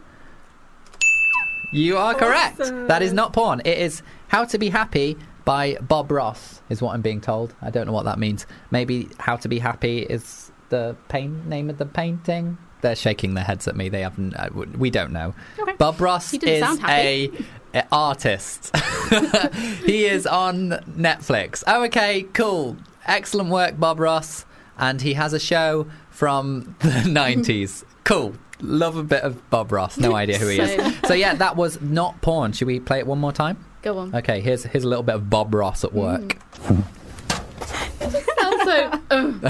[SPEAKER 1] You are correct.
[SPEAKER 3] Awesome.
[SPEAKER 1] That is not porn. It is How to Be Happy by Bob Ross, is what I'm being told. I don't know what that means. Maybe How to Be Happy is the pain name of the painting. They're shaking their heads at me. They haven't. I wouldn't- We don't know.
[SPEAKER 3] Okay.
[SPEAKER 1] Bob Ross
[SPEAKER 4] He didn't
[SPEAKER 1] is
[SPEAKER 4] sound
[SPEAKER 1] a,
[SPEAKER 4] happy.
[SPEAKER 1] a artist. he is on Netflix. Oh, okay, cool, excellent work, Bob Ross, and he has a show from (laughs) the nineties. cool, love a bit of Bob Ross. No idea who he
[SPEAKER 4] (laughs)
[SPEAKER 1] is. So yeah, that was not porn. Should we play it one more time?
[SPEAKER 4] Go on.
[SPEAKER 1] Okay, here's here's a little bit of Bob Ross at work,
[SPEAKER 4] Mm. (laughs) Sounds so. Uh,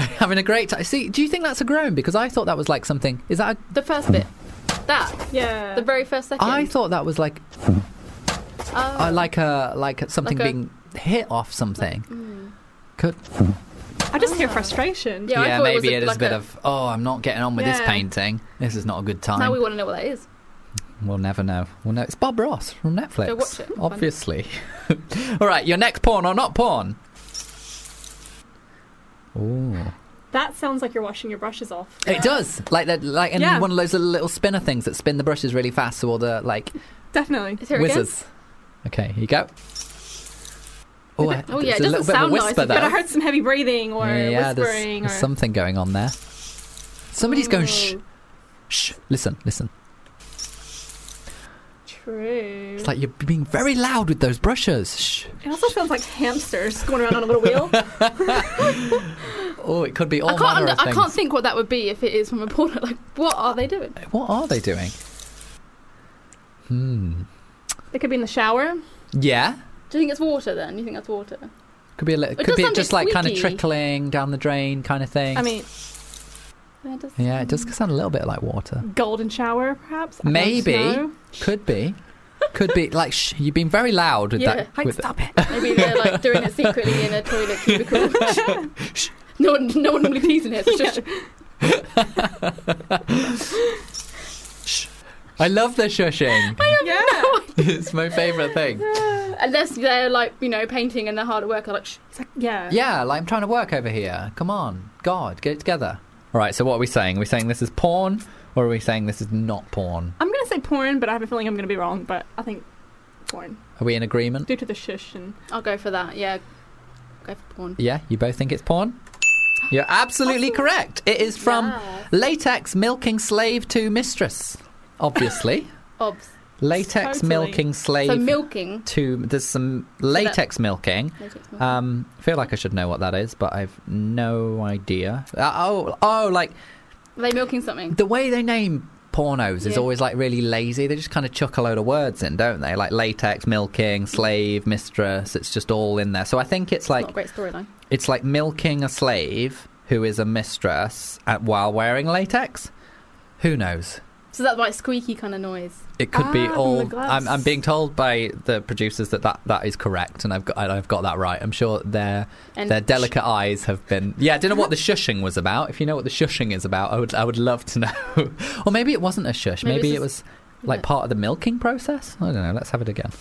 [SPEAKER 1] (laughs) having a great time. See, do you think that's a groan? Because I thought that was like something. Is that? A,
[SPEAKER 4] the first bit. That.
[SPEAKER 3] Yeah.
[SPEAKER 4] The very first second.
[SPEAKER 1] I thought that was like
[SPEAKER 4] Oh.
[SPEAKER 1] uh, like a like something
[SPEAKER 4] Like a- Mm.
[SPEAKER 1] being hit off something. Could
[SPEAKER 3] I just hear frustration.
[SPEAKER 4] Yeah, I
[SPEAKER 1] yeah,
[SPEAKER 4] thought it was
[SPEAKER 1] maybe
[SPEAKER 4] a-
[SPEAKER 1] it is
[SPEAKER 4] like
[SPEAKER 1] a bit of oh, I'm not getting on with this
[SPEAKER 3] Yeah.
[SPEAKER 1] painting. This is not a good time.
[SPEAKER 4] Now we want to know what that is.
[SPEAKER 1] will never know. We'll know. It's Bob Ross from Netflix.
[SPEAKER 4] Go watch it. Fun.
[SPEAKER 1] Obviously. (laughs) All right, your next porn or not porn? Ooh.
[SPEAKER 3] That sounds like you're washing your brushes off.
[SPEAKER 1] It does like that, like in
[SPEAKER 3] Yeah.
[SPEAKER 1] one of those little, little spinner things that spin the brushes really fast, so all the like
[SPEAKER 3] Definitely.
[SPEAKER 4] Is here
[SPEAKER 1] whizzes. Okay, here you go. Oh, I-
[SPEAKER 4] Oh, yeah,
[SPEAKER 1] there's
[SPEAKER 4] it
[SPEAKER 1] a little
[SPEAKER 4] doesn't
[SPEAKER 1] bit of a
[SPEAKER 4] sound nice,
[SPEAKER 1] whisper
[SPEAKER 3] But
[SPEAKER 1] though.
[SPEAKER 3] I heard some heavy breathing or
[SPEAKER 1] yeah, yeah, there's,
[SPEAKER 3] whispering
[SPEAKER 1] there's
[SPEAKER 3] or
[SPEAKER 1] something going on there. Somebody's going
[SPEAKER 4] Mm.
[SPEAKER 1] shh, shh. Listen, listen.
[SPEAKER 3] true.
[SPEAKER 1] It's like you're being very loud with those brushes. Shh.
[SPEAKER 3] it also sounds like hamsters going around on
[SPEAKER 1] (laughs)
[SPEAKER 3] a little wheel.
[SPEAKER 1] Oh, it could be all
[SPEAKER 4] I can't.
[SPEAKER 1] manner
[SPEAKER 4] Under,
[SPEAKER 1] of
[SPEAKER 4] I
[SPEAKER 1] things.
[SPEAKER 4] can't think what that would be if it is from a porn. (laughs) Like, what are they doing?
[SPEAKER 1] What are they doing? Hmm.
[SPEAKER 3] They could be in the shower.
[SPEAKER 1] Yeah.
[SPEAKER 4] Do you think it's water? Then you think that's water?
[SPEAKER 1] Could be a little.
[SPEAKER 4] It
[SPEAKER 1] Could
[SPEAKER 4] does
[SPEAKER 1] be
[SPEAKER 4] sound a
[SPEAKER 1] just
[SPEAKER 4] bit
[SPEAKER 1] like kind of
[SPEAKER 4] squeaky.
[SPEAKER 1] trickling down the drain, kind of thing.
[SPEAKER 3] I mean,
[SPEAKER 4] Yeah, it does.
[SPEAKER 1] yeah, it does sound a little bit like water.
[SPEAKER 3] golden shower, perhaps. I don't
[SPEAKER 1] Maybe. (laughs)
[SPEAKER 3] know.
[SPEAKER 1] Could be. Could be like shh. You've been very loud with
[SPEAKER 4] Yeah.
[SPEAKER 1] that.
[SPEAKER 3] Hey,
[SPEAKER 1] with
[SPEAKER 3] stop it.
[SPEAKER 4] Maybe they're like doing it secretly in
[SPEAKER 1] (laughs)
[SPEAKER 4] a toilet cubicle. no one, no one normally pees in here. So just,
[SPEAKER 1] I love the (laughs) shushing.
[SPEAKER 3] Yeah.
[SPEAKER 1] (laughs) it's my favorite thing.
[SPEAKER 4] Unless they're like you know painting and they're hard at work. They're like, Shh.
[SPEAKER 3] It's like, yeah.
[SPEAKER 1] Yeah, like I'm trying to work over here. Come on, God, get it together. All right. So what are we saying? Are we saying this is porn, or are we saying this is not porn?
[SPEAKER 3] I'm gonna say porn, but I have a feeling I'm gonna be wrong. But I think porn
[SPEAKER 1] Are we in agreement?
[SPEAKER 3] due to the shush and
[SPEAKER 4] I'll go for that. Yeah, go for porn.
[SPEAKER 1] Yeah, you both think it's porn? You're absolutely
[SPEAKER 4] Oh.
[SPEAKER 1] correct. It is from
[SPEAKER 4] Wow.
[SPEAKER 1] Latex Milking Slave to Mistress.
[SPEAKER 4] (laughs)
[SPEAKER 1] Obviously.
[SPEAKER 4] Obs.
[SPEAKER 1] latex
[SPEAKER 3] Totally.
[SPEAKER 1] Milking Slave
[SPEAKER 4] So milking.
[SPEAKER 1] to. There's some latex milking.
[SPEAKER 4] Uh,
[SPEAKER 1] Um, I feel like I should know what that is, but I've no idea. Uh, oh, oh, like
[SPEAKER 4] Are they milking something?
[SPEAKER 1] the way they name pornos is
[SPEAKER 4] Yeah.
[SPEAKER 1] always like really lazy. They just kind of chuck a load of words in, don't they? Like latex, milking, slave, mistress. It's just all in there. So I think it's like
[SPEAKER 4] Not a great storyline.
[SPEAKER 1] it's like milking a slave who is a mistress at, while wearing latex. Who knows?
[SPEAKER 4] So that's like squeaky kind of noise.
[SPEAKER 1] It could be
[SPEAKER 3] Ah, from the
[SPEAKER 1] all.
[SPEAKER 3] gloves.
[SPEAKER 1] I'm, I'm being told by the producers that, that that is correct, and I've got I've got that right. I'm sure their
[SPEAKER 4] And
[SPEAKER 1] their delicate eyes have been. Yeah, I don't know what the shushing was about. If you know what the shushing is about, I would I would love to (laughs) know. or maybe it wasn't a shush.
[SPEAKER 4] Maybe
[SPEAKER 1] Maybe,
[SPEAKER 4] it's
[SPEAKER 1] it was
[SPEAKER 4] just-
[SPEAKER 1] like
[SPEAKER 4] Yeah.
[SPEAKER 1] part of the milking process. I don't know. Let's have it again.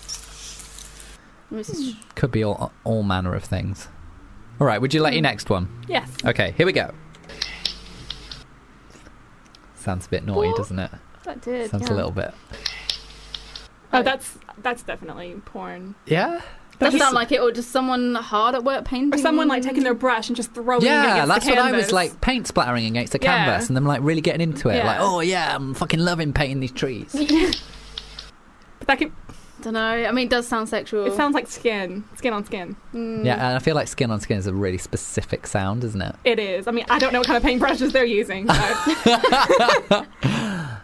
[SPEAKER 4] This is-
[SPEAKER 1] Could be all all manner of things. All right. Would you
[SPEAKER 4] Mm.
[SPEAKER 1] like your next one?
[SPEAKER 3] yes.
[SPEAKER 1] Okay, here we go. Sounds a bit naughty,
[SPEAKER 4] What?
[SPEAKER 1] doesn't it?
[SPEAKER 4] That did.
[SPEAKER 1] Sounds a
[SPEAKER 4] yeah.
[SPEAKER 1] little bit.
[SPEAKER 3] Oh, that's that's definitely porn.
[SPEAKER 1] Yeah.
[SPEAKER 4] That sound like it, or just someone hard at work painting,
[SPEAKER 3] Or someone like taking their brush and just throwing it
[SPEAKER 1] Yeah,
[SPEAKER 3] against
[SPEAKER 1] that's
[SPEAKER 3] the
[SPEAKER 1] what
[SPEAKER 3] canvas.
[SPEAKER 1] I was like paint splattering against the
[SPEAKER 3] Yeah.
[SPEAKER 1] canvas and then like really getting into it.
[SPEAKER 3] Yeah.
[SPEAKER 1] Like, oh yeah, I'm fucking loving painting these trees.
[SPEAKER 3] (laughs) But that could,
[SPEAKER 4] Don't know. I mean, it does sound sexual.
[SPEAKER 3] it sounds like skin, skin on skin.
[SPEAKER 4] Mm.
[SPEAKER 1] Yeah, and I feel like skin on skin is a really specific sound, isn't it?
[SPEAKER 3] It is. I mean, I don't know what kind of paintbrushes they're using. So. oh, (laughs)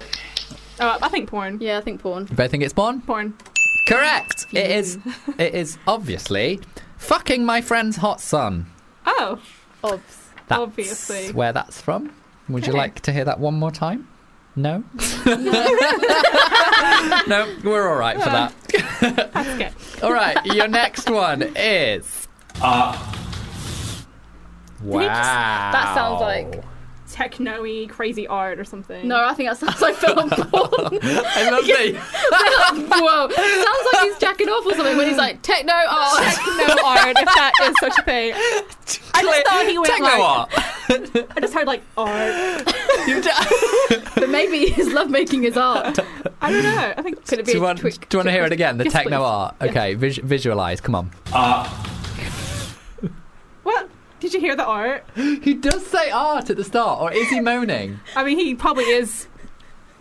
[SPEAKER 3] Uh, I think porn.
[SPEAKER 4] Yeah, I think porn.
[SPEAKER 1] You both think it's porn?
[SPEAKER 3] Porn.
[SPEAKER 1] Correct. It
[SPEAKER 3] (laughs)
[SPEAKER 1] is it is obviously fucking my friend's hot son.
[SPEAKER 3] Oh,
[SPEAKER 4] Obs.
[SPEAKER 1] That's
[SPEAKER 3] Obviously.
[SPEAKER 1] Where that's from. Would you
[SPEAKER 3] Okay.
[SPEAKER 1] like to hear that one more time?
[SPEAKER 4] (laughs)
[SPEAKER 1] No? no, we're all right for
[SPEAKER 4] (laughs)
[SPEAKER 1] that.
[SPEAKER 3] that's good.
[SPEAKER 1] All right, your next one is. Uh. Wow.
[SPEAKER 4] That sounds like
[SPEAKER 3] techno-y crazy art or something.
[SPEAKER 4] No, I think that sounds
[SPEAKER 1] (laughs)
[SPEAKER 4] like film porn. (laughs)
[SPEAKER 1] I love that.
[SPEAKER 4] Whoa, it sounds like he's jacking off or something when he's like techno art.
[SPEAKER 3] techno art, if that is such a thing. (laughs) I just thought he went
[SPEAKER 1] Techno
[SPEAKER 3] like,
[SPEAKER 1] art.
[SPEAKER 3] I just heard like art.
[SPEAKER 1] You d-
[SPEAKER 4] (laughs) but maybe his lovemaking
[SPEAKER 1] (laughs)
[SPEAKER 4] is art.
[SPEAKER 3] I don't know. I think could it be
[SPEAKER 1] do you
[SPEAKER 3] a
[SPEAKER 1] want,
[SPEAKER 3] twig-
[SPEAKER 1] do you want to hear it again? The
[SPEAKER 4] Yes,
[SPEAKER 1] techno
[SPEAKER 4] please.
[SPEAKER 1] art. Okay, vis- visualize. Come on.
[SPEAKER 3] What? Did you hear the art?
[SPEAKER 1] He does say art at the start, or is he moaning?
[SPEAKER 3] I mean, he probably is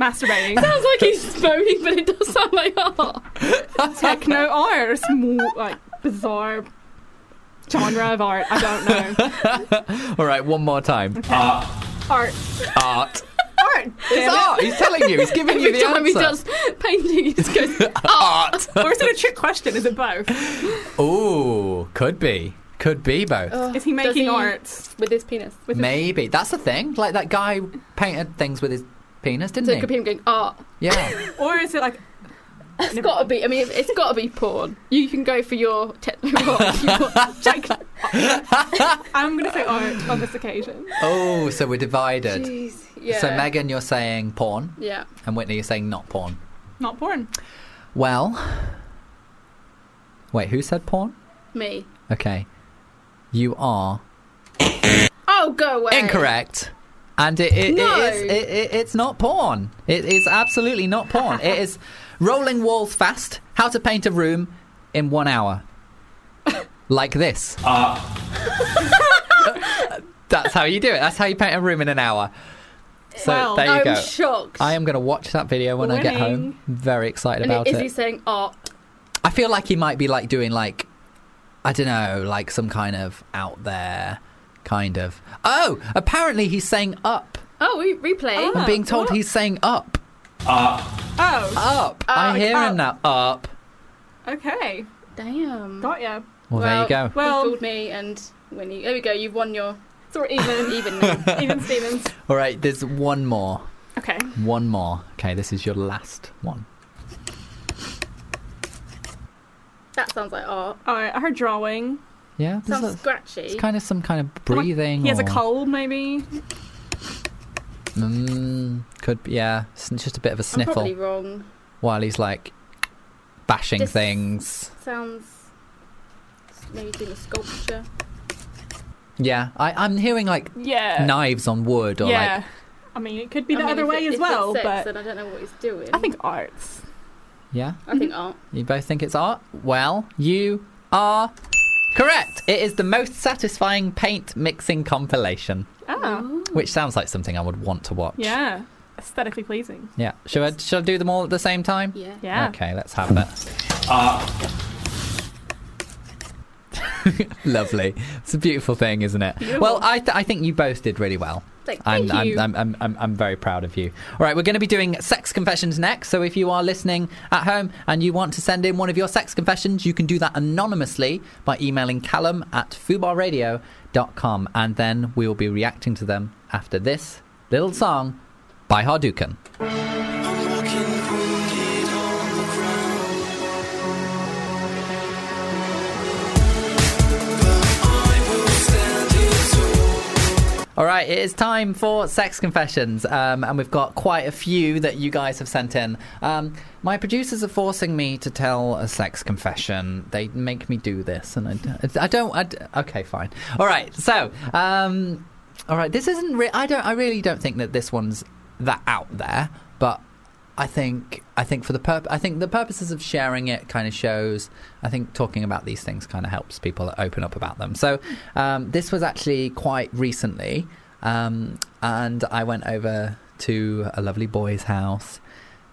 [SPEAKER 3] masturbating. (laughs)
[SPEAKER 4] sounds like he's moaning, but it does sound like art.
[SPEAKER 3] techno art, or some like bizarre genre of art. I don't (laughs) know.
[SPEAKER 1] (laughs) All right, one more
[SPEAKER 4] (laughs)
[SPEAKER 1] time.
[SPEAKER 3] Art,
[SPEAKER 1] Art.
[SPEAKER 3] art,
[SPEAKER 1] It's
[SPEAKER 3] damn
[SPEAKER 1] art. He's telling you. He's giving you
[SPEAKER 4] Every
[SPEAKER 1] the
[SPEAKER 4] time he
[SPEAKER 1] answer.
[SPEAKER 4] does painting, he just goes
[SPEAKER 1] Art.
[SPEAKER 3] it. (laughs) Or is it a trick question? Is it both?
[SPEAKER 1] Ooh, could be. Could be
[SPEAKER 4] Oh,
[SPEAKER 1] both. (laughs)
[SPEAKER 4] (laughs)
[SPEAKER 3] Is he making
[SPEAKER 4] he-
[SPEAKER 3] art?
[SPEAKER 4] with his penis. With his
[SPEAKER 1] Maybe that's the thing. Like that guy painted things with his penis, didn't
[SPEAKER 4] so
[SPEAKER 1] he?
[SPEAKER 4] it could be him going art. (laughs)
[SPEAKER 1] yeah.
[SPEAKER 3] Or is it like
[SPEAKER 4] It's got to be. I mean, it's- it's got to be porn. You can go for (laughs) your techno art. if you want.
[SPEAKER 3] like? I'm gonna say art on this occasion.
[SPEAKER 1] oh, so we're divided.
[SPEAKER 4] Jeez, yeah.
[SPEAKER 1] So Megan, you're saying porn,
[SPEAKER 4] Yeah.
[SPEAKER 1] and Whitney, you're saying not porn.
[SPEAKER 3] Not porn.
[SPEAKER 1] Well, wait, who said porn?
[SPEAKER 4] Me.
[SPEAKER 1] Okay, you are
[SPEAKER 4] Oh, go away.
[SPEAKER 1] incorrect. And it, it,
[SPEAKER 4] No.
[SPEAKER 1] it is, it, it, it's not porn. It is absolutely not porn. it
[SPEAKER 4] (laughs)
[SPEAKER 1] is rolling walls fast. How to paint a room in one hour, like this. That's how you do it. That's how you paint a room in an hour. So
[SPEAKER 3] Well,
[SPEAKER 1] there you
[SPEAKER 4] I'm
[SPEAKER 1] go.
[SPEAKER 4] shocked.
[SPEAKER 1] I am going to watch that video when I get
[SPEAKER 3] Winning.
[SPEAKER 1] home. Very excited
[SPEAKER 4] And
[SPEAKER 1] about
[SPEAKER 4] is
[SPEAKER 1] it.
[SPEAKER 4] he saying "Oh, art?
[SPEAKER 1] I feel like he might be like doing like I don't know, like some kind of out there kind of. Oh, apparently he's saying up.
[SPEAKER 4] Oh, we replay.
[SPEAKER 3] Ah.
[SPEAKER 1] I'm being told
[SPEAKER 3] what?
[SPEAKER 1] he's saying up,
[SPEAKER 3] Oh,
[SPEAKER 1] up. I hear him now. Up.
[SPEAKER 3] okay.
[SPEAKER 4] Damn.
[SPEAKER 3] Got ya.
[SPEAKER 1] Well, there you go.
[SPEAKER 3] Well-
[SPEAKER 4] Well, you fooled me, and when you there we go, you've won your
[SPEAKER 3] So we're even,
[SPEAKER 4] even.
[SPEAKER 1] (laughs)
[SPEAKER 4] now.
[SPEAKER 3] even Stevens.
[SPEAKER 1] All right, there's one more.
[SPEAKER 3] Okay.
[SPEAKER 1] One more. Okay, this is your last one.
[SPEAKER 4] that sounds like art.
[SPEAKER 3] All right. I heard drawing.
[SPEAKER 1] Yeah, this
[SPEAKER 4] Sounds
[SPEAKER 1] is
[SPEAKER 4] scratchy.
[SPEAKER 1] it's kind of some kind of breathing.
[SPEAKER 3] He has a
[SPEAKER 1] or-
[SPEAKER 3] cold, maybe.
[SPEAKER 1] Mm, could be, yeah, it's just a bit of a
[SPEAKER 4] I'm probably
[SPEAKER 1] sniffle
[SPEAKER 4] wrong.
[SPEAKER 1] while he's like bashing
[SPEAKER 4] Dis-
[SPEAKER 1] things.
[SPEAKER 4] Sounds maybe doing a sculpture.
[SPEAKER 1] Yeah, I, I'm hearing like
[SPEAKER 3] Yeah.
[SPEAKER 1] knives on wood or
[SPEAKER 3] yeah.
[SPEAKER 1] like
[SPEAKER 3] I mean, it could be
[SPEAKER 4] I
[SPEAKER 3] the
[SPEAKER 4] mean,
[SPEAKER 3] other
[SPEAKER 4] if
[SPEAKER 3] way
[SPEAKER 4] it- if
[SPEAKER 3] as
[SPEAKER 4] it's
[SPEAKER 3] well,
[SPEAKER 4] sex,
[SPEAKER 3] but
[SPEAKER 4] then I don't know what he's doing.
[SPEAKER 3] I think arts.
[SPEAKER 1] yeah
[SPEAKER 4] I think art.
[SPEAKER 1] you both think it's art well you are correct it is the most satisfying paint mixing compilation
[SPEAKER 3] Oh.
[SPEAKER 1] which sounds like something i would want to watch
[SPEAKER 3] Yeah. Aesthetically pleasing.
[SPEAKER 1] yeah should i should i do them all at the same time
[SPEAKER 4] Yeah.
[SPEAKER 3] Yeah.
[SPEAKER 1] okay let's have it (laughs) Lovely. It's a beautiful thing, isn't it? Well, I, th- I think you both did really well.
[SPEAKER 4] Thank-
[SPEAKER 1] I'm,
[SPEAKER 4] thank
[SPEAKER 1] I'm-
[SPEAKER 4] you.
[SPEAKER 1] I'm, I'm, I'm, I'm very proud of you. All right, we're going to be doing sex confessions next. So if you are listening at home and you want to send in one of your sex confessions, you can do that anonymously by emailing callum at fubarradio.com. And then we will be reacting to them after this little song by Hardukan. All right, it is time for sex confessions, um, and we've got quite a few that you guys have sent in. Um, my producers are forcing me to tell a sex confession. They make me do this, and I, d- I don't. I d- okay, fine. All right, so um, all right, this isn't. Re- I don't. I really don't think that this one's that out there, but I think I think for the purp- I think the purposes of sharing it kind of shows. I think talking about these things kind of helps people open up about them. So um, this was actually quite recently, um, and I went over to a lovely boy's house,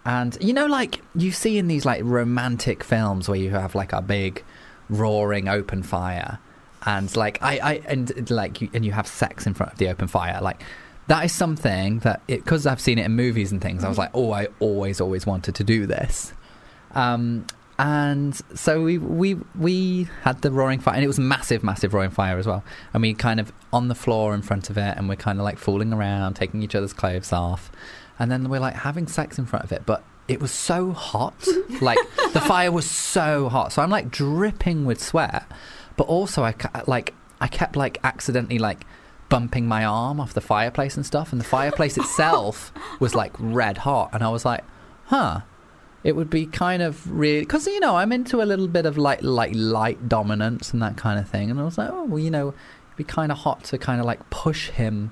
[SPEAKER 1] and you know, like you see in these like romantic films where you have like a big roaring open fire, and like I, I and like you, and you have sex in front of the open fire, like that is something that because I've seen it in movies and things, I was like, oh, I always, always wanted to do this. Um, and so we we we had the roaring fire, and it was massive, massive roaring fire as well. And we kind of on the floor in front of it, and we're kind of like fooling around, taking each other's clothes off, and then we're like having sex in front of it, but. It was so hot. Like, the fire was so hot. So I'm like dripping with sweat. But also, I, ca- like, I kept like accidentally like bumping my arm off the fireplace and stuff, and the fireplace itself was like red hot, and I was like, huh. It would be kind of really because you know I'm into a little bit of like like light dominance and that kind of thing, and I was like, oh well, you know, it'd be kind of hot to kind of like push him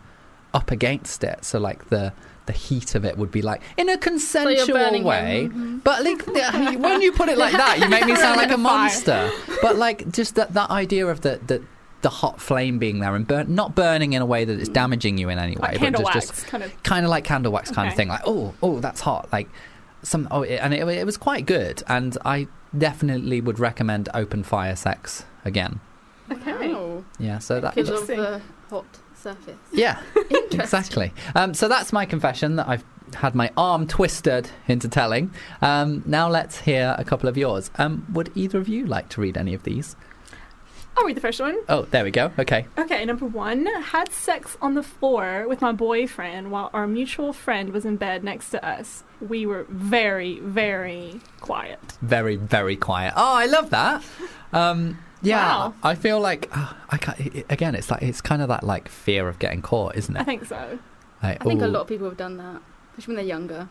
[SPEAKER 1] up against it, so like the the heat of it would be like in a consensual
[SPEAKER 4] burning
[SPEAKER 1] way.
[SPEAKER 4] him.
[SPEAKER 1] But like the- when you put it like that, you make me sound
[SPEAKER 3] (laughs)
[SPEAKER 1] like a
[SPEAKER 3] Burning mm-hmm. the fire.
[SPEAKER 1] monster. But like just that that idea of the the the hot flame being there and burn, not burning in a way that it's damaging you in any way,
[SPEAKER 3] Like
[SPEAKER 1] but
[SPEAKER 3] candle
[SPEAKER 1] just,
[SPEAKER 3] wax,
[SPEAKER 1] just
[SPEAKER 3] kind of.
[SPEAKER 1] kind of like candle wax kind of
[SPEAKER 3] Okay.
[SPEAKER 1] thing. Like oh oh that's hot. Like some oh it, and it, it was quite good. And I definitely would recommend open fire sex again.
[SPEAKER 3] Okay.
[SPEAKER 4] Oh,
[SPEAKER 1] Yeah. So that
[SPEAKER 4] because of
[SPEAKER 3] Interesting.
[SPEAKER 4] the hot surface. (laughs)
[SPEAKER 1] yeah, exactly. Um, so that's my confession that I've had my arm twisted into telling. Um, now let's hear a couple of yours. Um, would either of you like to read any of these?
[SPEAKER 3] I'll read the first one.
[SPEAKER 1] Oh, there we go. Okay.
[SPEAKER 3] Okay, number one, had sex on the floor with my boyfriend while our mutual friend was in bed next to us. We were very, very quiet.
[SPEAKER 1] Very, very quiet. Oh, I love that. Um, yeah,
[SPEAKER 3] Wow.
[SPEAKER 1] I feel like ah, I can't, i- i- again. It's like it's kind of that like fear of getting caught, isn't
[SPEAKER 3] I
[SPEAKER 1] it?
[SPEAKER 3] think so. (laughs)
[SPEAKER 1] Like,
[SPEAKER 4] I think a
[SPEAKER 1] ooh.
[SPEAKER 4] lot of people have done that, especially when they're younger.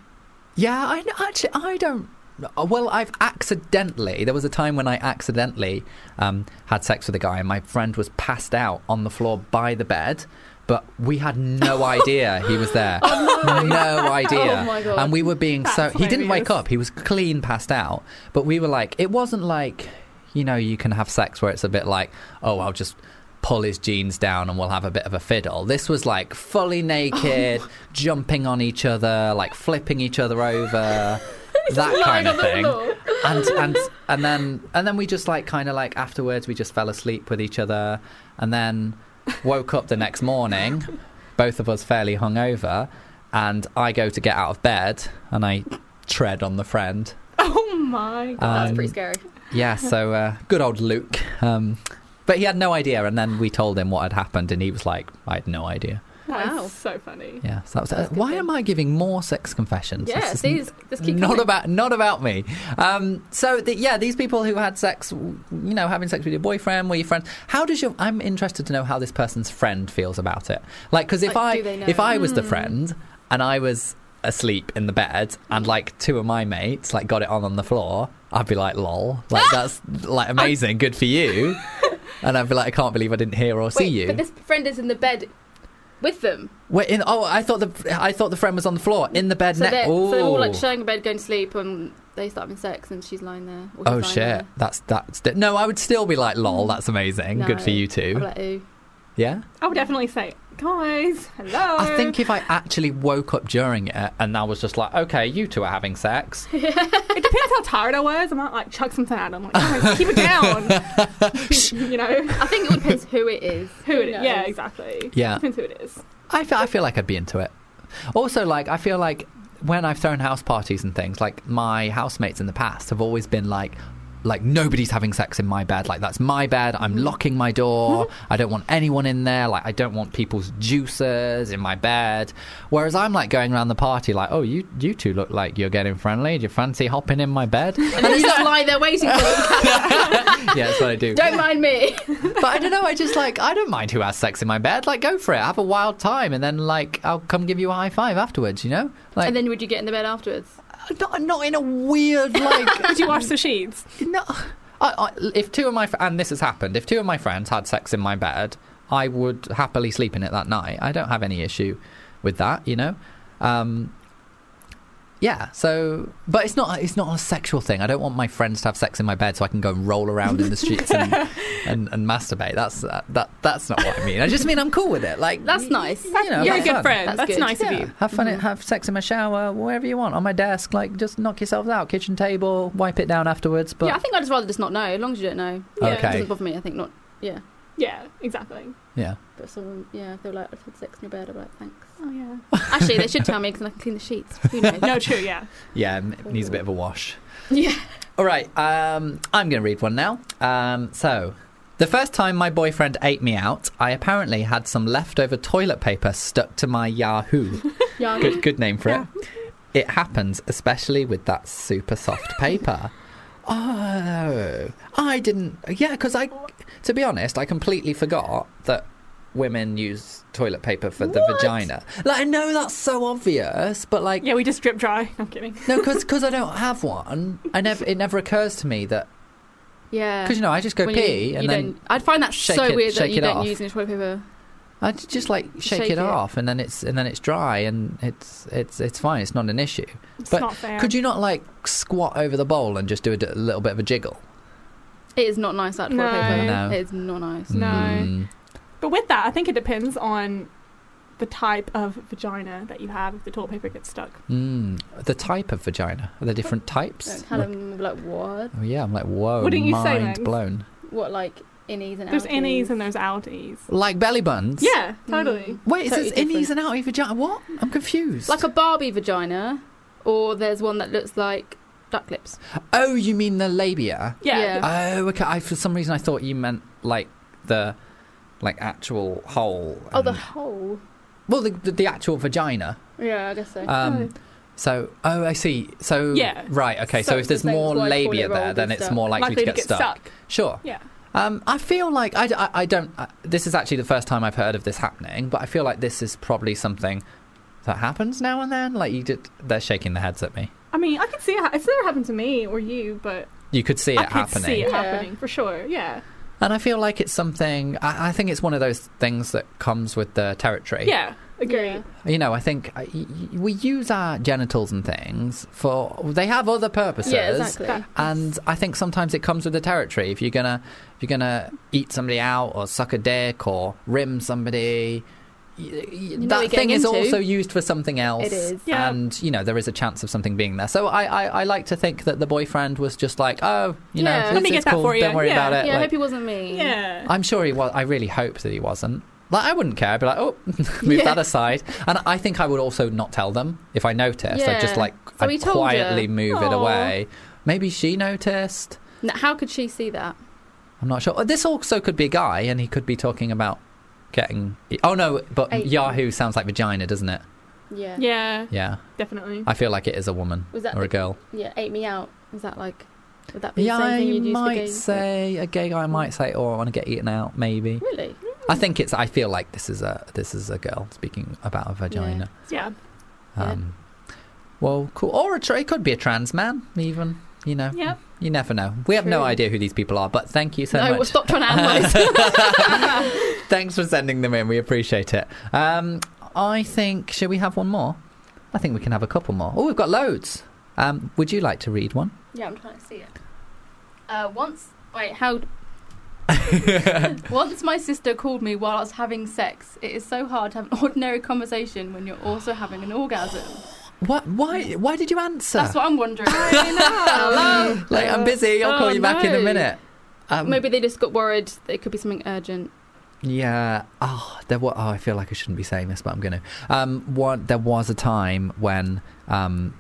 [SPEAKER 1] Yeah, I kn- actually I don't. Well, I've accidentally. There was a time when I accidentally um, had sex with a guy, and my friend was passed out on the floor by the bed, but we had
[SPEAKER 4] (laughs)
[SPEAKER 1] no idea he was there. no. idea.
[SPEAKER 4] Oh, my God.
[SPEAKER 1] And we were being so.
[SPEAKER 3] That's
[SPEAKER 1] He didn't wake
[SPEAKER 3] hilarious.
[SPEAKER 1] up. He was clean passed out. But we were like, it wasn't like, you know, you can have sex where it's a bit like, oh, I'll just pull his jeans down and we'll have a bit of a fiddle. This was like fully naked,
[SPEAKER 3] (laughs)
[SPEAKER 1] jumping on each other, like flipping each other over.
[SPEAKER 3] (laughs)
[SPEAKER 1] That kind of thing, and and and then and then we just like kind of like afterwards we just fell asleep with each other, and then woke up the next morning, both of us fairly hungover, and I go to get out of bed and I tread on the friend.
[SPEAKER 3] Oh my god.
[SPEAKER 4] That's
[SPEAKER 1] Um,
[SPEAKER 4] pretty scary.
[SPEAKER 1] Yeah, so uh, good old Luke. Um, but he had no idea, and then we told him what had happened, and he was like, "I had no idea."
[SPEAKER 3] That
[SPEAKER 4] Wow.
[SPEAKER 3] is so funny.
[SPEAKER 1] Yeah, so that was. Uh,
[SPEAKER 4] That's good
[SPEAKER 1] why
[SPEAKER 4] then.
[SPEAKER 1] am I giving more sex confessions?
[SPEAKER 4] Yeah,
[SPEAKER 1] This is
[SPEAKER 4] see, this, this keep
[SPEAKER 1] not
[SPEAKER 4] coming.
[SPEAKER 1] about not about me. Um, so the, yeah, these people who had sex, you know, having sex with your boyfriend, were your friends. How does your? I'm interested to know how this person's friend feels about it. Like, because if
[SPEAKER 4] Like,
[SPEAKER 1] I
[SPEAKER 4] do they know?
[SPEAKER 1] if I was the friend and I was asleep in the bed and like two of my mates like got it on on the floor, I'd be like, lol,
[SPEAKER 4] (laughs)
[SPEAKER 1] like that's like amazing, good for you. And I'd be like, I can't believe I didn't hear or see
[SPEAKER 4] Wait,
[SPEAKER 1] you.
[SPEAKER 4] But this friend is in the bed with them.
[SPEAKER 1] Wait, in, oh, I thought the I thought the friend was on the floor in the bed
[SPEAKER 4] So
[SPEAKER 1] next.
[SPEAKER 4] they're, so they're all like sharing a bed, going to sleep, and they start having sex, and she's lying there. or he's
[SPEAKER 1] Oh
[SPEAKER 4] lying
[SPEAKER 1] shit,
[SPEAKER 4] there.
[SPEAKER 1] that's that's di- no. I would still be like, lol, that's amazing. Good for
[SPEAKER 4] No.
[SPEAKER 1] you too.
[SPEAKER 4] I'm like, ooh.
[SPEAKER 1] yeah.
[SPEAKER 3] I would definitely say, guys, hello.
[SPEAKER 1] I think if I actually woke up during it and I was just like, okay, you two are having sex.
[SPEAKER 3] it depends how tired I was. I might like chuck something at him, like, guys, keep
[SPEAKER 1] (laughs)
[SPEAKER 3] it down. (laughs) you know
[SPEAKER 4] I think it all depends who
[SPEAKER 1] (laughs)
[SPEAKER 4] it is.
[SPEAKER 3] who it is. Yeah,
[SPEAKER 4] knows?
[SPEAKER 3] exactly.
[SPEAKER 1] Yeah.
[SPEAKER 3] depends who it is.
[SPEAKER 1] I feel I feel like I'd be into it. Also, like I feel like when I've thrown house parties and things, like my housemates in the past have always been like. Like nobody's having sex in my bed. Like that's my bed. I'm
[SPEAKER 4] Mm-hmm.
[SPEAKER 1] locking my door. I don't want anyone in there. Like I don't want people's juicers in my bed. Whereas I'm like going around the party, like, oh, you you two look like you're getting friendly. Do you fancy hopping in my bed?
[SPEAKER 4] (laughs)
[SPEAKER 1] (laughs)
[SPEAKER 4] And they just lie there waiting for them.
[SPEAKER 1] yeah, that's what I do.
[SPEAKER 4] Don't
[SPEAKER 1] (laughs)
[SPEAKER 4] mind me.
[SPEAKER 1] but I don't know. I just like I don't mind who has sex in my bed. Like go for it. Have a wild time, and then like I'll come give you a high five afterwards. You know, like
[SPEAKER 4] And then would you get in the bed afterwards?
[SPEAKER 1] not, not in a weird like
[SPEAKER 3] Did you wash the sheets?
[SPEAKER 1] no. I, I, if two of my fr- and this has happened, if two of my friends had sex in my bed, I would happily sleep in it that night. I don't have any issue with that, you know. Um, yeah, so but it's not it's not a sexual thing. I don't want my friends to have sex in my bed so I can go and roll around in the streets and,
[SPEAKER 3] (laughs)
[SPEAKER 1] and, and masturbate. That's that, that that's not what I mean. I just mean I'm cool with it. Like
[SPEAKER 4] That's
[SPEAKER 1] y-
[SPEAKER 4] nice.
[SPEAKER 1] You know,
[SPEAKER 3] You're a
[SPEAKER 1] have
[SPEAKER 3] good
[SPEAKER 1] fun.
[SPEAKER 3] friend.
[SPEAKER 4] That's
[SPEAKER 3] That's,
[SPEAKER 4] good.
[SPEAKER 3] nice
[SPEAKER 1] Yeah,
[SPEAKER 3] of you. Mm-hmm.
[SPEAKER 1] Have fun. Have sex in my shower, wherever you want, on my desk. Like, just knock yourselves out. Kitchen table, wipe it down afterwards. But
[SPEAKER 4] yeah, I think I'd just rather just not know, as long as you don't know.
[SPEAKER 3] Yeah.
[SPEAKER 4] It
[SPEAKER 1] okay,
[SPEAKER 4] doesn't bother me, I think not. Yeah.
[SPEAKER 3] Yeah, exactly.
[SPEAKER 1] yeah.
[SPEAKER 4] But someone, yeah, they were like, I've had sex in your bed. I'm like, thanks.
[SPEAKER 3] Oh yeah.
[SPEAKER 4] Actually, they should tell me because I can clean the sheets.
[SPEAKER 1] (laughs)
[SPEAKER 4] Who knows?
[SPEAKER 3] No, true. Yeah.
[SPEAKER 1] Yeah, m- it needs a bit of a wash.
[SPEAKER 4] Yeah.
[SPEAKER 1] All right, um, I'm going to read one now. Um, so, the first time my boyfriend ate me out, I apparently had some leftover toilet paper stuck to my Yahoo.
[SPEAKER 4] Yeah.
[SPEAKER 1] good, good name for it. It happens, especially with that super soft paper. Oh, I didn't. Yeah, because I, to be honest, I completely forgot that women use toilet paper for the vagina. Like, I know that's so obvious, but like,
[SPEAKER 3] Yeah, we just drip dry. (laughs) I'm kidding.
[SPEAKER 1] no, because I don't have one. I never. It never occurs to me that
[SPEAKER 4] Yeah.
[SPEAKER 1] because you know I just go
[SPEAKER 4] When you-
[SPEAKER 1] pee
[SPEAKER 4] Uh, you
[SPEAKER 1] and then
[SPEAKER 4] don't- I'd find that
[SPEAKER 1] shake
[SPEAKER 4] so
[SPEAKER 1] it-
[SPEAKER 4] weird that
[SPEAKER 1] shake
[SPEAKER 4] you
[SPEAKER 1] it
[SPEAKER 4] don't
[SPEAKER 1] off.
[SPEAKER 4] use any toilet paper.
[SPEAKER 1] I j- just like shake,
[SPEAKER 4] Shake
[SPEAKER 1] it,
[SPEAKER 4] it.
[SPEAKER 1] off, and then it's and then it's dry, and it's it's it's fine. It's not an issue.
[SPEAKER 3] It's
[SPEAKER 1] But
[SPEAKER 3] not fair.
[SPEAKER 1] Could you not like squat over the bowl and just do a d- little bit of a jiggle?
[SPEAKER 4] It is not nice that toilet
[SPEAKER 3] No.
[SPEAKER 4] paper.
[SPEAKER 1] No.
[SPEAKER 4] It is not nice.
[SPEAKER 3] No.
[SPEAKER 1] Mm.
[SPEAKER 3] But with that, I think it depends on the type of vagina that you have if the toilet paper gets stuck.
[SPEAKER 1] Mm. The type of vagina. Are there different types?
[SPEAKER 4] Don't tell them like what,
[SPEAKER 1] Oh yeah, I'm like whoa.
[SPEAKER 3] Wouldn't you say
[SPEAKER 1] mind
[SPEAKER 3] then?
[SPEAKER 1] blown.
[SPEAKER 4] what like innies and
[SPEAKER 3] There's
[SPEAKER 4] outies.
[SPEAKER 3] innies and there's outies.
[SPEAKER 1] Like belly buns.
[SPEAKER 3] Yeah, totally.
[SPEAKER 1] Wait, is
[SPEAKER 4] Totally
[SPEAKER 1] this innies and outie vagina? What? I'm confused.
[SPEAKER 4] like a Barbie vagina, or there's one that looks like duck lips.
[SPEAKER 1] oh, you mean the labia?
[SPEAKER 3] Yeah.
[SPEAKER 4] Yeah.
[SPEAKER 1] Oh, okay. I, for some reason, I thought you meant like the like actual hole.
[SPEAKER 4] Oh, the
[SPEAKER 1] and-
[SPEAKER 4] hole.
[SPEAKER 1] well, the, the the actual vagina.
[SPEAKER 4] Yeah, I guess so.
[SPEAKER 1] Um, so, oh, I see. So,
[SPEAKER 3] Yeah.
[SPEAKER 1] right, okay. So,
[SPEAKER 4] So
[SPEAKER 1] if
[SPEAKER 4] it's
[SPEAKER 1] there's
[SPEAKER 4] the same
[SPEAKER 1] more
[SPEAKER 4] as why
[SPEAKER 1] labia
[SPEAKER 4] toilet roll
[SPEAKER 1] there, then
[SPEAKER 4] gets
[SPEAKER 1] it's
[SPEAKER 4] stuck.
[SPEAKER 1] more likely,
[SPEAKER 3] Likely
[SPEAKER 1] to get, stuck. Sure.
[SPEAKER 3] Yeah.
[SPEAKER 1] Um, I feel like I, I, I don't. I, this is actually the first time I've heard of this happening, but I feel like this is probably something that happens now and then. Like you did, they're shaking their heads at me.
[SPEAKER 3] I mean, I could see it. Ha- it's never happened to me or you, but
[SPEAKER 1] You could see it
[SPEAKER 3] I could
[SPEAKER 1] happening,
[SPEAKER 3] see it
[SPEAKER 4] Yeah.
[SPEAKER 3] happening for sure. Yeah.
[SPEAKER 1] and I feel like it's something. I, I think it's one of those things that comes with the territory.
[SPEAKER 3] Yeah. Agree.
[SPEAKER 4] Yeah.
[SPEAKER 1] You know, I think uh, y- y- we use our genitals and things for they have other purposes.
[SPEAKER 4] yeah, exactly.
[SPEAKER 1] Uh,
[SPEAKER 3] that-
[SPEAKER 1] and I think sometimes it comes with the territory. If you're gonna if you're gonna eat somebody out or suck a dick or rim somebody, y- y-
[SPEAKER 4] what
[SPEAKER 1] that
[SPEAKER 4] you're
[SPEAKER 1] thing
[SPEAKER 4] getting
[SPEAKER 1] is
[SPEAKER 4] into.
[SPEAKER 1] also used for something else.
[SPEAKER 4] It is.
[SPEAKER 3] Yeah.
[SPEAKER 1] and you know there is a chance of something being there. So I I, I like to think that the boyfriend was just like, oh, you know,
[SPEAKER 4] Yeah.
[SPEAKER 1] it's,
[SPEAKER 4] Let
[SPEAKER 3] me
[SPEAKER 1] it's
[SPEAKER 3] get that
[SPEAKER 1] cool.
[SPEAKER 3] for you.
[SPEAKER 1] Don't worry
[SPEAKER 3] Yeah.
[SPEAKER 1] about it.
[SPEAKER 4] Yeah, I
[SPEAKER 1] Like,
[SPEAKER 4] hope he wasn't me.
[SPEAKER 3] Yeah.
[SPEAKER 1] I'm sure he was. I really hope that he wasn't. Like I wouldn't care. I'd be like, oh, (laughs) move
[SPEAKER 4] Yeah.
[SPEAKER 1] that aside. And I think I would also not tell them if I noticed. I'd just
[SPEAKER 4] Yeah.
[SPEAKER 1] like
[SPEAKER 4] So he
[SPEAKER 1] I'd
[SPEAKER 4] told you.
[SPEAKER 1] quietly move it
[SPEAKER 3] Aw.
[SPEAKER 1] away. Maybe she noticed.
[SPEAKER 4] Now, how could she see that?
[SPEAKER 1] I'm not sure. This also could be a guy, and he could be talking about getting. Oh no, but
[SPEAKER 4] Eight.
[SPEAKER 1] Yahoo sounds like vagina, doesn't it?
[SPEAKER 4] Yeah.
[SPEAKER 3] yeah.
[SPEAKER 1] Yeah,
[SPEAKER 3] Definitely.
[SPEAKER 1] I feel like it is a woman
[SPEAKER 4] Was that
[SPEAKER 1] or a
[SPEAKER 4] the-
[SPEAKER 1] girl.
[SPEAKER 4] Yeah, ate me out. Is that like? Would that be the
[SPEAKER 1] Yeah,
[SPEAKER 4] same thing
[SPEAKER 1] you
[SPEAKER 4] you'd use for
[SPEAKER 1] might
[SPEAKER 4] gay-
[SPEAKER 1] say a gay guy might say, "Oh, I want to get eaten out." Maybe
[SPEAKER 4] Really?
[SPEAKER 1] I think it's. I feel like this is a this is a girl speaking about a vagina.
[SPEAKER 3] Yeah.
[SPEAKER 4] Yeah.
[SPEAKER 1] Um, well, cool. Or a tra- it could be a trans man, even. You know,
[SPEAKER 3] Yep.
[SPEAKER 1] you never know. We have no
[SPEAKER 4] True.
[SPEAKER 1] idea who these people are, but thank you so
[SPEAKER 4] no,
[SPEAKER 1] much.
[SPEAKER 4] well, stop trying to
[SPEAKER 1] (laughs)
[SPEAKER 4] analyze.
[SPEAKER 1] Thanks for sending them in. We appreciate it. Um, I think, should we have one more? I think we can have a couple more. Oh, we've got loads. Um, would you like to read
[SPEAKER 4] (laughs)
[SPEAKER 1] one?
[SPEAKER 4] (laughs) Yeah, I'm trying to see it. Uh, once, wait, how? (laughs) once my sister called me while I was having sex. It is so hard to have an (laughs) ordinary conversation when you're also having an orgasm.
[SPEAKER 1] (sighs) What? Why? Why did you answer?
[SPEAKER 4] That's what I'm wondering. (laughs)
[SPEAKER 1] Hello. Like I'm busy. I'll
[SPEAKER 4] Oh,
[SPEAKER 1] call you back in a
[SPEAKER 4] no.
[SPEAKER 1] minute. Um,
[SPEAKER 4] Maybe they just got worried that it could be something urgent.
[SPEAKER 1] Yeah. Oh, there was. Oh, I feel like I shouldn't be saying this, but I'm going to. Um, one. There was a time when um,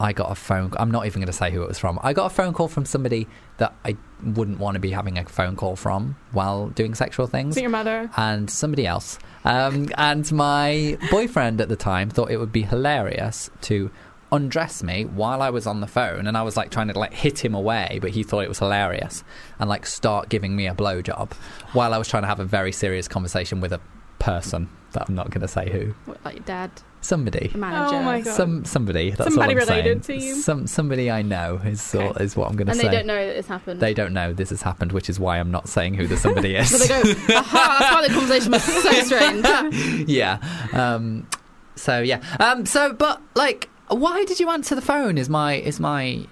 [SPEAKER 1] I got a phone. I'm not even going to say who it was from. I got a phone call from somebody that I wouldn't want to be having a phone call from while doing sexual
[SPEAKER 3] Is
[SPEAKER 1] things,
[SPEAKER 3] it your mother?
[SPEAKER 1] and somebody else. Um, and my boyfriend at the time thought it would be hilarious to undress me while I was on the phone, and I was like trying to like hit him away, but he thought it was hilarious, and like start giving me a blowjob while I was trying to have a very serious conversation with a person that I'm not going to say who,
[SPEAKER 4] What, like your dad,
[SPEAKER 1] somebody.
[SPEAKER 4] a manager.
[SPEAKER 3] Oh
[SPEAKER 1] Oh
[SPEAKER 3] my God.
[SPEAKER 1] Some somebody. That's
[SPEAKER 3] Somebody
[SPEAKER 1] all I'm
[SPEAKER 3] related
[SPEAKER 1] saying.
[SPEAKER 3] to you?
[SPEAKER 1] Some somebody I know is all- is what I'm going to
[SPEAKER 4] And
[SPEAKER 1] say.
[SPEAKER 4] they don't know that this happened.
[SPEAKER 1] They don't know this has happened, which is why I'm not saying who the
[SPEAKER 3] (laughs)
[SPEAKER 1] somebody is.
[SPEAKER 4] So they
[SPEAKER 1] (laughs)
[SPEAKER 4] go, aha, that's why the conversation was so strange.
[SPEAKER 1] yeah. Um, so yeah. Um, so but like, why did you answer the phone? Is my is my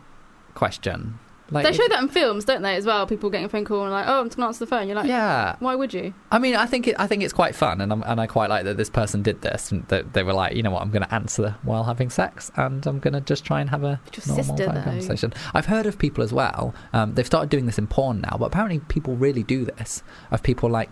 [SPEAKER 1] question? (laughs) Like,
[SPEAKER 4] they show that in films, don't they, as well? People getting a phone call and like, oh, I'm just going to answer the phone. You're like,
[SPEAKER 1] Yeah.
[SPEAKER 4] why would you?
[SPEAKER 1] I mean, I think it, I think it's quite fun, and I'm, and I quite like that this person did this, and that they were like, you know what, I'm going to answer while having sex, and I'm going to just try and have a
[SPEAKER 4] But your
[SPEAKER 1] normal
[SPEAKER 4] sister,
[SPEAKER 1] phone
[SPEAKER 4] though.
[SPEAKER 1] conversation. I've heard of people as well. Um, they've started doing this in porn now, but apparently people really do this. Of people like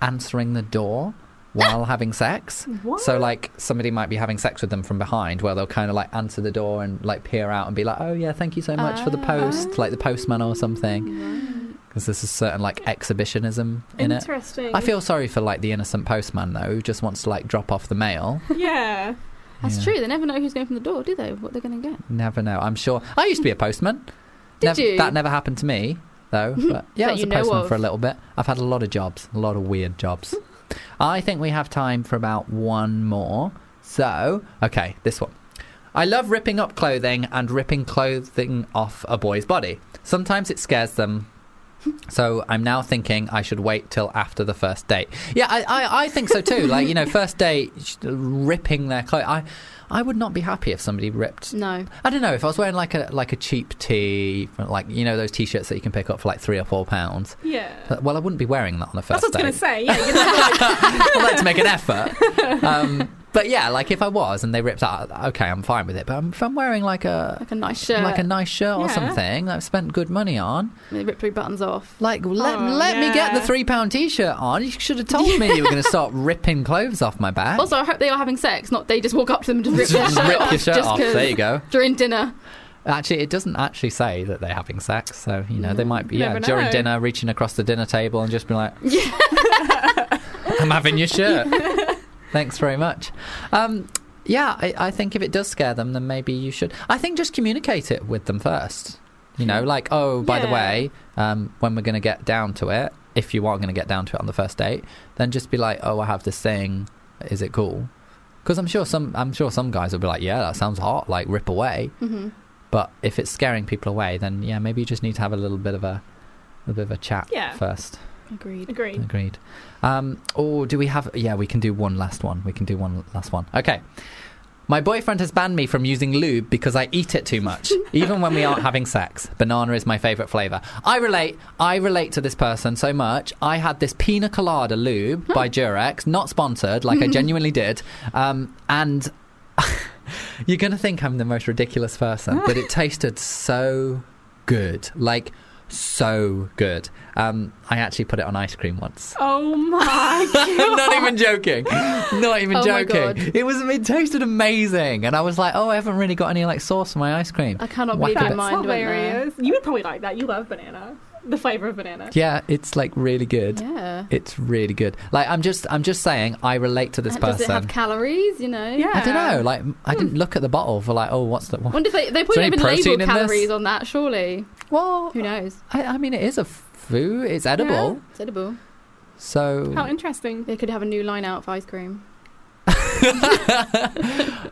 [SPEAKER 1] answering the door while having sex.
[SPEAKER 3] What?
[SPEAKER 1] So like somebody might be having sex with them from behind, where they'll kind of like answer the door and like peer out and be like, "Oh yeah, thank you so much for the post," like the postman or something.
[SPEAKER 4] Mm-hmm.
[SPEAKER 1] Because there's a certain like exhibitionism in it.
[SPEAKER 3] Interesting.
[SPEAKER 1] I feel sorry for like the innocent postman though, who just wants to like drop off the mail.
[SPEAKER 3] Yeah.
[SPEAKER 4] That's
[SPEAKER 1] Yeah.
[SPEAKER 4] true. They never know who's going from the door, do they? What they're going to get.
[SPEAKER 1] Never know. I'm sure. I used to be a postman.
[SPEAKER 4] Did
[SPEAKER 1] Nev-
[SPEAKER 4] you?
[SPEAKER 1] That never happened to
[SPEAKER 4] (laughs)
[SPEAKER 1] me though. But yeah,
[SPEAKER 4] That
[SPEAKER 1] I was
[SPEAKER 4] you
[SPEAKER 1] a
[SPEAKER 4] know
[SPEAKER 1] postman
[SPEAKER 4] of.
[SPEAKER 1] for a little bit. I've had a lot of jobs, a lot of weird jobs. I think we have time for about one more. So, okay, this one. I love ripping up clothing and ripping clothing off a boy's body. Sometimes it scares them. So I'm now thinking I should wait till after the first date. Yeah, I, I, I think so too. Like
[SPEAKER 4] (laughs)
[SPEAKER 1] you know, first date sh- ripping their clothes. I I would not be happy if somebody ripped
[SPEAKER 4] No.
[SPEAKER 1] I don't know if I was wearing like a like a cheap tee, like you know those t-shirts that you can pick up for like three or four pounds.
[SPEAKER 3] Yeah.
[SPEAKER 1] Uh, Well, I wouldn't be wearing that on a first
[SPEAKER 3] That's what I was going
[SPEAKER 1] date.
[SPEAKER 3] to say. Yeah, you know,
[SPEAKER 1] I'd like to make an effort. Um, but yeah, like if I was and they ripped out, okay, I'm fine with it. But um, if I'm wearing like a
[SPEAKER 4] Like a nice shirt.
[SPEAKER 1] like a nice shirt or
[SPEAKER 3] Yeah.
[SPEAKER 1] something that I've spent good money on,
[SPEAKER 4] They rip three buttons off.
[SPEAKER 1] like let
[SPEAKER 3] Oh,
[SPEAKER 1] let me get the
[SPEAKER 3] yeah.
[SPEAKER 1] three pound t-shirt on. You should have told me you were going to start ripping clothes off my back.
[SPEAKER 4] Also, I hope they are having sex, not they just walk up to them and just rip their
[SPEAKER 1] Just
[SPEAKER 4] shirt
[SPEAKER 1] rip
[SPEAKER 4] off.
[SPEAKER 1] your shirt
[SPEAKER 4] just
[SPEAKER 1] off.
[SPEAKER 4] 'cause
[SPEAKER 1] There you go.
[SPEAKER 4] During dinner.
[SPEAKER 1] Actually, it doesn't actually say that they're having sex, so you know they might be
[SPEAKER 3] You
[SPEAKER 1] yeah
[SPEAKER 3] Mm, never
[SPEAKER 1] during
[SPEAKER 3] know.
[SPEAKER 1] dinner reaching across the dinner table and just be like, (laughs) "I'm having your shirt."
[SPEAKER 3] (laughs)
[SPEAKER 1] Thanks very much. Um, yeah, I, I think if it does scare them, then maybe you should. I think just communicate it with them first. You know, like, oh, by the
[SPEAKER 3] Hmm. Yeah.
[SPEAKER 1] way, um, when we're going to get down to it, if you are going to get down to it on the first date, then just be like, oh, I have this thing. Is it cool? Because I'm sure some, I'm sure some guys will be like, yeah, that sounds hot. Like, rip away.
[SPEAKER 4] Mhm.
[SPEAKER 1] But if it's scaring people away, then yeah, maybe you just need to have a little bit of a, a bit of a chat
[SPEAKER 3] Yeah.
[SPEAKER 1] first. (laughs)
[SPEAKER 4] Agreed.
[SPEAKER 3] agree.
[SPEAKER 1] Agreed. Um, oh, do we have? Yeah, we can do one last one. We can do one last one. Okay. My boyfriend has banned me from using lube because I eat it too much, even when we aren't having sex. Banana is my favourite flavour. I relate. I relate to this person so much. I had this pina colada lube by Durex, not sponsored, like I genuinely did. Um, and (laughs) you're going to think I'm the most ridiculous person, but it tasted so good. Like, so good. Um, I actually put it on ice cream once. (laughs)
[SPEAKER 3] Oh my
[SPEAKER 1] I'm (laughs)
[SPEAKER 3] god.
[SPEAKER 1] not even joking. Not even
[SPEAKER 4] Oh my
[SPEAKER 1] joking.
[SPEAKER 4] God.
[SPEAKER 1] It was it tasted amazing, and I was like, oh, I haven't really got any like sauce for my ice cream.
[SPEAKER 4] I cannot
[SPEAKER 1] Whack
[SPEAKER 4] believe
[SPEAKER 1] a
[SPEAKER 4] your
[SPEAKER 1] bit.
[SPEAKER 4] mind went there.
[SPEAKER 3] hilarious. You would probably like that. You love banana. The flavor of banana.
[SPEAKER 1] Yeah, it's like really good.
[SPEAKER 4] Yeah.
[SPEAKER 1] It's really good. Like I'm just I'm just saying I relate to this
[SPEAKER 4] Uh, Does
[SPEAKER 1] person.
[SPEAKER 4] it have calories? You know.
[SPEAKER 3] Yeah.
[SPEAKER 1] I don't know. Like I didn't look at the bottle for like oh what's the Hmm. what?
[SPEAKER 4] Wonder if they they
[SPEAKER 1] there
[SPEAKER 4] probably
[SPEAKER 1] any
[SPEAKER 4] even
[SPEAKER 1] protein in
[SPEAKER 4] label
[SPEAKER 1] this?
[SPEAKER 4] calories on that. Surely.
[SPEAKER 1] Well,
[SPEAKER 4] Who knows?
[SPEAKER 1] I, I mean it is a food. It's edible.
[SPEAKER 4] Yeah, it's edible.
[SPEAKER 1] So
[SPEAKER 3] How interesting.
[SPEAKER 4] They could have a new line out for
[SPEAKER 1] (laughs)
[SPEAKER 4] ice cream.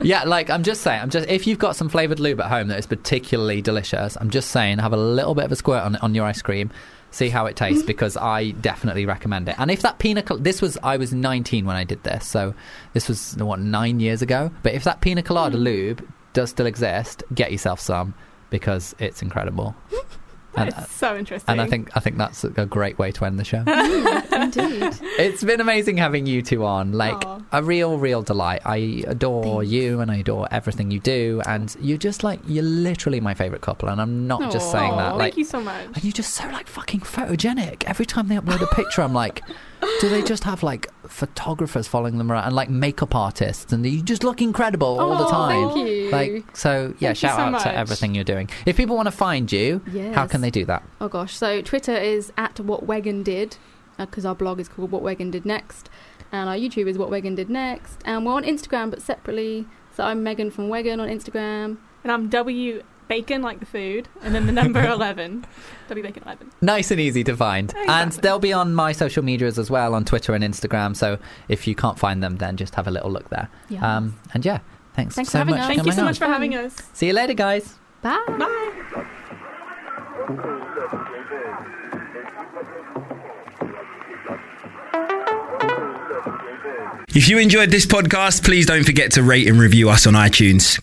[SPEAKER 1] yeah, like I'm just saying, I'm just if you've got some flavored lube at home that is particularly delicious, I'm just saying have a little bit of a squirt on on your ice cream, see how it tastes because I definitely recommend it. And if that pina col- this was I was 19 when I did this, so this was what 9 years ago, but if that pina colada lube does still exist, get yourself some because it's incredible. And, uh,
[SPEAKER 3] That's so interesting.
[SPEAKER 1] and I think I think that's a great way to end the show.
[SPEAKER 4] Indeed.
[SPEAKER 1] It's been amazing having you two on. Like
[SPEAKER 3] Aw.
[SPEAKER 1] a real, real delight. I adore you and I adore everything you do. And you're just like you're literally my favorite couple. And I'm not just saying
[SPEAKER 3] Aw,
[SPEAKER 1] that. Like
[SPEAKER 3] thank you so much.
[SPEAKER 1] and you're just so like fucking photogenic. Every time they upload a picture, I'm like, do they just have like photographers following them around and like makeup artists? And you just look incredible all the
[SPEAKER 4] Oh,
[SPEAKER 1] time.
[SPEAKER 4] Thank you.
[SPEAKER 1] Like so, yeah.
[SPEAKER 3] Thank you
[SPEAKER 1] shout
[SPEAKER 3] so
[SPEAKER 1] out
[SPEAKER 3] much.
[SPEAKER 1] to everything you're doing. If people want to find you, how
[SPEAKER 4] Yes.
[SPEAKER 1] can they do that?
[SPEAKER 4] Oh gosh, so Twitter is at What Wegan Did, because our blog is called What Wegan Did Next, and our YouTube is What Wegan Did Next, and we're on Instagram but separately. So I'm Megan from Wegan on Instagram.
[SPEAKER 3] and I'm W Bacon, like the food, and then
[SPEAKER 1] (laughs)
[SPEAKER 3] the number 11. W Bacon 11.
[SPEAKER 1] nice and easy to find. And
[SPEAKER 3] Exactly.
[SPEAKER 1] they'll be on my social medias as well on Twitter and Instagram. So if you can't find them, then just have a little look there.
[SPEAKER 4] Yeah.
[SPEAKER 1] Um, and yeah, thanks,
[SPEAKER 4] Thanks
[SPEAKER 1] so
[SPEAKER 4] for having
[SPEAKER 1] much.
[SPEAKER 4] us.
[SPEAKER 1] for
[SPEAKER 3] Thank you
[SPEAKER 1] coming
[SPEAKER 3] so
[SPEAKER 1] on.
[SPEAKER 3] much for having us.
[SPEAKER 1] See you later, guys.
[SPEAKER 4] Bye.
[SPEAKER 9] If you enjoyed this podcast, please don't forget to rate and review us on iTunes.